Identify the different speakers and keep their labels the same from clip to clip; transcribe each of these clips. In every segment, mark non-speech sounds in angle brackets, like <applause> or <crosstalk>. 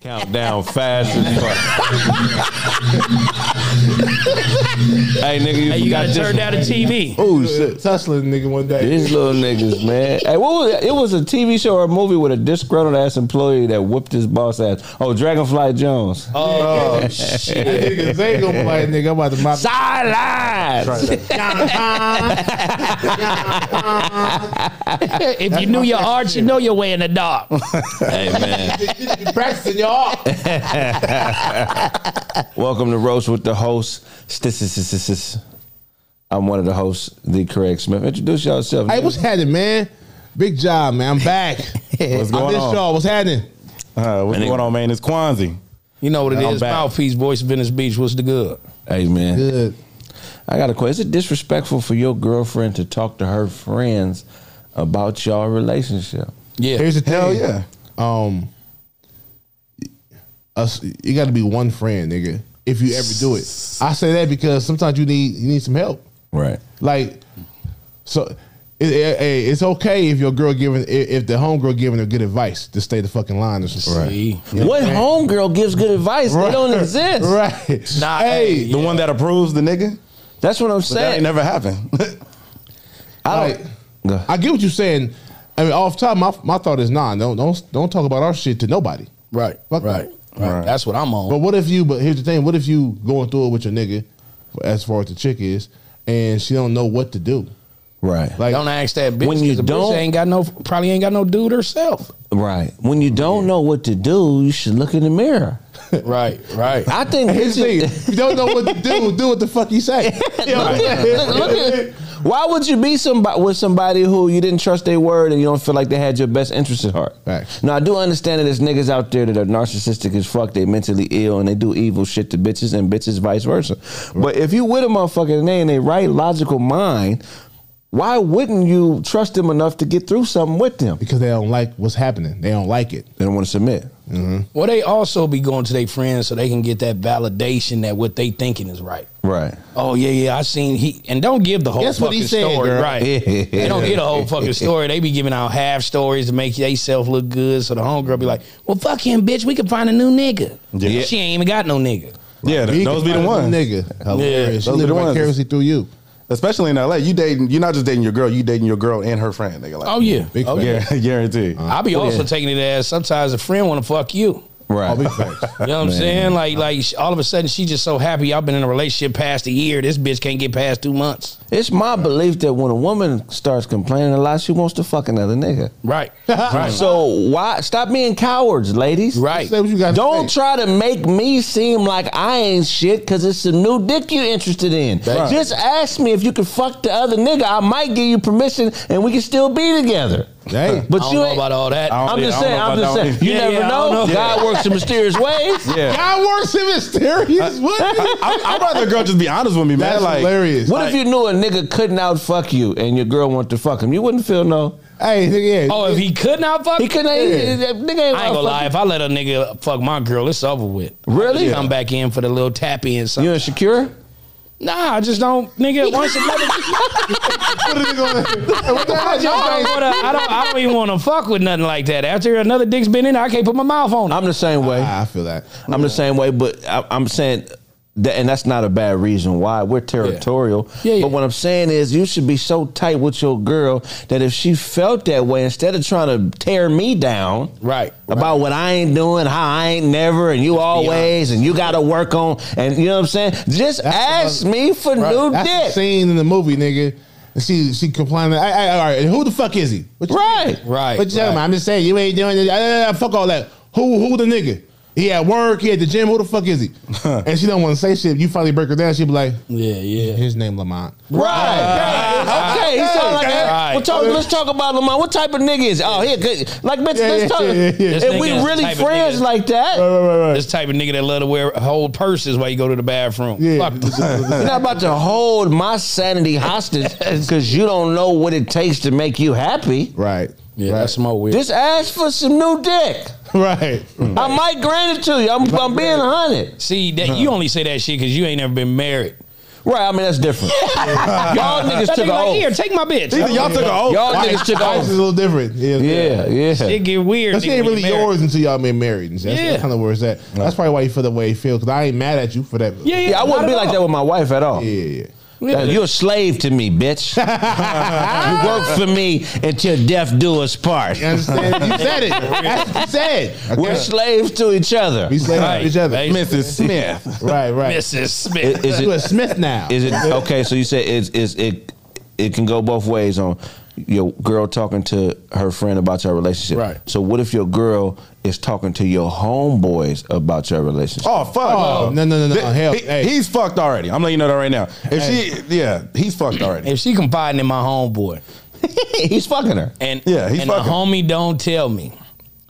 Speaker 1: Count down fast as fuck. hey, nigga, you,
Speaker 2: Hey, you
Speaker 1: forgot
Speaker 2: gotta
Speaker 1: this
Speaker 2: turn
Speaker 1: one.
Speaker 2: down the TV.
Speaker 3: Oh shit.
Speaker 4: Tesla nigga one day.
Speaker 1: These little niggas, man. Hey, what was it? It was a TV show or a movie with a disgruntled ass employee that whipped his boss ass. Oh, Dragonfly Jones. Oh,
Speaker 4: Oh shit. That nigga Zay gonna be like, nigga, I'm about to
Speaker 1: <laughs>
Speaker 4: mop.
Speaker 1: Sidelines.
Speaker 2: If you knew your art, you know your way in the dark.
Speaker 1: hey, man.
Speaker 4: Practicing your art.
Speaker 1: <laughs> Welcome to Roast with the host. Stis- stis- stis- stis. I'm one of the hosts, the Craig Smith. Introduce yourself.
Speaker 4: Hey, what's happening, man? Big job, man. I'm
Speaker 3: <laughs>
Speaker 4: back.
Speaker 3: What's
Speaker 4: I
Speaker 3: going
Speaker 4: missed
Speaker 3: on?
Speaker 4: y'all. What's happening?
Speaker 3: Uh, what's
Speaker 1: And it-
Speaker 3: going on, man? It's Kwanzaa.
Speaker 2: You know what it is?
Speaker 3: I'm back.
Speaker 2: Mouthpiece, voice, Venice Beach. What's the good?
Speaker 1: hey, man.
Speaker 4: Good.
Speaker 1: I got a question. Is it disrespectful for your girlfriend to talk to her friends about y'all relationship?
Speaker 2: Yeah.
Speaker 4: Here's the thing.
Speaker 3: Hell yeah.
Speaker 4: Um, us, you got to be one friend, nigga. If you ever do it, I say that because sometimes you need you need some help.
Speaker 1: Right.
Speaker 4: Like, so it, it- hey, it's okay if your girl giving if, if the homegirl giving her good advice to stay the fucking line or something.
Speaker 2: See?
Speaker 1: What homegirl gives good advice? They don't exist.
Speaker 4: <laughs> Right.
Speaker 2: Nah,
Speaker 4: hey,
Speaker 2: hey,
Speaker 3: The one that approves the nigga?
Speaker 1: That's what I'm
Speaker 3: That ain't
Speaker 1: saying.
Speaker 3: never happened.
Speaker 1: I
Speaker 4: like,
Speaker 1: don't. Go.
Speaker 4: I get what you're saying. I mean, off top, my my thought is nah. Don't don't don't talk about our shit to nobody.
Speaker 2: Right.
Speaker 4: Fuck
Speaker 2: right. Right.
Speaker 3: Right.
Speaker 2: That's what I'm on.
Speaker 4: But what if you? But here's the thing: what if you going through it with your nigga, as far as the chick is, and she don't know what to do?
Speaker 1: right.
Speaker 4: Like,
Speaker 2: don't ask that bitch.
Speaker 1: When
Speaker 2: 'cause
Speaker 1: you
Speaker 2: the bitch
Speaker 1: don't-
Speaker 4: <laughs>
Speaker 2: ain't got no, probably ain't got no dude herself.
Speaker 1: right. When you don't know what to do, you should look in the
Speaker 4: <laughs>
Speaker 1: mirror.
Speaker 2: right. Right.
Speaker 1: I think
Speaker 4: here's the thing:
Speaker 1: bitches-
Speaker 4: if you don't know what to do, do what the fuck you
Speaker 2: <laughs>
Speaker 4: say.
Speaker 1: Look at- look- look at- <laughs> Why would you be somebody with somebody who you didn't trust their word and you don't feel like they had your best interest at heart?
Speaker 4: Facts.
Speaker 1: Now I do understand that there's niggas out there that are narcissistic as fuck. They mentally ill and they do evil shit to bitches and bitches vice versa. But if you with a motherfucker and they in their right logical mind, why wouldn't you trust them enough to get through something with them?
Speaker 4: because they don't like what's happening. They don't like it.
Speaker 1: They don't want to submit.
Speaker 2: Well, they also be going to their friends so they can get that validation that what they thinking is right.
Speaker 1: Right.
Speaker 2: Oh yeah, yeah. I seen he and don't give the whole
Speaker 4: Guess
Speaker 2: fucking
Speaker 4: what he said,
Speaker 2: story.
Speaker 4: girl. <laughs>
Speaker 2: Right? they don't get a whole fucking story. They be giving out half stories to make theyself look good. So the homegirl be like, "Well, fuck him, bitch. We can find a new nigga.
Speaker 3: Yeah.
Speaker 2: She ain't even got no nigga.
Speaker 3: <laughs>
Speaker 2: <laughs>
Speaker 3: yeah,
Speaker 4: You
Speaker 3: those
Speaker 4: can
Speaker 3: be the
Speaker 4: find a
Speaker 3: ones.
Speaker 4: nigga. Hilarious.
Speaker 3: those be
Speaker 4: she
Speaker 3: the
Speaker 4: living
Speaker 3: ones.
Speaker 4: vicariously through you.
Speaker 3: Especially in LA. You dating you're not just dating your girl, you dating your girl and her friend, nigga. Like, <laughs>
Speaker 2: Oh yeah.
Speaker 4: Big
Speaker 2: oh,
Speaker 4: fact.
Speaker 2: yeah.
Speaker 3: yeah, guaranteed.
Speaker 2: I be also taking it as sometimes a friend want to fuck you.
Speaker 1: Right.
Speaker 4: All big facts.
Speaker 2: <laughs> You know what I'm saying? Like, like sh- all of a sudden she just so happy. I've been in a relationship past a year. This bitch can't get past two months.
Speaker 1: It's my belief that when a woman starts complaining a lot, she wants to fuck another nigga. <laughs>
Speaker 2: Right. right.
Speaker 1: So why stop being cowards, ladies?
Speaker 2: Right.
Speaker 4: Say what you got.
Speaker 1: Don't
Speaker 4: to say.
Speaker 1: try to make me seem like I ain't shit because it's a new dick you're interested in.
Speaker 3: Right.
Speaker 1: Just ask me if you can fuck the other nigga. I might give you permission and we can still be together.
Speaker 4: Hey,
Speaker 1: But
Speaker 2: I don't
Speaker 1: you
Speaker 2: know
Speaker 1: ain't.
Speaker 2: about all that.
Speaker 3: I don't-
Speaker 1: I'm just
Speaker 3: I don't
Speaker 1: saying.
Speaker 3: know
Speaker 1: I'm
Speaker 3: about
Speaker 1: just
Speaker 3: that
Speaker 1: saying.
Speaker 3: one.
Speaker 1: You
Speaker 2: Yeah,
Speaker 1: never
Speaker 2: yeah, I
Speaker 1: know.
Speaker 2: don't know.
Speaker 1: God works in
Speaker 4: <laughs>
Speaker 1: mysterious ways.
Speaker 3: yeah.
Speaker 4: God works in mysterious ways.
Speaker 3: I, I'd rather the girl just be honest with me, man.
Speaker 4: That's
Speaker 3: like,
Speaker 4: hilarious.
Speaker 1: What if you knew a nigga couldn't outfuck you and your girl wanted to fuck him? You wouldn't feel no.
Speaker 4: Hey, nigga, yeah.
Speaker 2: oh, if he could not fuck,
Speaker 1: He couldn't. he-
Speaker 4: Yeah.
Speaker 1: that nigga ain't
Speaker 2: I ain't gonna lie.
Speaker 1: outfuck
Speaker 2: If I let a nigga fuck my girl, it's over with.
Speaker 1: Really?
Speaker 2: Come back in for the little tap in.
Speaker 1: you. You
Speaker 2: Something.
Speaker 1: insecure?
Speaker 2: Nah, I just don't, nigga. Once a mother,
Speaker 4: What is it gonna- what the hell is your
Speaker 2: I,
Speaker 4: face?
Speaker 2: don't wanna, I don't, I don't even want to fuck with nothing like that. After another dick's been in, I can't put my mouth on it.
Speaker 1: I'm the same way.
Speaker 4: Ah, I feel that.
Speaker 1: I'm the same way, but I, I'm saying that, and that's not a bad reason why we're territorial.
Speaker 2: Yeah, yeah.
Speaker 1: But what I'm saying is, you should be so tight with your girl that if she felt that way, instead of trying to tear me down,
Speaker 2: Right,
Speaker 1: about what I ain't doing, how I ain't never, and you always, and you got to
Speaker 4: <laughs>
Speaker 1: work on, and you know what I'm saying. Just ask me for new
Speaker 4: That's the
Speaker 1: dick,
Speaker 4: scene in the movie, nigga. And She she complaining. I, I, all right, who the fuck is he? What you-
Speaker 1: right?
Speaker 2: Right.
Speaker 4: What you talking about? I'm just saying you ain't doing it. Ah, fuck all that. Who who the nigga? He at work. He at the gym. Who the fuck is
Speaker 2: <laughs>
Speaker 4: he? and she don't want to say shit. You finally break her down. She be like,
Speaker 2: Yeah, yeah.
Speaker 4: his name Lamont.
Speaker 1: Right. Okay. He sound like that.
Speaker 2: Right.
Speaker 1: Well, talk, let's talk about Lamont. What type of nigga is? it? Oh, he a good. Like, bitch,
Speaker 4: Yeah,
Speaker 1: let's
Speaker 4: yeah,
Speaker 1: talk.
Speaker 4: yeah, yeah.
Speaker 2: This
Speaker 1: If we
Speaker 2: nigga is the
Speaker 1: really
Speaker 2: type of
Speaker 1: friends
Speaker 2: nigga-
Speaker 1: like that,
Speaker 4: Right, right, right, right.
Speaker 2: This type of nigga that love to wear whole purses while you go to the bathroom.
Speaker 4: Yeah. <laughs>
Speaker 2: Fuck this.
Speaker 1: you're not about to hold my sanity
Speaker 4: <laughs>
Speaker 1: hostage because you don't know what it takes to make you happy.
Speaker 4: Right.
Speaker 2: Yeah,
Speaker 4: right.
Speaker 2: that's more weird.
Speaker 1: Just ask for some new dick.
Speaker 4: right.
Speaker 1: I might grant it to you. I'm, I'm being hunted.
Speaker 2: See that you only say that shit because you ain't never been married.
Speaker 1: Right, I mean that's different.
Speaker 2: <laughs>
Speaker 1: y'all niggas
Speaker 2: That
Speaker 1: took
Speaker 2: nigga
Speaker 1: a
Speaker 2: like, here,
Speaker 1: oath.
Speaker 2: take my bitch.
Speaker 3: Either y'all took a oath.
Speaker 1: Y'all
Speaker 4: Ice-
Speaker 1: niggas took
Speaker 4: Ice is a
Speaker 1: oath.
Speaker 4: little different. Yeah,
Speaker 1: Yeah,
Speaker 2: It
Speaker 1: yeah.
Speaker 2: get weird.
Speaker 4: But she
Speaker 2: nigga,
Speaker 4: ain't
Speaker 2: when
Speaker 4: really
Speaker 2: you married.
Speaker 4: yours until y'all been married. and shit. That's
Speaker 2: Yeah.
Speaker 4: kind of where it's at. That's probably why you feel the way you feel. Because I ain't mad at you for that.
Speaker 2: Yeah, yeah.
Speaker 1: Yeah, I wouldn't
Speaker 2: not
Speaker 1: be
Speaker 2: at
Speaker 1: like
Speaker 2: all.
Speaker 1: that with my wife at all.
Speaker 4: yeah, yeah.
Speaker 1: That- You're a slave to me,
Speaker 4: <laughs>
Speaker 1: bitch. you work for me until death do us part.
Speaker 4: You understand? you said it. That's
Speaker 1: <laughs>
Speaker 4: what you said.
Speaker 1: We're slaves to each other.
Speaker 4: We say
Speaker 2: Right.
Speaker 4: each other.
Speaker 2: Hey.
Speaker 3: Mrs.
Speaker 1: <laughs>
Speaker 3: Smith.
Speaker 4: Right, right.
Speaker 2: Mrs.
Speaker 1: I-
Speaker 2: Smith.
Speaker 1: Is
Speaker 4: You a
Speaker 1: it?
Speaker 4: Smith now.
Speaker 1: Is it okay? So you said it's, it's it it can go both ways on your girl talking to her friend about your relationship.
Speaker 4: Right.
Speaker 1: So what if your girl is talking to your homeboys about your relationship?
Speaker 3: Oh fuck!
Speaker 4: Oh, no, no, no, no, hell,
Speaker 3: he-
Speaker 4: hey.
Speaker 3: He's fucked already. I'm letting you know that right now. If she, yeah, he's fucked already.
Speaker 2: if she confiding in my
Speaker 3: <laughs>
Speaker 2: homeboy,
Speaker 1: He's fucking her.
Speaker 2: and
Speaker 3: Yeah, he's
Speaker 2: and the
Speaker 3: fucking.
Speaker 2: homie don't tell me,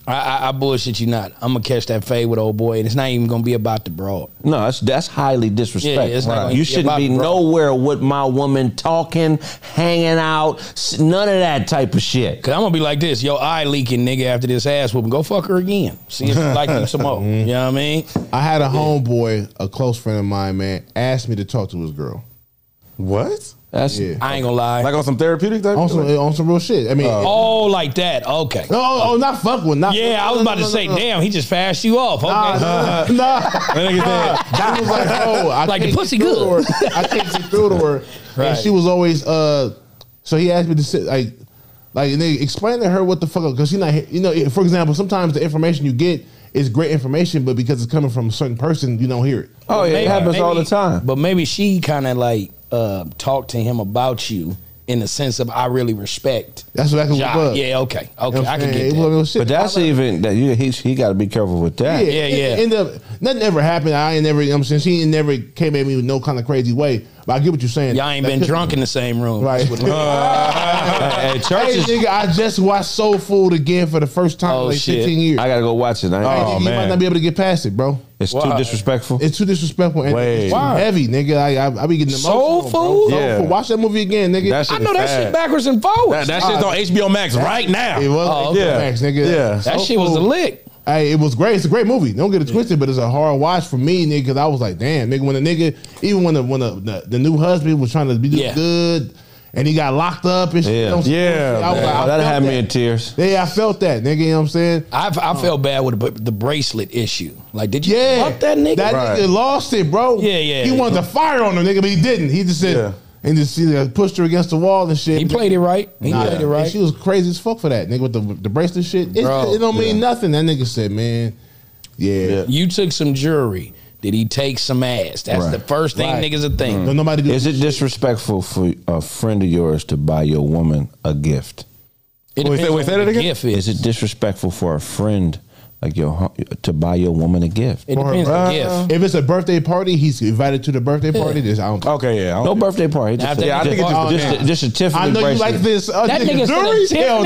Speaker 2: I, I, I bullshit you not. I'm gonna catch that fade with old boy, and it's not even gonna be about the broad.
Speaker 1: No, that's that's highly disrespectful.
Speaker 2: Yeah, it's not gonna
Speaker 1: You
Speaker 2: be
Speaker 1: shouldn't
Speaker 2: about
Speaker 1: be
Speaker 2: it, bro.
Speaker 1: nowhere with my woman talking, hanging out, s- none of that type of shit.
Speaker 2: Cause I'm gonna be like this, yo, eye leaking nigga after this ass whooping. Go fuck her again. See if she like you
Speaker 4: <laughs>
Speaker 2: some more. You know what I mean?
Speaker 4: Mm-hmm. I had a homeboy, a close friend of mine, man, asked me to talk to his girl.
Speaker 3: What?
Speaker 1: That's
Speaker 4: Yeah.
Speaker 2: I ain't gonna lie.
Speaker 3: Like on some therapeutic type?
Speaker 4: On some,
Speaker 3: shit?
Speaker 4: on some real shit. I mean,
Speaker 2: oh, like that. Okay.
Speaker 4: no, Uh, oh, oh, not fuck with, not.
Speaker 2: Yeah, I was
Speaker 4: no,
Speaker 2: about
Speaker 4: no, no,
Speaker 2: to say,
Speaker 4: no, no.
Speaker 2: damn, he just fast you off. Okay.
Speaker 4: Nah, <laughs> nah, nah.
Speaker 3: That nigga said,
Speaker 4: I was
Speaker 2: <laughs>
Speaker 4: like, oh, I
Speaker 2: Like the
Speaker 4: can't
Speaker 2: pussy
Speaker 4: get through
Speaker 2: good.
Speaker 4: to her. I can't get through to
Speaker 2: <laughs>
Speaker 4: her.
Speaker 2: Right.
Speaker 4: And she was always, uh, so he asked me to sit, like, like, and they explain to her what the fuck, because she not, he- you know, for example, sometimes the information you get is great information, but because it's coming from a certain person, you don't hear it.
Speaker 1: Oh, yeah, it
Speaker 2: Maybe-
Speaker 1: happens all the
Speaker 2: maybe-
Speaker 1: time.
Speaker 2: But maybe she kind of like uh, talked to him about you in the sense of I really respect.
Speaker 4: That's exactly what it
Speaker 2: Ja.
Speaker 4: was.
Speaker 2: Yeah, okay, okay, I can get
Speaker 4: It
Speaker 2: that.
Speaker 4: was real shit.
Speaker 1: But that's even that you he, he got to be careful with that.
Speaker 2: Yeah,
Speaker 4: it- it
Speaker 2: yeah.
Speaker 4: End up, nothing ever happened. I ain't never, you know what I'm saying? She ain't never came at me with no kind of crazy way. But I get what you're saying.
Speaker 2: Y'all ain't been drunk in the uh, same
Speaker 3: <laughs>
Speaker 2: room.
Speaker 4: Right.
Speaker 3: Uh,
Speaker 1: Hey, hey,
Speaker 4: hey,
Speaker 1: churches,
Speaker 4: nigga, I just watched Soul Food again for the first time
Speaker 2: Oh,
Speaker 4: in like
Speaker 2: shit.
Speaker 4: 15 years.
Speaker 1: I gotta go watch it. I ain't-
Speaker 4: Hey, nigga,
Speaker 3: Oh,
Speaker 4: you might
Speaker 3: man.
Speaker 4: not be able to get past it, bro.
Speaker 1: it's too
Speaker 2: Why?
Speaker 1: disrespectful.
Speaker 4: It's too disrespectful and
Speaker 3: Wait.
Speaker 4: it's too
Speaker 2: Why?
Speaker 4: heavy, nigga. I, I, I be getting emotional.
Speaker 2: Soul
Speaker 4: bro. Soul
Speaker 2: Food?
Speaker 3: Yeah.
Speaker 4: Food. Watch that movie again, nigga.
Speaker 3: That shit
Speaker 2: I know
Speaker 3: is
Speaker 2: that
Speaker 3: sad.
Speaker 2: shit backwards and forwards.
Speaker 3: That, that shit's on HBO Max right now.
Speaker 4: it was
Speaker 2: Oh,
Speaker 4: oh,
Speaker 2: okay.
Speaker 4: Max, nigga.
Speaker 3: Yeah.
Speaker 2: That
Speaker 4: Soul
Speaker 2: shit was
Speaker 4: Food.
Speaker 2: a lick.
Speaker 4: Hey, it was great. It's a great movie. Don't get it twisted, but it's a hard watch for me, nigga. Because I was like, damn, nigga. When the nigga, even when the when the, the, the new husband was trying to be
Speaker 2: Yeah.
Speaker 4: good, and he got locked up and shit.
Speaker 1: Yeah.
Speaker 4: you know what I'm saying?
Speaker 3: Yeah,
Speaker 4: I was
Speaker 3: man.
Speaker 4: like, I
Speaker 1: oh, that
Speaker 4: felt
Speaker 1: had me in tears.
Speaker 4: Yeah, I felt that, nigga. You know what I'm saying?
Speaker 2: <laughs> I've, I felt bad with the, the bracelet issue. Like, did you
Speaker 4: Yeah,
Speaker 2: fuck that nigga?
Speaker 4: That
Speaker 3: Right.
Speaker 4: nigga lost it, bro.
Speaker 2: Yeah, yeah.
Speaker 4: He wanted to fire on him, nigga, but he didn't. He just said
Speaker 3: Yeah.
Speaker 4: and just you know, pushed her against the wall and shit.
Speaker 2: he played it right. He
Speaker 4: Nah,
Speaker 2: played it
Speaker 4: and
Speaker 2: right.
Speaker 4: She was crazy as fuck for that nigga with the the bracelet shit. It,
Speaker 2: Bro.
Speaker 4: it don't mean nothing. That nigga said, man. Yeah.
Speaker 3: Yeah.
Speaker 2: you took some jewelry. Did he take some ass? That's
Speaker 1: Right. Mm.
Speaker 2: the first thing
Speaker 4: Right.
Speaker 2: niggas are
Speaker 3: Mm.
Speaker 2: thinking.
Speaker 4: Don't nobody do
Speaker 1: <laughs> Is it disrespectful for a friend of yours to buy your woman a gift?
Speaker 2: It
Speaker 3: Wait, say-
Speaker 2: depends
Speaker 3: wait,
Speaker 2: on
Speaker 3: say
Speaker 2: what
Speaker 3: that
Speaker 2: the
Speaker 3: again?
Speaker 2: gift
Speaker 1: Is
Speaker 2: is.
Speaker 1: it disrespectful for a friend like your hu- to buy your woman a gift?
Speaker 2: It depends on the gift.
Speaker 4: If it's a birthday party, he's invited to the birthday party. This I don't. Oh,
Speaker 3: Okay, yeah. I don't-
Speaker 1: No birthday party. Just
Speaker 2: Now,
Speaker 1: a-
Speaker 2: I think it's
Speaker 1: just,
Speaker 2: just-
Speaker 1: just, a- just a Tiffany
Speaker 4: I know you
Speaker 1: bracelet.
Speaker 4: like this. Uh,
Speaker 2: That nigga said a Tiffany bracelet?
Speaker 4: Hell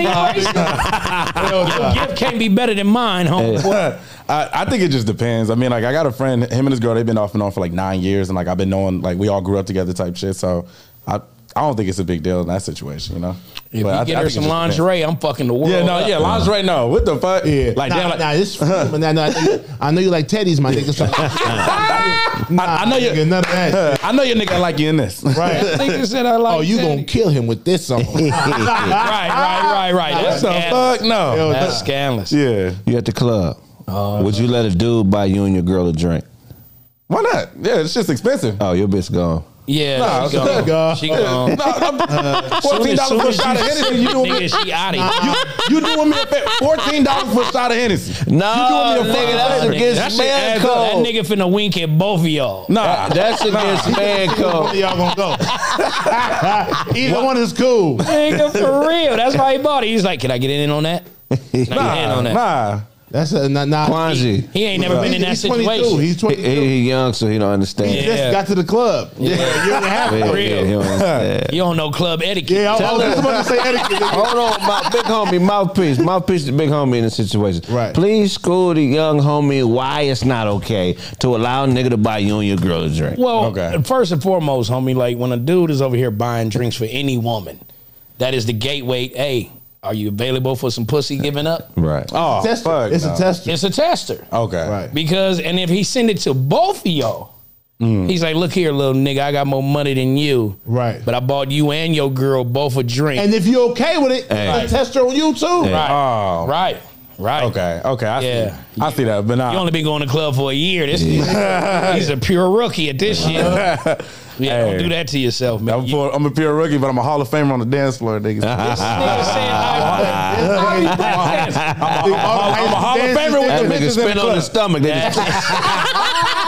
Speaker 4: nah.
Speaker 2: Your gift can't be better than mine, homie.
Speaker 3: I, I think it just depends. I mean, like I got a friend, him and his girl, they've been off and on for like nine years, and like I've been knowing, like we all grew up together, type shit. So I, I don't think it's a big deal in that situation, you know.
Speaker 2: If
Speaker 3: But
Speaker 2: you
Speaker 3: I- I
Speaker 2: get her
Speaker 3: think it
Speaker 2: some
Speaker 3: just depends.
Speaker 2: lingerie, I'm fucking the world.
Speaker 3: yeah, no,
Speaker 2: up.
Speaker 3: yeah, lingerie, no. What the fuck?
Speaker 4: Yeah,
Speaker 3: like
Speaker 4: nah,
Speaker 3: damn, like,
Speaker 4: nah, this. nah, nah, I, know you, I know you like teddies, my nigga. So, nah,
Speaker 3: <laughs> I, I know you.
Speaker 4: nigga, none of that.
Speaker 3: <laughs> I know your nigga like you in this. <laughs>
Speaker 4: Right.
Speaker 2: Nigga said I like
Speaker 4: Oh, you
Speaker 2: Teddy.
Speaker 4: gonna kill him with this song?
Speaker 2: Right, right, right, right.
Speaker 3: what
Speaker 2: That's
Speaker 3: the
Speaker 2: scandalous.
Speaker 3: fuck? No.
Speaker 2: That's scandalous. Uh-huh.
Speaker 3: Yeah.
Speaker 1: You at the club. Would you let a dude buy you and your girl a drink?
Speaker 3: Why not? Yeah, it's just expensive.
Speaker 1: Oh, your bitch gone.
Speaker 2: Yeah,
Speaker 3: Nah,
Speaker 2: she gone.
Speaker 4: God.
Speaker 2: She gone.
Speaker 3: No,
Speaker 2: <laughs>
Speaker 3: I'm- Uh, Fourteen dollars for a shot of Hennessy. You doing me?
Speaker 2: Nigga, she out of
Speaker 3: You, you doing me a favor? Fourteen dollars for a shot of Hennessy.
Speaker 1: No,
Speaker 2: Oh,
Speaker 3: you doing me a
Speaker 1: nigga,
Speaker 3: fucking
Speaker 1: that's
Speaker 3: favor.
Speaker 1: against
Speaker 3: That shit
Speaker 1: man
Speaker 3: adds
Speaker 2: That
Speaker 3: up.
Speaker 1: code.
Speaker 2: nigga finna wink at both of y'all.
Speaker 3: Nah,
Speaker 1: That's
Speaker 2: <laughs>
Speaker 1: against man
Speaker 4: One
Speaker 1: code.
Speaker 4: of y'all gonna go. Either one is cool.
Speaker 2: Nigga, for real. That's why he bought it. He's like, can I get in on that? Can I get in on that?
Speaker 3: nah.
Speaker 4: That's a nah. nah.
Speaker 1: Kwanzaa.
Speaker 2: He ain't never been in that
Speaker 4: He's 22.
Speaker 2: situation.
Speaker 4: He's
Speaker 1: He,
Speaker 4: 22.
Speaker 1: he, he young, so he don't understand.
Speaker 2: Yeah.
Speaker 4: Just got to the club. Yeah, you ain't have
Speaker 1: Yeah,
Speaker 4: to.
Speaker 2: real.
Speaker 1: yeah, he don't understand.
Speaker 2: You don't know club etiquette.
Speaker 4: Yeah, I, I was
Speaker 1: him.
Speaker 4: just about to say
Speaker 2: <laughs>
Speaker 4: etiquette. nigga.
Speaker 1: Hold on, my big homie, mouthpiece, mouthpiece, the big homie in the situation.
Speaker 4: Right.
Speaker 1: Please school the young homie why it's not okay to allow a nigga to buy you and your girl a drink.
Speaker 2: Well,
Speaker 3: Okay.
Speaker 2: first and foremost, homie, like when a dude is over here buying drinks for any woman, that is the gateway. Hey, are you available for some pussy
Speaker 4: <laughs>
Speaker 2: giving up?
Speaker 1: Right.
Speaker 3: Oh,
Speaker 4: Tester.
Speaker 3: fuck.
Speaker 4: it's
Speaker 3: no.
Speaker 4: a tester.
Speaker 2: It's a tester.
Speaker 3: Okay.
Speaker 4: Right.
Speaker 2: Because and if he send it to both of y'all,
Speaker 3: Mm.
Speaker 5: <laughs>
Speaker 2: He's like, look here, little nigga, I got more money than you.
Speaker 4: Hmm. Right.
Speaker 2: But I bought you and your girl both a drink.
Speaker 4: And if you're okay with it,
Speaker 3: Hey.
Speaker 4: I test her on you too.
Speaker 2: right.
Speaker 3: Oh.
Speaker 2: Right. Right.
Speaker 3: Okay, okay, I
Speaker 2: Yeah.
Speaker 3: see, I see that, but
Speaker 2: You
Speaker 3: nah.
Speaker 2: only been going to club for a year. This he's a pure rookie
Speaker 3: <laughs>
Speaker 2: at this shit. Yeah, don't
Speaker 3: Hey.
Speaker 2: do that to yourself, man.
Speaker 3: I'm,
Speaker 2: You-
Speaker 3: for, I'm a pure rookie, but I'm a Hall of Famer on the dance floor, <laughs> niggas.
Speaker 2: nigga said, I-
Speaker 4: Hey,
Speaker 3: I'm a Hall of Famer
Speaker 1: That
Speaker 3: with the
Speaker 1: nigga
Speaker 3: bitches in
Speaker 1: spit
Speaker 3: the
Speaker 1: on
Speaker 3: club.
Speaker 1: his stomach. They just-
Speaker 3: <laughs>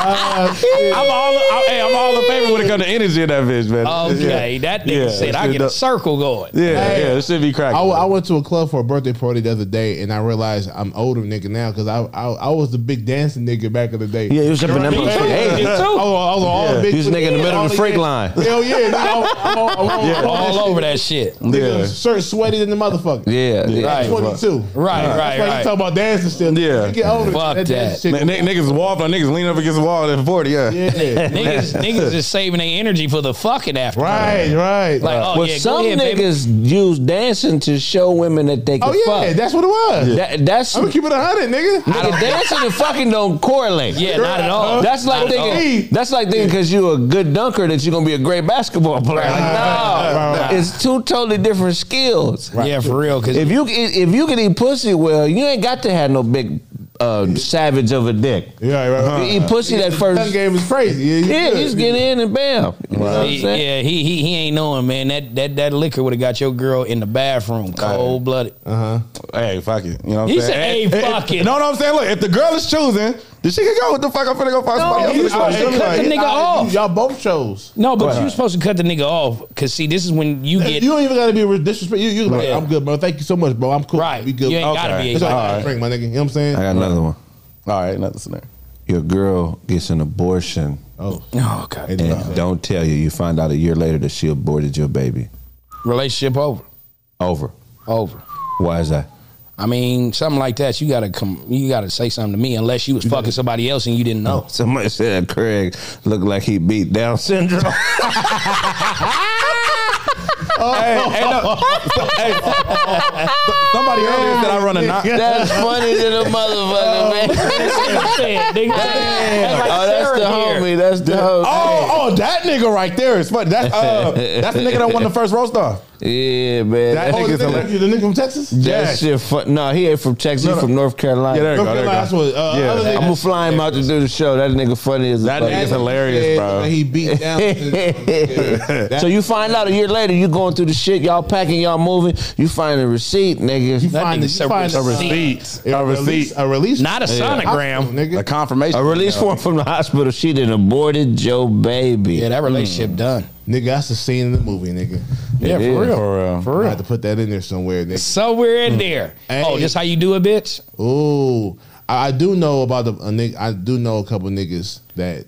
Speaker 3: I'm a Hall of, I, hey, I'm a Hall of Famer when it comes to energy in that bitch, man.
Speaker 2: Okay,
Speaker 3: Yeah.
Speaker 2: that nigga
Speaker 3: Yeah,
Speaker 2: said I
Speaker 3: shit
Speaker 2: get a
Speaker 3: dope.
Speaker 2: circle going.
Speaker 3: Yeah, yeah, it <laughs> should be cracking.
Speaker 4: I, I went to a club for a birthday party the other day, and I realized I'm older nigga now because I, I I was the big dancing nigga back in the day.
Speaker 1: yeah, he was jumping that
Speaker 2: Me too.
Speaker 1: motherfucker.
Speaker 2: Me
Speaker 1: Hey,
Speaker 2: too.
Speaker 4: I was, I was all
Speaker 3: Yeah.
Speaker 4: big.
Speaker 1: He was nigga in the middle of the
Speaker 4: all
Speaker 1: freak
Speaker 4: yeah.
Speaker 1: line.
Speaker 4: Hell yeah, nigga, I'm,
Speaker 1: <laughs>
Speaker 4: I'm, all- I'm, all- I'm
Speaker 2: All over that shit.
Speaker 3: yeah,
Speaker 4: Shirt sweaty than the motherfucker.
Speaker 1: yeah, yeah.
Speaker 2: Right.
Speaker 4: 22.
Speaker 2: Right,
Speaker 4: That's
Speaker 2: right,
Speaker 4: why you
Speaker 2: right.
Speaker 4: talk about dancing still.
Speaker 3: Yeah.
Speaker 4: You get older.
Speaker 2: Fuck that.
Speaker 4: shit-
Speaker 3: N- n- niggas wall, niggas lean up against the wall at 40. Yeah, <laughs>
Speaker 4: yeah.
Speaker 2: niggas, niggas is <laughs> saving their energy for the fucking after.
Speaker 4: right, right.
Speaker 2: uh, Like, oh
Speaker 1: Well,
Speaker 2: yeah,
Speaker 1: some
Speaker 2: go ahead, baby.
Speaker 1: niggas use dancing to show women that they can
Speaker 4: oh, yeah,
Speaker 1: fuck.
Speaker 4: that's what it was.
Speaker 1: That, that's
Speaker 4: I'm going to keep it 100, nigga.
Speaker 1: nigga, dancing and fucking don't correlate.
Speaker 2: Yeah, not at all.
Speaker 1: That's like
Speaker 2: Not at all.
Speaker 1: thinking. That's like thinking because you're a good dunker that you're gonna be a great basketball player. Like, no,
Speaker 4: right,
Speaker 1: it's two totally different skills.
Speaker 2: Yeah, for real. Cause
Speaker 1: If you if you can eat pussy well, you ain't got to have no big uh, savage of a dick.
Speaker 4: Yeah, right, right.
Speaker 1: You eat pussy that
Speaker 4: Tongue
Speaker 1: first.
Speaker 4: game is crazy. Yeah, you
Speaker 1: Yeah,
Speaker 4: good.
Speaker 1: you just get in and bam. You know what I'm
Speaker 2: he,
Speaker 1: saying?
Speaker 2: yeah, he he he ain't knowing, man. That that that liquor would have got your girl in the bathroom, cold blooded.
Speaker 3: Hey, fuck it. You know what
Speaker 2: He
Speaker 3: I'm saying?
Speaker 2: said, hey,
Speaker 3: <laughs>
Speaker 2: fuck it.
Speaker 3: No, what I'm saying? Look, if the girl is choosing, then she can go. What the fuck? I'm finna go find somebody
Speaker 2: you
Speaker 3: else.
Speaker 2: supposed to
Speaker 3: Like,
Speaker 2: cut
Speaker 3: like,
Speaker 2: the nigga
Speaker 4: Nah,
Speaker 2: off.
Speaker 4: Y'all both chose.
Speaker 2: No, but you're supposed to cut the nigga off. Cause see, this is when you
Speaker 4: You
Speaker 2: get
Speaker 4: don't even gotta be re- disrespectful. You, you like,
Speaker 2: Yeah.
Speaker 4: I'm good, bro. Thank you so much, bro. I'm cool.
Speaker 2: right.
Speaker 4: We good.
Speaker 2: You ain't
Speaker 4: Oh,
Speaker 2: gotta be.
Speaker 4: it's all
Speaker 2: a-
Speaker 4: right. Frank, my nigga. You know what I'm saying?
Speaker 1: I got another one.
Speaker 3: All right, another scenario.
Speaker 1: Your girl gets an abortion
Speaker 4: Oh,
Speaker 2: Oh god.
Speaker 4: It-
Speaker 1: and don't tell you. You find out a year later that she aborted your baby.
Speaker 2: Relationship over.
Speaker 1: Over.
Speaker 2: Over.
Speaker 1: Why is that?
Speaker 2: I mean, something like that. You gotta come. You gotta say something to me, unless you was fucking somebody else and you didn't know.
Speaker 1: Somebody said Craig looked like he beat Down syndrome.
Speaker 3: Hey, hey, <laughs> no. hey, somebody earlier said I run a nine.
Speaker 1: That's funny to the motherfucker, man. Oh, that's the homie. That's the homie.
Speaker 3: Oh, oh, that nigga right there is funny. That's uh, that's the nigga that won the first roast off.
Speaker 1: Yeah, man.
Speaker 3: That
Speaker 1: That,
Speaker 4: oh
Speaker 3: nigga's
Speaker 4: the, nigga,
Speaker 3: hilarious.
Speaker 4: the nigga from Texas?
Speaker 1: that
Speaker 3: yes.
Speaker 1: shit fun. No, he ain't from Texas.
Speaker 3: No,
Speaker 1: He
Speaker 3: no.
Speaker 1: from North Carolina.
Speaker 3: Yeah, there you go. There you
Speaker 4: That's what, uh,
Speaker 3: go.
Speaker 4: other
Speaker 3: Yeah.
Speaker 1: I'm gonna fly him out to do the show. That nigga funny as a
Speaker 3: That
Speaker 1: fuck.
Speaker 3: nigga's hilarious, bro.
Speaker 4: He beat down.
Speaker 3: <laughs>
Speaker 1: so you find out a year later, you going through the shit, y'all packing, y'all moving, you find a receipt, nigga.
Speaker 4: You find
Speaker 2: nigga
Speaker 4: it. You find
Speaker 2: a
Speaker 3: Receipts.
Speaker 4: A
Speaker 3: A
Speaker 4: release.
Speaker 3: receipt.
Speaker 4: A release.
Speaker 2: Not a sonogram.
Speaker 3: A
Speaker 4: nigga.
Speaker 3: confirmation.
Speaker 1: a release form from the hospital. She done aborted Joe baby.
Speaker 2: Yeah, that
Speaker 3: Mm.
Speaker 2: relationship done.
Speaker 4: Nigga, that's the scene in the movie, nigga.
Speaker 2: Yeah,
Speaker 1: It
Speaker 2: for
Speaker 1: is.
Speaker 2: real.
Speaker 3: For real. Mm.
Speaker 4: For real. I had to put that in there somewhere, nigga.
Speaker 2: Somewhere in there.
Speaker 4: Hey.
Speaker 2: Oh, this how you do it, bitch?
Speaker 4: Ooh. I, I do know about the, a nigga. I do know a couple niggas that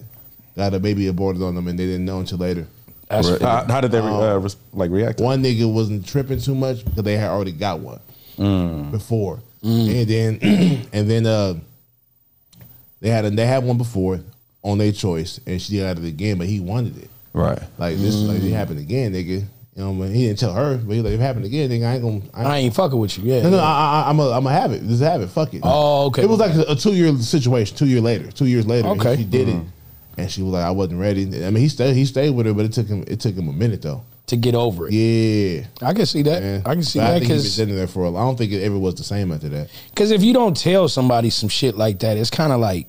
Speaker 4: got a baby aborted on them and they didn't know until later. Um,
Speaker 2: That's
Speaker 3: How, how did they re- uh, res- like react? to it?
Speaker 4: One nigga wasn't tripping too much because they had already got one
Speaker 3: Mm.
Speaker 4: before,
Speaker 2: Mm.
Speaker 4: and then <clears throat> and then uh, they had a, they had one before on their choice, and she got it again, but he wanted it.
Speaker 1: Right.
Speaker 4: Like this, like it
Speaker 2: Mm.
Speaker 4: happened again, nigga. You know, what I mean? he didn't tell her, but he like, if it happened again, nigga, I ain't gonna. I ain't
Speaker 2: I ain't fucking with you. Yeah.
Speaker 4: no, no, I, I, I'm a, I'm a have it. Just have it. Fuck it.
Speaker 2: Oh, okay.
Speaker 4: It was like a, two year situation. Two year later. Two years later.
Speaker 2: Okay. Mm.
Speaker 4: He did it, and she was like, I wasn't ready. I mean, he stayed. He stayed with her, but it took him. It took him a minute though.
Speaker 2: To get over it.
Speaker 4: Yeah.
Speaker 2: I can see that.
Speaker 4: Man.
Speaker 2: I can see
Speaker 4: But I
Speaker 2: that
Speaker 4: think he's
Speaker 2: because
Speaker 4: been sitting there for a. I don't think it ever was the same after that.
Speaker 2: if you don't tell somebody some shit like that, it's kind of like,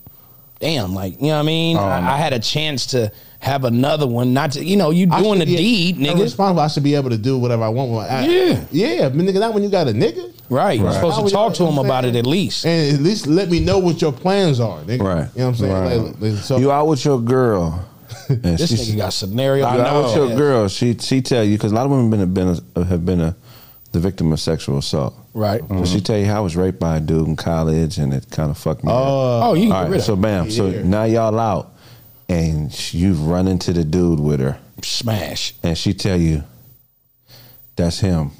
Speaker 2: damn, like you know what I mean.
Speaker 4: Um,
Speaker 2: I, I had a chance to have another one, not to you know oh, you
Speaker 4: I
Speaker 2: doing the
Speaker 4: should be-
Speaker 2: deed,
Speaker 4: I'm
Speaker 2: nigga.
Speaker 4: responsible. I should be able to do whatever I want. When I,
Speaker 2: Yeah.
Speaker 4: yeah, but nigga, not when you got a nigga.
Speaker 2: Right. You're supposed
Speaker 4: How
Speaker 2: to
Speaker 4: we-
Speaker 2: talk to
Speaker 4: you know
Speaker 2: him
Speaker 4: what I'm
Speaker 2: about
Speaker 4: saying?
Speaker 2: it at least.
Speaker 4: And at least let me know what your plans are, nigga.
Speaker 1: Right.
Speaker 4: You know what I'm saying?
Speaker 3: Right.
Speaker 4: Like, like, so,
Speaker 1: You out with your
Speaker 4: <laughs>
Speaker 1: girl. And
Speaker 2: This
Speaker 1: she's-
Speaker 2: nigga got scenario.
Speaker 1: I know it's
Speaker 2: Yeah.
Speaker 1: your girl. She she tell you because a lot of women been been have been a the victim of sexual assault.
Speaker 2: Right. Mm-hmm.
Speaker 1: So she tell you how I was raped by a dude in college and it kind of fucked me. up.
Speaker 2: Oh, you can
Speaker 1: All
Speaker 2: get
Speaker 1: right.
Speaker 2: rid of
Speaker 1: So bam. So
Speaker 4: Yeah.
Speaker 1: now y'all out and sh- you've run into the dude with her
Speaker 2: it. Smash.
Speaker 1: and she tell you that's him.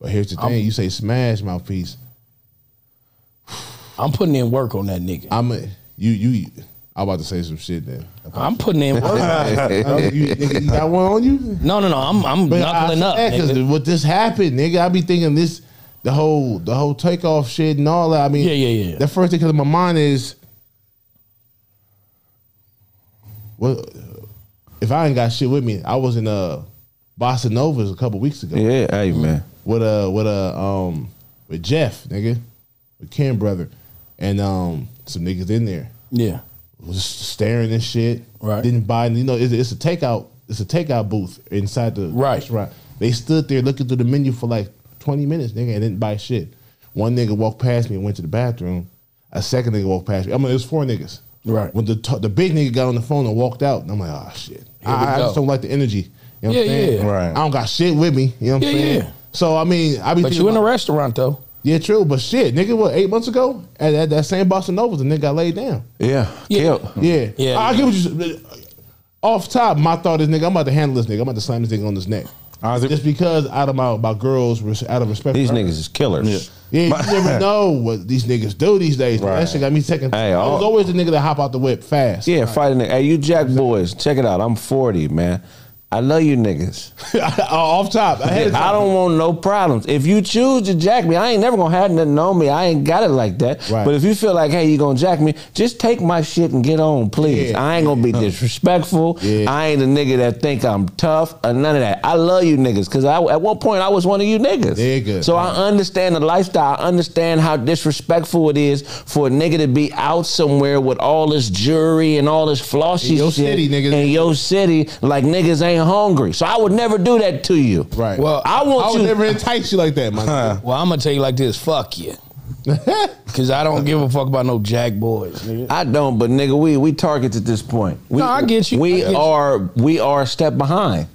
Speaker 4: but here's the thing: you say smash mouthpiece.
Speaker 2: I'm putting in work on that nigga.
Speaker 4: I'm a, you you. I'm about to say some shit then.
Speaker 2: I'm putting in
Speaker 4: <laughs>
Speaker 2: work.
Speaker 4: you, nigga, you got one on you.
Speaker 2: No, no, no. I'm I'm knuckling up. nigga.
Speaker 4: because what this happened, nigga. I be thinking this, the whole the whole takeoff shit and all that. I mean,
Speaker 2: Yeah, yeah, yeah.
Speaker 4: The first thing comes to my mind is well, if I ain't got shit with me, I was in uh Bossa Novas a couple weeks ago
Speaker 1: Yeah, hey man.
Speaker 4: with uh with uh um with Jeff nigga with Ken brother and um some niggas in there
Speaker 2: Yeah.
Speaker 4: was staring and shit.
Speaker 2: Right.
Speaker 4: Didn't buy. You know, it's, it's a takeout. It's a takeout booth inside the
Speaker 2: Right.
Speaker 4: restaurant. They stood there looking through the menu for like twenty minutes, nigga, and didn't buy shit. One nigga walked past me and went to the bathroom. A second nigga walked past me. I mean, it was four niggas.
Speaker 2: Right.
Speaker 4: When the t- the big nigga got on the phone and walked out, and I'm like, oh shit.
Speaker 2: we
Speaker 4: I, I
Speaker 2: go.
Speaker 4: just don't like the energy. You know what
Speaker 2: Yeah,
Speaker 4: I'm saying?
Speaker 2: yeah.
Speaker 3: Right.
Speaker 4: I don't got shit with me. You know what I'm
Speaker 2: Yeah,
Speaker 4: saying?
Speaker 2: yeah.
Speaker 4: So I mean, I be.
Speaker 2: But
Speaker 4: thinking
Speaker 2: you in a
Speaker 4: about-
Speaker 2: restaurant though.
Speaker 4: Yeah, true. But shit, nigga, what eight months ago at, at that same Boston Novas, the nigga got laid down.
Speaker 1: Yeah.
Speaker 2: Yeah.
Speaker 1: Killed.
Speaker 4: Yeah.
Speaker 2: Yeah.
Speaker 4: I get what you off top, my thought is nigga, I'm about to handle this nigga. I'm about to slam this nigga on his neck.
Speaker 3: Honestly-
Speaker 4: Just because out of my, my girls res- out of respect.
Speaker 1: These
Speaker 4: for her.
Speaker 1: niggas is killers.
Speaker 4: Yeah, you
Speaker 1: <laughs>
Speaker 4: never know what these niggas do these days. man.
Speaker 3: Right.
Speaker 4: That shit got me taking.
Speaker 1: Hey,
Speaker 4: I was
Speaker 1: all-
Speaker 4: always the nigga that hop out the whip fast.
Speaker 1: Yeah, fighting. Hey, you Jack boys, check it out. I'm 40, man. I love you
Speaker 4: <laughs>
Speaker 1: niggas.
Speaker 4: Oh, off top. I had
Speaker 1: I don't want no problems. If you choose to jack me, I ain't never gonna have nothing on me. I ain't got it like that.
Speaker 4: Right.
Speaker 1: But if you feel like, hey, you gonna jack me, just take my shit and get on, please.
Speaker 4: Yeah,
Speaker 1: I ain't
Speaker 4: <laughs>
Speaker 1: gonna be disrespectful.
Speaker 4: Yeah.
Speaker 1: I ain't a nigga that think I'm tough or none of that. I love you niggas because I, at one point I was one of you niggas.
Speaker 4: Nigga.
Speaker 1: So I understand the lifestyle. I understand how disrespectful it is for a nigga to be out somewhere with all this jewelry and all this flossy
Speaker 4: In your
Speaker 1: shit
Speaker 4: city, niggas.
Speaker 1: in your city like niggas ain't hungry. So I would never do that to you.
Speaker 4: Right.
Speaker 2: Well,
Speaker 1: I want
Speaker 4: I would
Speaker 1: you.
Speaker 4: never entice you like that, man.
Speaker 2: <laughs> Well, I'm gonna tell you like this.
Speaker 4: <laughs>
Speaker 2: Fuck you, because I don't give a fuck about no jack boys. Nigga.
Speaker 1: I don't, but nigga, we we targets at this point. We,
Speaker 2: No, I get you.
Speaker 1: We
Speaker 2: I get you.
Speaker 1: are we are a step behind.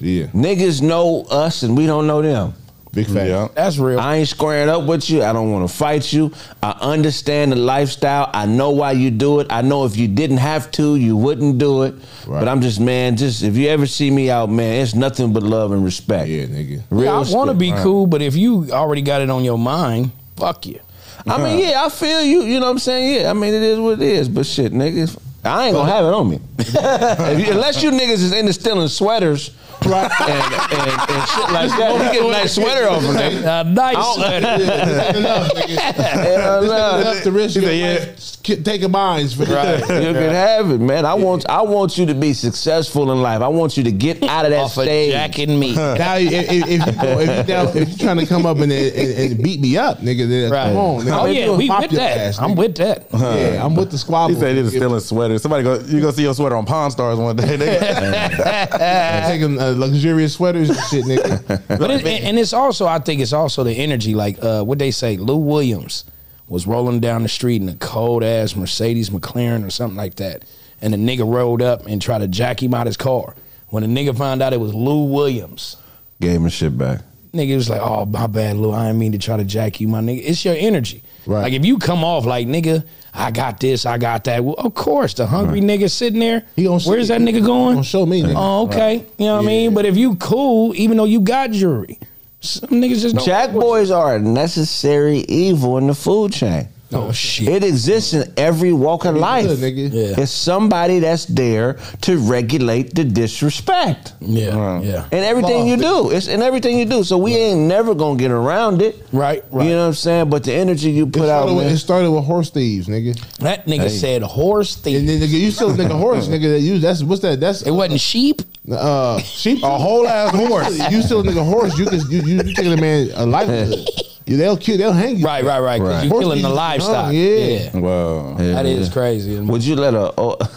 Speaker 4: yeah.
Speaker 1: Niggas know us and we don't know them.
Speaker 4: Big fact.
Speaker 3: Yeah.
Speaker 2: That's real.
Speaker 1: I ain't squaring up with you. I don't want to fight you. I understand the lifestyle. I know why you do it. I know if you didn't have to, you wouldn't do it.
Speaker 4: Right.
Speaker 1: But I'm just man, just if you ever see me out, man, it's nothing but love and respect.
Speaker 4: Yeah, nigga.
Speaker 1: Real
Speaker 2: Yeah, I want to
Speaker 1: shit.
Speaker 2: be cool, but if you already got it on your mind, fuck you.
Speaker 1: I mean, yeah, I feel you. You know what I'm saying? Yeah, I mean, it is what it is. But shit, niggas, I ain't gonna have it on me. <laughs> If you- unless you niggas is in the stealing sweaters
Speaker 4: Right.
Speaker 1: and, and, and shit like
Speaker 3: <laughs>
Speaker 1: that. You get a nice sweater off of that.
Speaker 2: A nice
Speaker 1: <laughs> I
Speaker 2: sweater.
Speaker 4: This ain't enough, nigga.
Speaker 1: <laughs> Hell
Speaker 4: This
Speaker 1: no.
Speaker 4: ain't enough to risk
Speaker 3: He
Speaker 4: your
Speaker 3: said, yeah.
Speaker 4: life ki- taking mines <laughs> for
Speaker 1: You can have it, man. I want I want you to be successful in life. I want you to get out of that
Speaker 2: off of
Speaker 1: stage.
Speaker 2: Jack and
Speaker 4: <laughs>
Speaker 2: me.
Speaker 4: Now, if, if, if, you, go- if, you down, if you trying to come up and, and, and beat me up, nigga, then
Speaker 2: Right.
Speaker 4: come on. Nigga.
Speaker 2: Oh
Speaker 4: I'll
Speaker 2: yeah, we
Speaker 4: pop
Speaker 2: with
Speaker 4: your
Speaker 2: that.
Speaker 4: ass,
Speaker 2: I'm
Speaker 4: nigga.
Speaker 2: with that.
Speaker 4: Yeah, I'm with the squabble.
Speaker 3: He said he was stealing sweaters. Somebody go, you go see your sweater on Pawn Stars one day. nigga.
Speaker 4: <laughs> taking uh, luxurious sweaters and shit, nigga.
Speaker 2: But it, and, and it's also, I think it's also the energy. Like uh, what they say, Lou Williams was rolling down the street in a cold ass Mercedes McLaren or something like that, and a nigga rolled up and tried to jack him out his car. When the nigga found out it was Lou Williams,
Speaker 1: Gave him shit back.
Speaker 2: Nigga was like, oh, my bad, Lou. I didn't mean to try to jack you, my nigga. It's your energy.
Speaker 4: Right.
Speaker 2: Like, if you come off like, nigga, I got this, I got that. Well, of course, the hungry nigga sitting there,
Speaker 4: He gonna
Speaker 2: where's
Speaker 4: see-
Speaker 2: that nigga going?
Speaker 4: gonna show me, nigga.
Speaker 2: Oh, okay. You know what I mean? But if you cool, even though you got jury, some niggas just don't.
Speaker 1: Jack boys are a necessary evil in the food chain.
Speaker 2: Oh, shit.
Speaker 1: It exists in every walk of life.
Speaker 4: good, nigga.
Speaker 2: Yeah.
Speaker 1: It's somebody that's there to regulate the disrespect.
Speaker 2: yeah. Yeah.
Speaker 1: And everything you do, it's in everything you do. So we ain't never gonna get around it,
Speaker 2: Right, right.
Speaker 1: You know what I'm saying? But the energy you put
Speaker 4: It
Speaker 1: out,
Speaker 4: started, with,
Speaker 1: man,
Speaker 4: it started with horse thieves, nigga.
Speaker 2: That nigga said horse
Speaker 4: And
Speaker 2: thief.
Speaker 4: then nigga, you still nigga horse, nigga. That you that's what's that? That's
Speaker 2: It wasn't sheep.
Speaker 4: uh, sheep. A whole ass horse. <laughs> you still nigga horse. You can you you, you taking a man a <laughs> livelihood. You, they'll kill. They'll hang you.
Speaker 2: Right, right, right. 'cause
Speaker 3: Right.
Speaker 2: you
Speaker 4: Horse
Speaker 2: killing the
Speaker 4: thieves,
Speaker 2: livestock.
Speaker 4: oh, yeah.
Speaker 3: Whoa.
Speaker 2: That is crazy.
Speaker 1: would you let a oh,
Speaker 2: Look,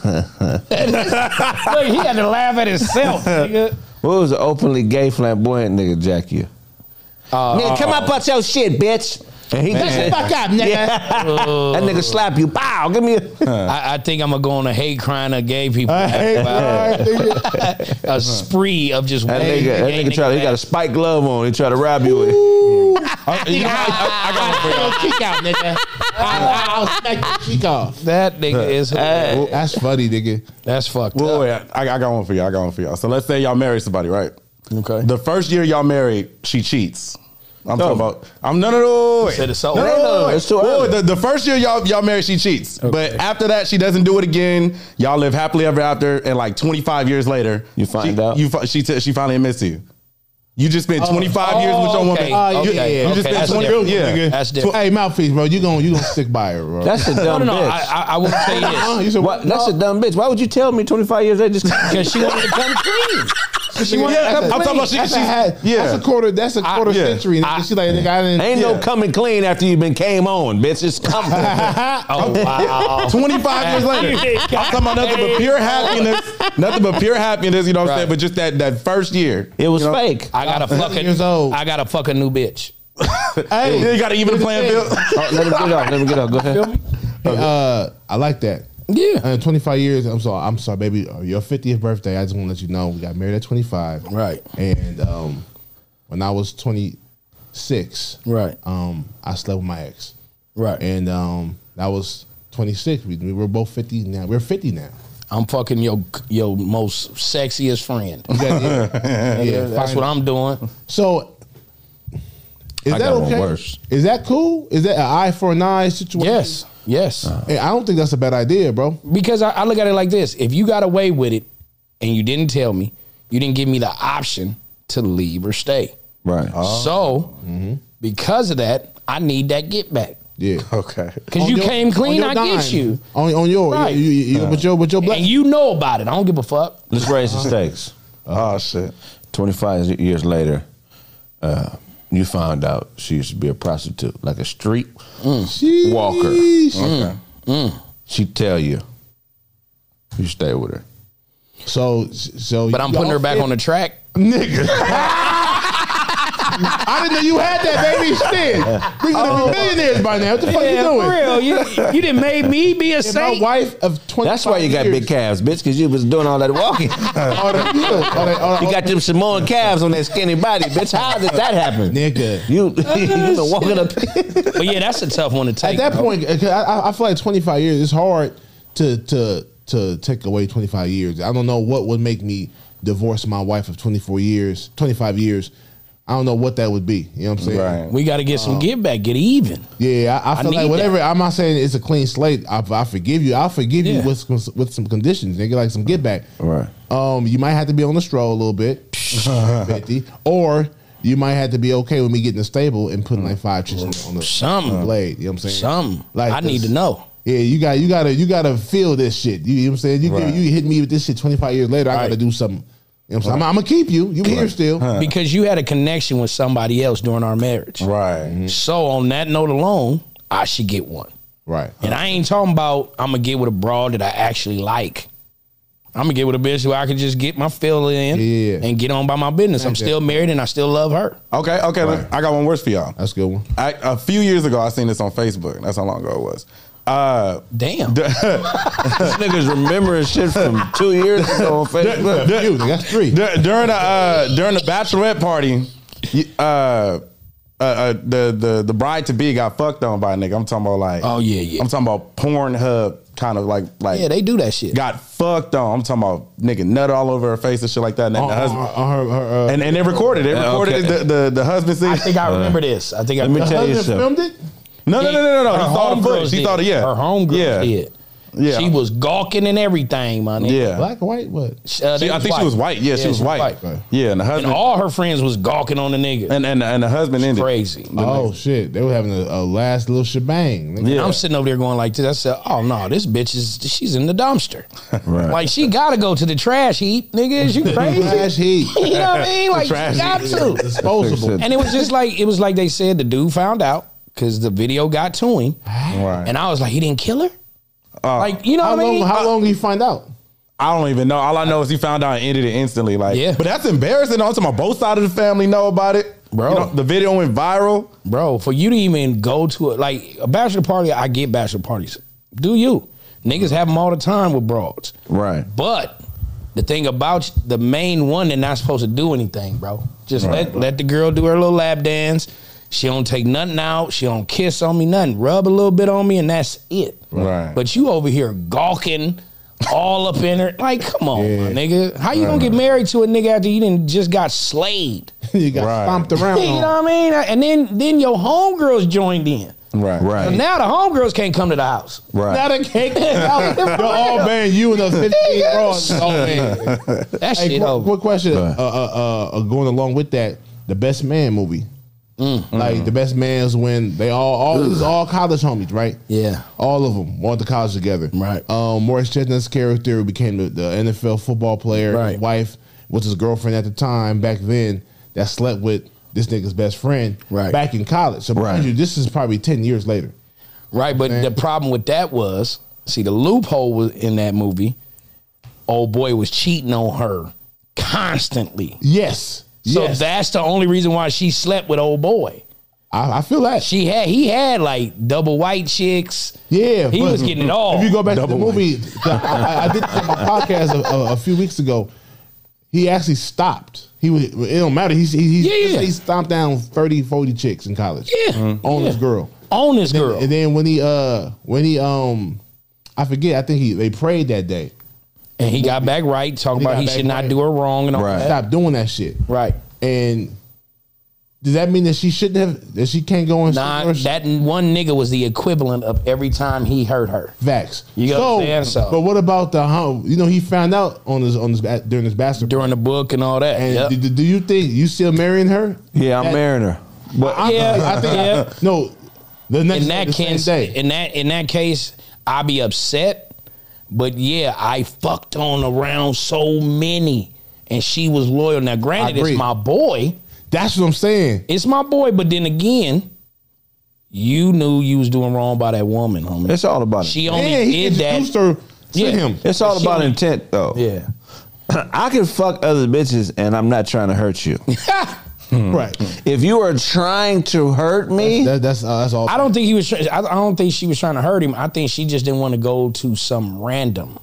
Speaker 2: he had to laugh at himself, nigga.
Speaker 1: what was an openly gay flamboyant nigga jack you?
Speaker 2: Uh,
Speaker 1: nigga, come up out your shit, bitch. And he
Speaker 4: Shut the
Speaker 1: just,
Speaker 4: fuck up, nigga.
Speaker 1: that nigga slap you. Bow, give me. A,
Speaker 2: I, I think I'm gonna go on a hate crime of gay people.
Speaker 4: I hate
Speaker 2: Wow.
Speaker 4: that, nigga.
Speaker 2: <laughs> a spree of just
Speaker 1: that
Speaker 2: gay
Speaker 1: nigga, that nigga, try, he got a spike glove on. He try to rob you with.
Speaker 3: I, you know, I, I got one for y'all.
Speaker 4: Cheek out, nigga. I'll, I'll smack your cheek off.
Speaker 2: that nigga is hilarious.
Speaker 4: That's funny, nigga.
Speaker 2: that's fucked
Speaker 3: Wait,
Speaker 2: up.
Speaker 3: wait, I, I got one for y'all. I got one for y'all. So let's say y'all marry somebody, right?
Speaker 2: Okay.
Speaker 3: The first year y'all married, she cheats. I'm
Speaker 1: No.
Speaker 3: talking about. I'm no, no, no. wait.
Speaker 2: said it's
Speaker 3: no,
Speaker 2: over.
Speaker 3: no,
Speaker 2: No,
Speaker 1: no,
Speaker 3: no, wait.
Speaker 1: it's too
Speaker 3: Wait,
Speaker 1: early.
Speaker 3: The, the first year y'all y'all married, she cheats. But after that, she doesn't do it again. Y'all live happily ever after, and like 25 years later,
Speaker 1: You find
Speaker 3: she,
Speaker 1: out?
Speaker 3: You fi- she t- she finally admits to you. You just spent 25 years with your
Speaker 2: oh,
Speaker 3: woman.
Speaker 2: okay.
Speaker 3: You-
Speaker 2: Oh, yeah, yeah,
Speaker 3: You just
Speaker 2: okay,
Speaker 3: spent
Speaker 2: that's
Speaker 3: 20 years,
Speaker 2: different.
Speaker 3: yeah.
Speaker 2: That's different.
Speaker 4: Hey, mouthpiece, bro. You gonna you gonna stick by her, bro. <laughs>
Speaker 1: That's a
Speaker 2: No,
Speaker 1: dumb
Speaker 2: no, no.
Speaker 1: bitch.
Speaker 2: I, I, I won't say <laughs>
Speaker 4: Uh,
Speaker 2: this
Speaker 4: you said,
Speaker 1: Why-
Speaker 4: what?
Speaker 1: that's a dumb bitch. Why would you tell me 25 years
Speaker 2: <laughs>
Speaker 1: later? Just
Speaker 2: because she wanted to come clean. She wanted
Speaker 3: Yeah,
Speaker 2: to
Speaker 3: I'm
Speaker 2: come
Speaker 3: talking
Speaker 2: clean.
Speaker 3: about she,
Speaker 4: That's a,
Speaker 3: she's,
Speaker 4: hat-
Speaker 3: yeah.
Speaker 4: that's a quarter. That's a
Speaker 2: I-
Speaker 4: quarter
Speaker 3: yeah.
Speaker 4: century. And
Speaker 2: I-
Speaker 4: she like, nigga, I didn't.
Speaker 1: ain't
Speaker 4: yeah.
Speaker 1: no coming clean after you've been came on, bitch. It's
Speaker 4: <laughs>
Speaker 1: coming.
Speaker 2: Oh wow.
Speaker 3: 25 years
Speaker 2: <laughs>
Speaker 3: later. I'm talking about nothing but pure happiness. Nothing but pure happiness, you know what I'm
Speaker 2: Right.
Speaker 3: saying? But just that that first year.
Speaker 1: It was
Speaker 3: you know?
Speaker 1: fake.
Speaker 2: I gotta fuck
Speaker 4: years
Speaker 2: a,
Speaker 4: old.
Speaker 2: I gotta fuck a new bitch.
Speaker 3: You got to even
Speaker 4: here's the
Speaker 3: plan
Speaker 4: thing.
Speaker 3: bill.
Speaker 1: Oh, let him get off. Let him get off. Go ahead.
Speaker 4: Uh, I like that.
Speaker 2: Yeah.
Speaker 4: Uh, 25 years. I'm sorry. I'm sorry, baby. Uh, Your 50th birthday. I just want to let you know we got married at 25.
Speaker 2: Right.
Speaker 4: And um, when I was 26,
Speaker 2: Right.
Speaker 4: um, I slept with my ex.
Speaker 2: Right.
Speaker 4: And um, that was 26. We, we were both 50 now. We're 50 now.
Speaker 2: I'm fucking your your most sexiest friend.
Speaker 4: Yeah, yeah,
Speaker 2: That's
Speaker 4: fine.
Speaker 2: what I'm doing.
Speaker 4: So is
Speaker 3: I
Speaker 4: that
Speaker 3: got one
Speaker 4: okay?
Speaker 3: worse.
Speaker 4: Is that cool? Is that an eye for an eye situation?
Speaker 2: Yes. Yes.
Speaker 4: Hey, I don't think that's a bad idea, bro.
Speaker 2: Because I, I look at it like this: if you got away with it and you didn't tell me, you didn't give me the option to leave or stay.
Speaker 1: Right.
Speaker 4: Oh.
Speaker 2: So, Mm-hmm. because of that, I need that get back.
Speaker 4: Yeah.
Speaker 3: Okay.
Speaker 2: Because
Speaker 4: On
Speaker 2: you
Speaker 4: your-
Speaker 2: came clean,
Speaker 4: on your
Speaker 2: I
Speaker 4: dime.
Speaker 2: get you,
Speaker 4: On on your
Speaker 2: Right.
Speaker 4: right. you, you, you, with your with your black
Speaker 2: and you know about it. I don't give a fuck.
Speaker 1: Let's raise the stakes.
Speaker 3: <laughs> Oh shit.
Speaker 1: 25 years later, uh, you found out she used to be a prostitute, like a street
Speaker 4: Mm. Sheesh.
Speaker 1: walker. She tell you, you stay with her.
Speaker 4: So so
Speaker 2: But I'm
Speaker 4: y'all
Speaker 2: putting her back
Speaker 4: fit-
Speaker 2: on
Speaker 4: <laughs>
Speaker 2: the track.
Speaker 4: I didn't know you had that
Speaker 2: <laughs>
Speaker 4: baby shit. Bring oh. the millionaires by now. What the fuck you doing?
Speaker 2: You, you didn't make me be a
Speaker 4: And my
Speaker 2: saint.
Speaker 4: wife of twenty.
Speaker 1: That's why you got big calves, bitch, because you was doing all that walking.
Speaker 4: <laughs> All the, all the, all the, all the,
Speaker 1: you got them Samoan calves on that skinny body, bitch. How did that happen?
Speaker 4: nigga.
Speaker 1: You, <laughs> you been walking up.
Speaker 2: But yeah, that's a tough one to
Speaker 4: At
Speaker 2: take.
Speaker 4: that
Speaker 2: bro.
Speaker 4: point, 'cause I- I, I feel like 25 years, it's hard to to to take away 25 years. I don't know what would make me divorce my wife of 24 years, 25 years. I don't know what that would be. You know what I'm saying?
Speaker 3: Right.
Speaker 2: we got to get some give back, get even.
Speaker 4: Um, Yeah, I, I feel
Speaker 2: need
Speaker 4: like whatever. I'm not saying it's a clean slate. I, I forgive you. I'll forgive
Speaker 2: Yeah.
Speaker 4: you with some- with some conditions. Nigga, like some get back.
Speaker 1: Right.
Speaker 4: Um, you might have to be on the stroll a little
Speaker 2: <laughs>
Speaker 4: bit, fifty, or you might have to be okay with me getting a stable and putting like five chicks on the- on the
Speaker 2: Something.
Speaker 4: blade. You know what I'm saying?
Speaker 2: Something.
Speaker 4: Like
Speaker 2: I need
Speaker 4: this-
Speaker 2: to know.
Speaker 4: Yeah, you got you gotta you gotta feel this shit. You, you know what I'm saying? You give-
Speaker 3: Right.
Speaker 4: you hit me with this shit 25 years later. I
Speaker 2: Right.
Speaker 4: gotta do something. You know what I'm saying? I'm, gonna keep you. You here still?
Speaker 2: Because you had a connection with somebody else during our marriage. Mm-hmm.
Speaker 3: Right.
Speaker 2: So on that note alone, I should get one.
Speaker 4: Right.
Speaker 2: And I ain't talking about I'm gonna get with a broad that I actually like. I'm gonna get with a bitch who I can just get my fill in
Speaker 4: Yeah.
Speaker 2: and get on by my business. I'm still married and I still love her.
Speaker 3: Okay, okay. look, I got one worse for y'all.
Speaker 4: That's a good one.
Speaker 3: I, a few years ago, I seen this on Facebook. That's how long ago it was. Uh,
Speaker 2: Damn.
Speaker 1: <laughs> This nigga's remembering shit from two years ago on Facebook.
Speaker 4: That's you, nigga, that's three.
Speaker 3: Dur- during a uh, during the bachelorette party, you- uh, uh, uh, the the the bride to be got fucked on by a nigga. I'm talking about like
Speaker 2: Oh, yeah, yeah.
Speaker 3: I'm talking about Pornhub kind of like like
Speaker 2: yeah, they do that shit.
Speaker 3: got fucked on. I'm talking about nigga nut all over her face and shit like that. And then
Speaker 4: On-
Speaker 3: the husband
Speaker 4: on- on Oh, her- her, uh,
Speaker 3: and and they recorded it.
Speaker 1: Uh,
Speaker 3: Recorded
Speaker 1: okay.
Speaker 3: the, the the husband scene.
Speaker 2: I think I remember this. I think I
Speaker 1: Let me
Speaker 2: remember.
Speaker 1: tell you
Speaker 4: husband
Speaker 1: something.
Speaker 4: filmed it.
Speaker 3: No no no no no. no. He saw the
Speaker 2: homegirls
Speaker 3: footage. He
Speaker 2: did.
Speaker 3: saw the yeah.
Speaker 2: Her homegirl
Speaker 3: yeah.
Speaker 2: did.
Speaker 3: Yeah.
Speaker 2: She was gawking and everything, my nigga.
Speaker 3: Yeah.
Speaker 4: Black or white? What?
Speaker 2: Uh, they
Speaker 3: She- I think she was white. Yeah, she was
Speaker 2: she
Speaker 3: white. Yeah, and the
Speaker 2: And
Speaker 3: husband and
Speaker 2: all her friends was gawking on the nigga.
Speaker 3: and and, the husband ended.
Speaker 2: Crazy.
Speaker 4: Oh shit! They were having a, a last little shebang. nigga.
Speaker 3: Yeah.
Speaker 2: I'm sitting over there going like this. I said, "Oh no, this bitch is she's in
Speaker 3: <laughs>
Speaker 2: the dumpster.
Speaker 1: Right.
Speaker 2: Like she gotta go to the trash heap, nigga. Is you crazy?
Speaker 4: Trash heat.
Speaker 2: <laughs> you know what I mean? Like she
Speaker 3: trash
Speaker 2: got to."
Speaker 4: Disposable.
Speaker 2: And it was just like it was like they said the dude found out because the video got to him,
Speaker 3: Right.
Speaker 2: and I was like, he didn't kill her. like you know
Speaker 4: Uh, How
Speaker 2: what I
Speaker 4: long?
Speaker 2: mean?
Speaker 4: How long do you find out?
Speaker 3: I don't even know. All I know is he found out and ended it instantly. Like,
Speaker 2: Yeah.
Speaker 3: but that's embarrassing. I'm talking about both sides of the family know about it,
Speaker 2: Bro.
Speaker 3: You know, the video went viral.
Speaker 2: bro, for you to even go to a like a bachelor party, I get bachelor parties. Do you? Niggas have them all the time with broads.
Speaker 1: Right.
Speaker 2: But the thing about the main one, they're not supposed to do anything, bro. Just let let the girl do her little lap dance. She don't take nothing out. She don't kiss on me, nothing. Rub a little bit on me, and that's it.
Speaker 3: Right.
Speaker 2: But you over here gawking, all up in her. Like, come on, my nigga. How you gonna get married to a nigga after you didn't just got slayed?
Speaker 4: <laughs> you got
Speaker 3: Right.
Speaker 4: stomped around.
Speaker 2: You
Speaker 4: on.
Speaker 2: know what I mean? And then then your homegirls joined in.
Speaker 3: Right.
Speaker 1: Right.
Speaker 2: So now the homegirls can't come to the house.
Speaker 3: Right.
Speaker 4: Now they can't
Speaker 2: <laughs>
Speaker 4: get out. <laughs> They're all banned. You and the <laughs> 15 bros. all banned.
Speaker 2: That
Speaker 4: Hey,
Speaker 2: shit
Speaker 4: quick,
Speaker 2: over.
Speaker 4: quick question.
Speaker 3: Go
Speaker 4: Uh,
Speaker 3: ahead.
Speaker 4: uh, uh, uh, going along with that, the best man movie.
Speaker 2: Mm.
Speaker 4: Like the best man's when they all all these all college homies, right?
Speaker 2: Yeah.
Speaker 4: all of them went to college together.
Speaker 2: Right.
Speaker 4: Um, Morris Chestnut's character became the, the NFL football player.
Speaker 2: Right.
Speaker 4: His wife was his girlfriend at the time back then that slept with this nigga's best friend.
Speaker 2: Right.
Speaker 4: back in college. So mind
Speaker 3: Right.
Speaker 4: you, this is probably ten years later.
Speaker 2: Right, but the problem with that was, see, the loophole was in that movie. Old boy was cheating on her constantly.
Speaker 4: Yes.
Speaker 2: So
Speaker 4: yes.
Speaker 2: that's the only reason why she slept with old boy.
Speaker 4: I, I feel that.
Speaker 2: She had he had like double white chicks.
Speaker 4: Yeah,
Speaker 2: he
Speaker 4: but
Speaker 2: was getting it all.
Speaker 4: If you go back
Speaker 3: Double
Speaker 4: to the movie, <laughs> the- I, I did this on my podcast a, a, a few weeks ago. He actually stopped. He was. It don't matter. He's, he,
Speaker 2: Yeah,
Speaker 4: he,
Speaker 2: yeah.
Speaker 4: he stomped down 30, 40 chicks in college.
Speaker 2: Yeah. Mhm.
Speaker 4: on this
Speaker 2: Yeah.
Speaker 4: girl.
Speaker 2: on this girl,
Speaker 4: And then when he uh when he um I forget, I think he they prayed that day.
Speaker 2: and he got back right, talking
Speaker 4: He
Speaker 2: about
Speaker 4: got
Speaker 2: he
Speaker 4: back
Speaker 2: should not
Speaker 4: right.
Speaker 2: do her wrong and all
Speaker 3: Right.
Speaker 2: that.
Speaker 4: Stop doing that shit.
Speaker 2: Right.
Speaker 4: And does that mean that she shouldn't have that she can't go and
Speaker 2: Nah,
Speaker 4: or she-
Speaker 2: that one nigga was the equivalent of every time he hurt her.
Speaker 4: Facts.
Speaker 2: You got what I'm saying? So-
Speaker 4: But what about the hum- you know he found out on this on this ba- during this bastard
Speaker 2: during the book and all that.
Speaker 4: and
Speaker 2: Yep.
Speaker 4: do, do- do you think you still marrying her?
Speaker 1: Yeah, I'm
Speaker 4: That-
Speaker 1: marrying her. But
Speaker 4: I,
Speaker 2: Yeah,
Speaker 4: I think
Speaker 2: yeah.
Speaker 4: no the next
Speaker 2: in that
Speaker 4: the same
Speaker 2: case,
Speaker 4: day.
Speaker 2: in that in that case, I'd be upset. But yeah, I fucked on around so many, and she was loyal. Now,
Speaker 4: I
Speaker 2: granted,
Speaker 4: agree.
Speaker 2: it's my boy.
Speaker 4: That's what I'm saying.
Speaker 2: It's my boy. But then again, you knew you was doing wrong by that woman, homie.
Speaker 1: it's all about it.
Speaker 2: she only
Speaker 4: And he
Speaker 2: did that.
Speaker 4: introduced her to
Speaker 2: Yeah.
Speaker 4: him.
Speaker 1: it's all
Speaker 2: she
Speaker 1: about
Speaker 2: only-
Speaker 1: intent, though.
Speaker 2: Yeah.
Speaker 1: <clears throat> I can fuck other bitches, and I'm not trying to hurt you.
Speaker 4: <laughs> Right.
Speaker 1: if you are trying to hurt me,
Speaker 4: That, that's uh, that's all.
Speaker 2: I don't think he was. try- I I don't think she was trying to hurt him. I think she just didn't want to go to some random.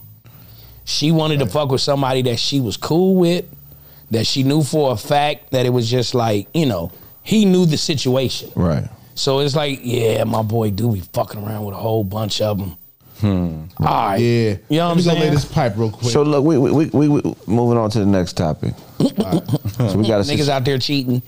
Speaker 2: She wanted to fuck with somebody that she was cool with, that she knew for a fact that it was just like you know he knew the situation.
Speaker 1: right?
Speaker 2: So it's like, yeah, my boy do be fucking around with a whole bunch of them. Hmm. All right,
Speaker 4: Yeah.
Speaker 2: you know what
Speaker 4: Let
Speaker 2: I'm
Speaker 4: me go lay
Speaker 2: saying.
Speaker 4: this pipe real quick.
Speaker 1: So look, we we, we we we moving on to the next topic. so we got a
Speaker 2: Niggas
Speaker 1: situ-
Speaker 2: out there cheating.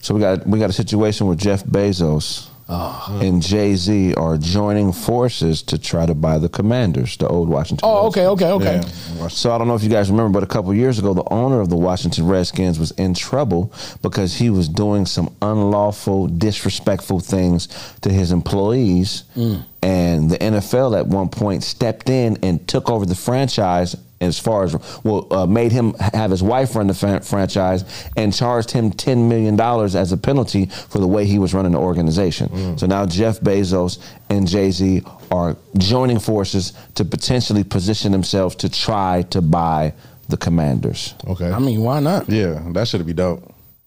Speaker 1: so we got we got a situation where Jeff Bezos
Speaker 2: Ah.
Speaker 1: and Jay Z are joining forces to try to buy the Commanders, the old Washington.
Speaker 2: Oh,
Speaker 1: Redskins.
Speaker 2: okay, okay, okay.
Speaker 3: Yeah.
Speaker 1: So I don't know if you guys remember, but a couple years ago, the owner of the Washington Redskins was in trouble because he was doing some unlawful, disrespectful things to his employees,
Speaker 2: Mm.
Speaker 1: and the NFL at one point stepped in and took over the franchise. As far as well, uh, made him have his wife run the fran- franchise and charged him ten million dollars as a penalty for the way he was running the organization. So now Jeff Bezos and Jay Z are joining forces to potentially position themselves to try to buy the Commanders.
Speaker 4: okay.
Speaker 2: I mean, why not?
Speaker 3: Yeah, that should be dope.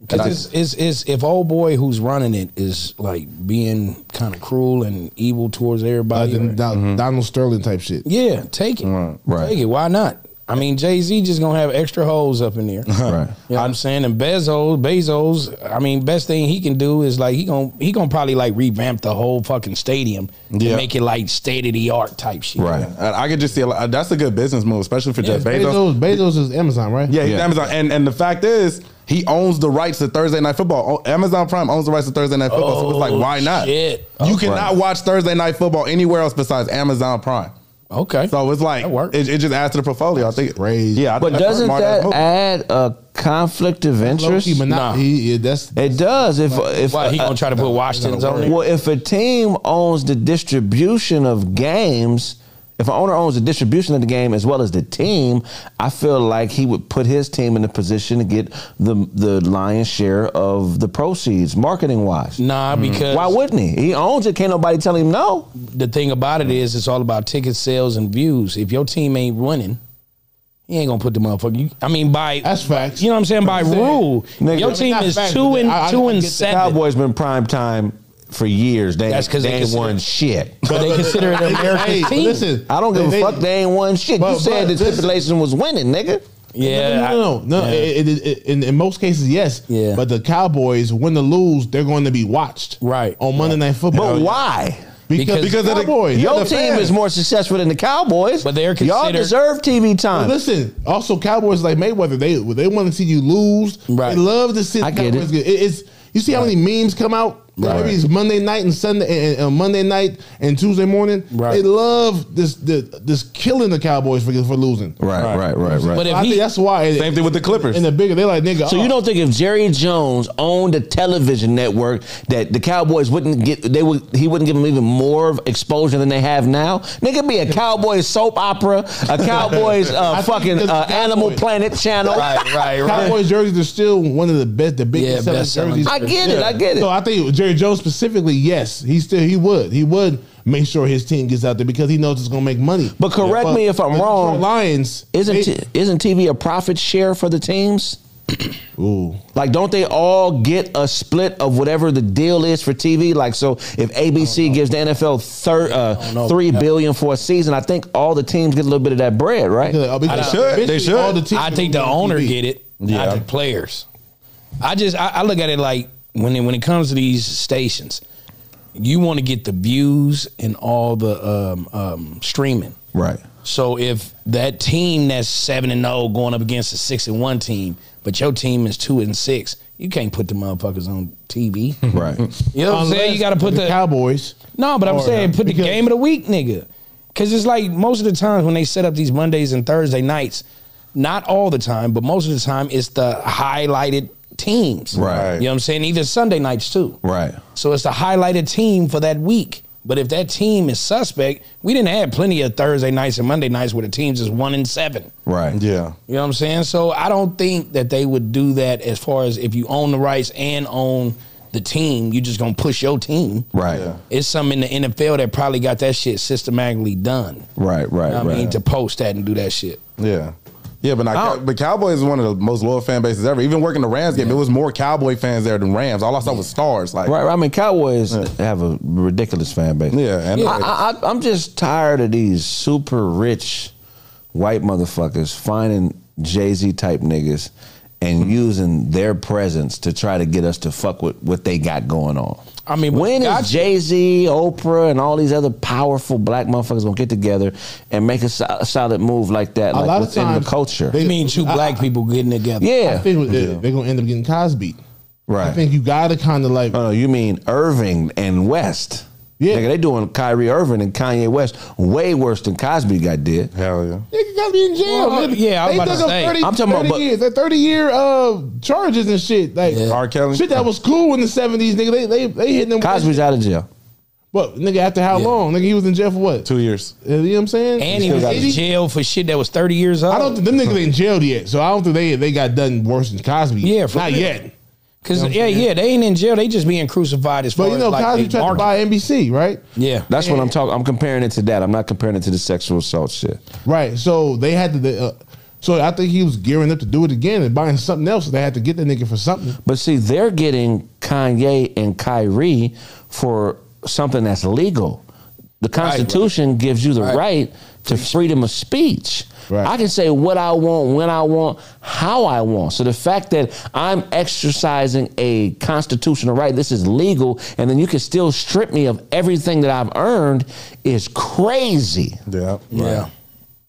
Speaker 2: Because it's, it's, it's if old boy who's running it is like being kind of cruel and evil towards
Speaker 4: Uh,
Speaker 2: everybody.
Speaker 4: the-
Speaker 2: or-
Speaker 4: Don- Donald Sterling type shit.
Speaker 2: yeah, take it.
Speaker 1: Mm-hmm. right.
Speaker 2: Take it. Why not? I mean, Jay Z just gonna have extra hoes up in there.
Speaker 1: <laughs> Right.
Speaker 2: You know what I'm saying? And Bezos, Bezos, I mean, best thing he can do is like he gonna he gonna probably like revamp the whole fucking stadium
Speaker 3: Yeah.
Speaker 2: to make it like state of the art type shit.
Speaker 1: Right.
Speaker 3: I, I could just see a lot, that's a good business move, especially for Jeff Bezos.
Speaker 4: Bezos, Bezos is Amazon, right?
Speaker 3: Yeah, he's
Speaker 1: Yeah.
Speaker 3: Amazon, and and the fact is, he owns the rights to Thursday Night Football. Oh, Amazon Prime owns the rights to Thursday Night Football, so it's like,
Speaker 2: Oh,
Speaker 3: why not?
Speaker 2: shit.
Speaker 3: You
Speaker 2: Oh,
Speaker 3: cannot
Speaker 1: right.
Speaker 3: watch Thursday Night Football anywhere else besides Amazon Prime.
Speaker 2: Okay.
Speaker 3: So it's like
Speaker 2: That work.
Speaker 3: it, it just adds to the portfolio. I think.
Speaker 4: crazy.
Speaker 3: Yeah, I
Speaker 1: But
Speaker 3: think that's a
Speaker 1: doesn't
Speaker 3: smart-ass
Speaker 1: that
Speaker 3: move.
Speaker 1: add a conflict of interest?
Speaker 4: Low-key mono-
Speaker 2: Nah.
Speaker 4: he- yeah, that's
Speaker 1: It does. If if
Speaker 2: Why he gonna try to put Washington's on there?
Speaker 1: well, if a team owns the distribution of games. If an owner owns the distribution of the game as well as the team, I feel like he would put his team in a position to get the the lion's share of the proceeds, marketing wise.
Speaker 2: Nah, because
Speaker 1: Hmm. Why wouldn't he? He owns it. Can't nobody tell him no.
Speaker 2: the thing about it is it's all about ticket sales and views. If your team ain't winning, you ain't gonna put the motherfucker. You, I mean, by
Speaker 4: That's facts.
Speaker 2: You know what I'm saying? By
Speaker 4: I'm saying-
Speaker 2: rule,
Speaker 1: Nigga. I
Speaker 2: your
Speaker 1: mean,
Speaker 2: team
Speaker 4: not
Speaker 2: is
Speaker 4: facts,
Speaker 2: two
Speaker 4: but
Speaker 2: and
Speaker 4: I- I-
Speaker 2: two
Speaker 4: I
Speaker 2: and
Speaker 4: get that.
Speaker 2: seven.
Speaker 1: Cowboys been prime time for years. They,
Speaker 2: That's
Speaker 1: ain't
Speaker 2: 'cause
Speaker 1: they
Speaker 2: they
Speaker 1: ain't
Speaker 2: consider-
Speaker 1: won <laughs> shit.
Speaker 2: but they consider it an American
Speaker 4: Hey,
Speaker 2: team.
Speaker 4: listen,
Speaker 1: I don't give
Speaker 4: They-
Speaker 1: a
Speaker 4: they-
Speaker 1: fuck. They ain't won shit.
Speaker 4: But-
Speaker 1: you said
Speaker 4: but
Speaker 1: the
Speaker 4: listen-
Speaker 1: stipulation was winning, nigga.
Speaker 4: No,
Speaker 2: yeah,
Speaker 4: no, no. no.
Speaker 2: I-
Speaker 4: It- it- it- in, in most cases, yes.
Speaker 2: Yeah.
Speaker 4: But the Cowboys, when they lose, they're going to be watched.
Speaker 2: Right.
Speaker 4: On Monday Night Football.
Speaker 1: But why?
Speaker 4: Because,
Speaker 2: Because-
Speaker 4: because the
Speaker 3: of the-
Speaker 4: Cowboys.
Speaker 1: Your
Speaker 4: they're the
Speaker 1: team
Speaker 4: fans.
Speaker 1: is more successful than the Cowboys.
Speaker 2: But they're
Speaker 1: y'all
Speaker 2: considered-
Speaker 1: deserve TV time.
Speaker 4: Listen, also Cowboys like Mayweather, they they want to see you lose. They
Speaker 2: Right.
Speaker 4: love to see
Speaker 1: I get
Speaker 4: Cowboys get- It's you see how many memes come out Maybe
Speaker 2: Right.
Speaker 4: it's Monday night and Sunday and, and- and Monday night and Tuesday morning.
Speaker 2: Right.
Speaker 4: They love this the, this killing the Cowboys for for losing.
Speaker 1: Right, right, right, right.
Speaker 2: But if
Speaker 4: I
Speaker 2: he-
Speaker 4: think that's why. it-
Speaker 3: Same thing with the Clippers.
Speaker 4: And the bigger they like nigga. uh,
Speaker 1: So you don't think if Jerry Jones owned a television network that the Cowboys wouldn't get they would he wouldn't give them even more of exposure than they have now? Nigga, be a Cowboys soap opera, a Cowboys
Speaker 4: I
Speaker 1: uh,
Speaker 4: think
Speaker 1: fucking
Speaker 4: that's
Speaker 1: uh,
Speaker 4: Cowboys.
Speaker 1: Animal Planet channel.
Speaker 2: right,
Speaker 1: <laughs>
Speaker 2: right, right.
Speaker 4: Cowboys jerseys are still one of the best, the
Speaker 2: Yeah,
Speaker 4: biggest
Speaker 2: best
Speaker 4: selling
Speaker 2: selling.
Speaker 4: jerseys.
Speaker 1: I get it, I get it.
Speaker 4: So I think Jerry Jones specifically, yes, he still he would he would make sure his team gets out there because he knows it's gonna make money.
Speaker 1: But correct me if I'm
Speaker 4: the Detroit
Speaker 1: wrong.
Speaker 4: Lions
Speaker 1: Isn't
Speaker 4: they-
Speaker 1: t- isn't TV a profit share for the
Speaker 2: <clears throat>
Speaker 1: teams?
Speaker 4: Ooh.
Speaker 1: Like, don't they all get a split of whatever the deal is for TV? Like, so if ABC gives the NFL thir- uh,
Speaker 2: know.
Speaker 1: three billion for a season, I think all the teams get a little bit of that bread, right?
Speaker 4: Because- because
Speaker 3: should. They
Speaker 4: eventually
Speaker 3: should.
Speaker 4: all the teams
Speaker 2: I think
Speaker 4: will
Speaker 2: the
Speaker 4: be on
Speaker 2: owner
Speaker 4: TV.
Speaker 2: get it.
Speaker 3: Yeah.
Speaker 2: Not the players. I just I, I look at it like when it, when it comes to these stations, you want to get the views and all the um, um, streaming.
Speaker 3: Right.
Speaker 2: So if that team that's seven and zero going up against a six and one team, but your team is two and six, you can't put the motherfuckers on TV.
Speaker 3: Right.
Speaker 2: You know what I'm saying?
Speaker 4: Unless
Speaker 2: You got to put the
Speaker 4: Cowboys.
Speaker 2: no, but I'm
Speaker 4: Or-
Speaker 2: saying put the
Speaker 4: because-
Speaker 2: game of the week, nigga. Cause it's like most of the times when they set up these Mondays and Thursday nights, not all the time, but most of the time it's the highlighted teams.
Speaker 3: Right.
Speaker 2: You know what I'm saying? Even Sunday nights too.
Speaker 3: Right.
Speaker 2: So it's the highlighted team for that week. But if that team is suspect, we didn't have plenty of Thursday nights and Monday nights where the teams is one and seven.
Speaker 3: Right. Yeah.
Speaker 2: You know what I'm saying? So I don't think that they would do that as far as if you own the rights and own the team, you're just gonna push your team.
Speaker 3: Right. Yeah.
Speaker 2: It's some in the NFL that probably got that shit systematically done.
Speaker 3: Right. Right.
Speaker 2: You know what I
Speaker 3: right.
Speaker 2: mean, to post that and do that shit.
Speaker 3: Yeah. Yeah,
Speaker 1: Oh.
Speaker 3: but not, but Cowboys is one of the most loyal fan bases ever. Even working the Rams game, it was more Cowboy fans there than Rams. All I saw was stars. Like,
Speaker 1: Right, I mean, Cowboys have a ridiculous fan base.
Speaker 3: yeah, and
Speaker 1: I,
Speaker 3: like,
Speaker 1: I, I- I'm just tired of these super rich white motherfuckers finding Jay Z type niggas and using their presence to try to get us to fuck with what they got going on.
Speaker 2: I mean, but
Speaker 1: when
Speaker 2: gotcha.
Speaker 1: is Jay Z, Oprah, and all these other powerful black motherfuckers gonna get together and make a, so- a solid move like that,
Speaker 4: A
Speaker 1: like
Speaker 4: lot of
Speaker 1: within
Speaker 4: times
Speaker 1: the culture?
Speaker 4: they-
Speaker 2: You mean two
Speaker 4: I-
Speaker 2: black people getting together?
Speaker 1: yeah.
Speaker 4: I think with- they're gonna end up getting Cosby.
Speaker 3: Right.
Speaker 4: I think you gotta kind of like
Speaker 1: Oh, you mean Irving and West?
Speaker 4: Yeah.
Speaker 1: Nigga, they doing Kyrie Irving and Kanye West way worse than Cosby got did.
Speaker 3: hell yeah.
Speaker 4: Nigga got to be in jail.
Speaker 2: Well,
Speaker 4: nigga.
Speaker 2: yeah, I was
Speaker 4: they
Speaker 2: about
Speaker 4: dug
Speaker 2: to
Speaker 4: up
Speaker 2: say.
Speaker 4: 30,
Speaker 1: I'm talking about-
Speaker 4: 30
Speaker 1: but-
Speaker 4: years, that 30 year uh, charges and shit. Like
Speaker 2: Yeah.
Speaker 3: R. Kelly.
Speaker 4: shit that was cool in the 70s. Nigga, they they they hitting them.
Speaker 1: Cosby's out of jail.
Speaker 4: But nigga, after how
Speaker 2: Yeah.
Speaker 4: long? Nigga, he was in jail for what? Uh,
Speaker 3: Two years.
Speaker 4: You know what I'm saying?
Speaker 2: And he
Speaker 4: Still
Speaker 2: was
Speaker 4: got
Speaker 2: in
Speaker 4: it.
Speaker 2: jail for shit that was 30 years old.
Speaker 4: I don't think them niggas ain't jailed yet, so I don't think they they got done worse than Cosby.
Speaker 2: Yeah, for
Speaker 4: not
Speaker 2: real.
Speaker 4: yet.
Speaker 2: Cause
Speaker 4: You know what
Speaker 2: yeah,
Speaker 4: I'm saying?
Speaker 2: yeah, they ain't in jail. They just being crucified as far
Speaker 4: But you know,
Speaker 2: as like
Speaker 4: Cosby
Speaker 2: they
Speaker 4: tried to
Speaker 2: market.
Speaker 4: buy NBC, right?
Speaker 2: Yeah,
Speaker 1: That's what I'm talking. I'm comparing it to that. I'm not comparing it to the sexual assault shit.
Speaker 4: Right. So they had to. they, Uh, so I think he was gearing up to do it again and buying something else. They had to get that nigga for something.
Speaker 1: But see, they're getting Kanye and Kyrie for something that's legal. The
Speaker 2: right.
Speaker 1: Constitution gives you the right,
Speaker 2: Right.
Speaker 1: to freedom of speech.
Speaker 4: Right.
Speaker 1: I can say what I want, when I want, how I want. So the fact that I'm exercising a constitutional right, this is legal, and then you can still strip me of everything that I've earned is crazy.
Speaker 3: Yeah.
Speaker 2: Yeah.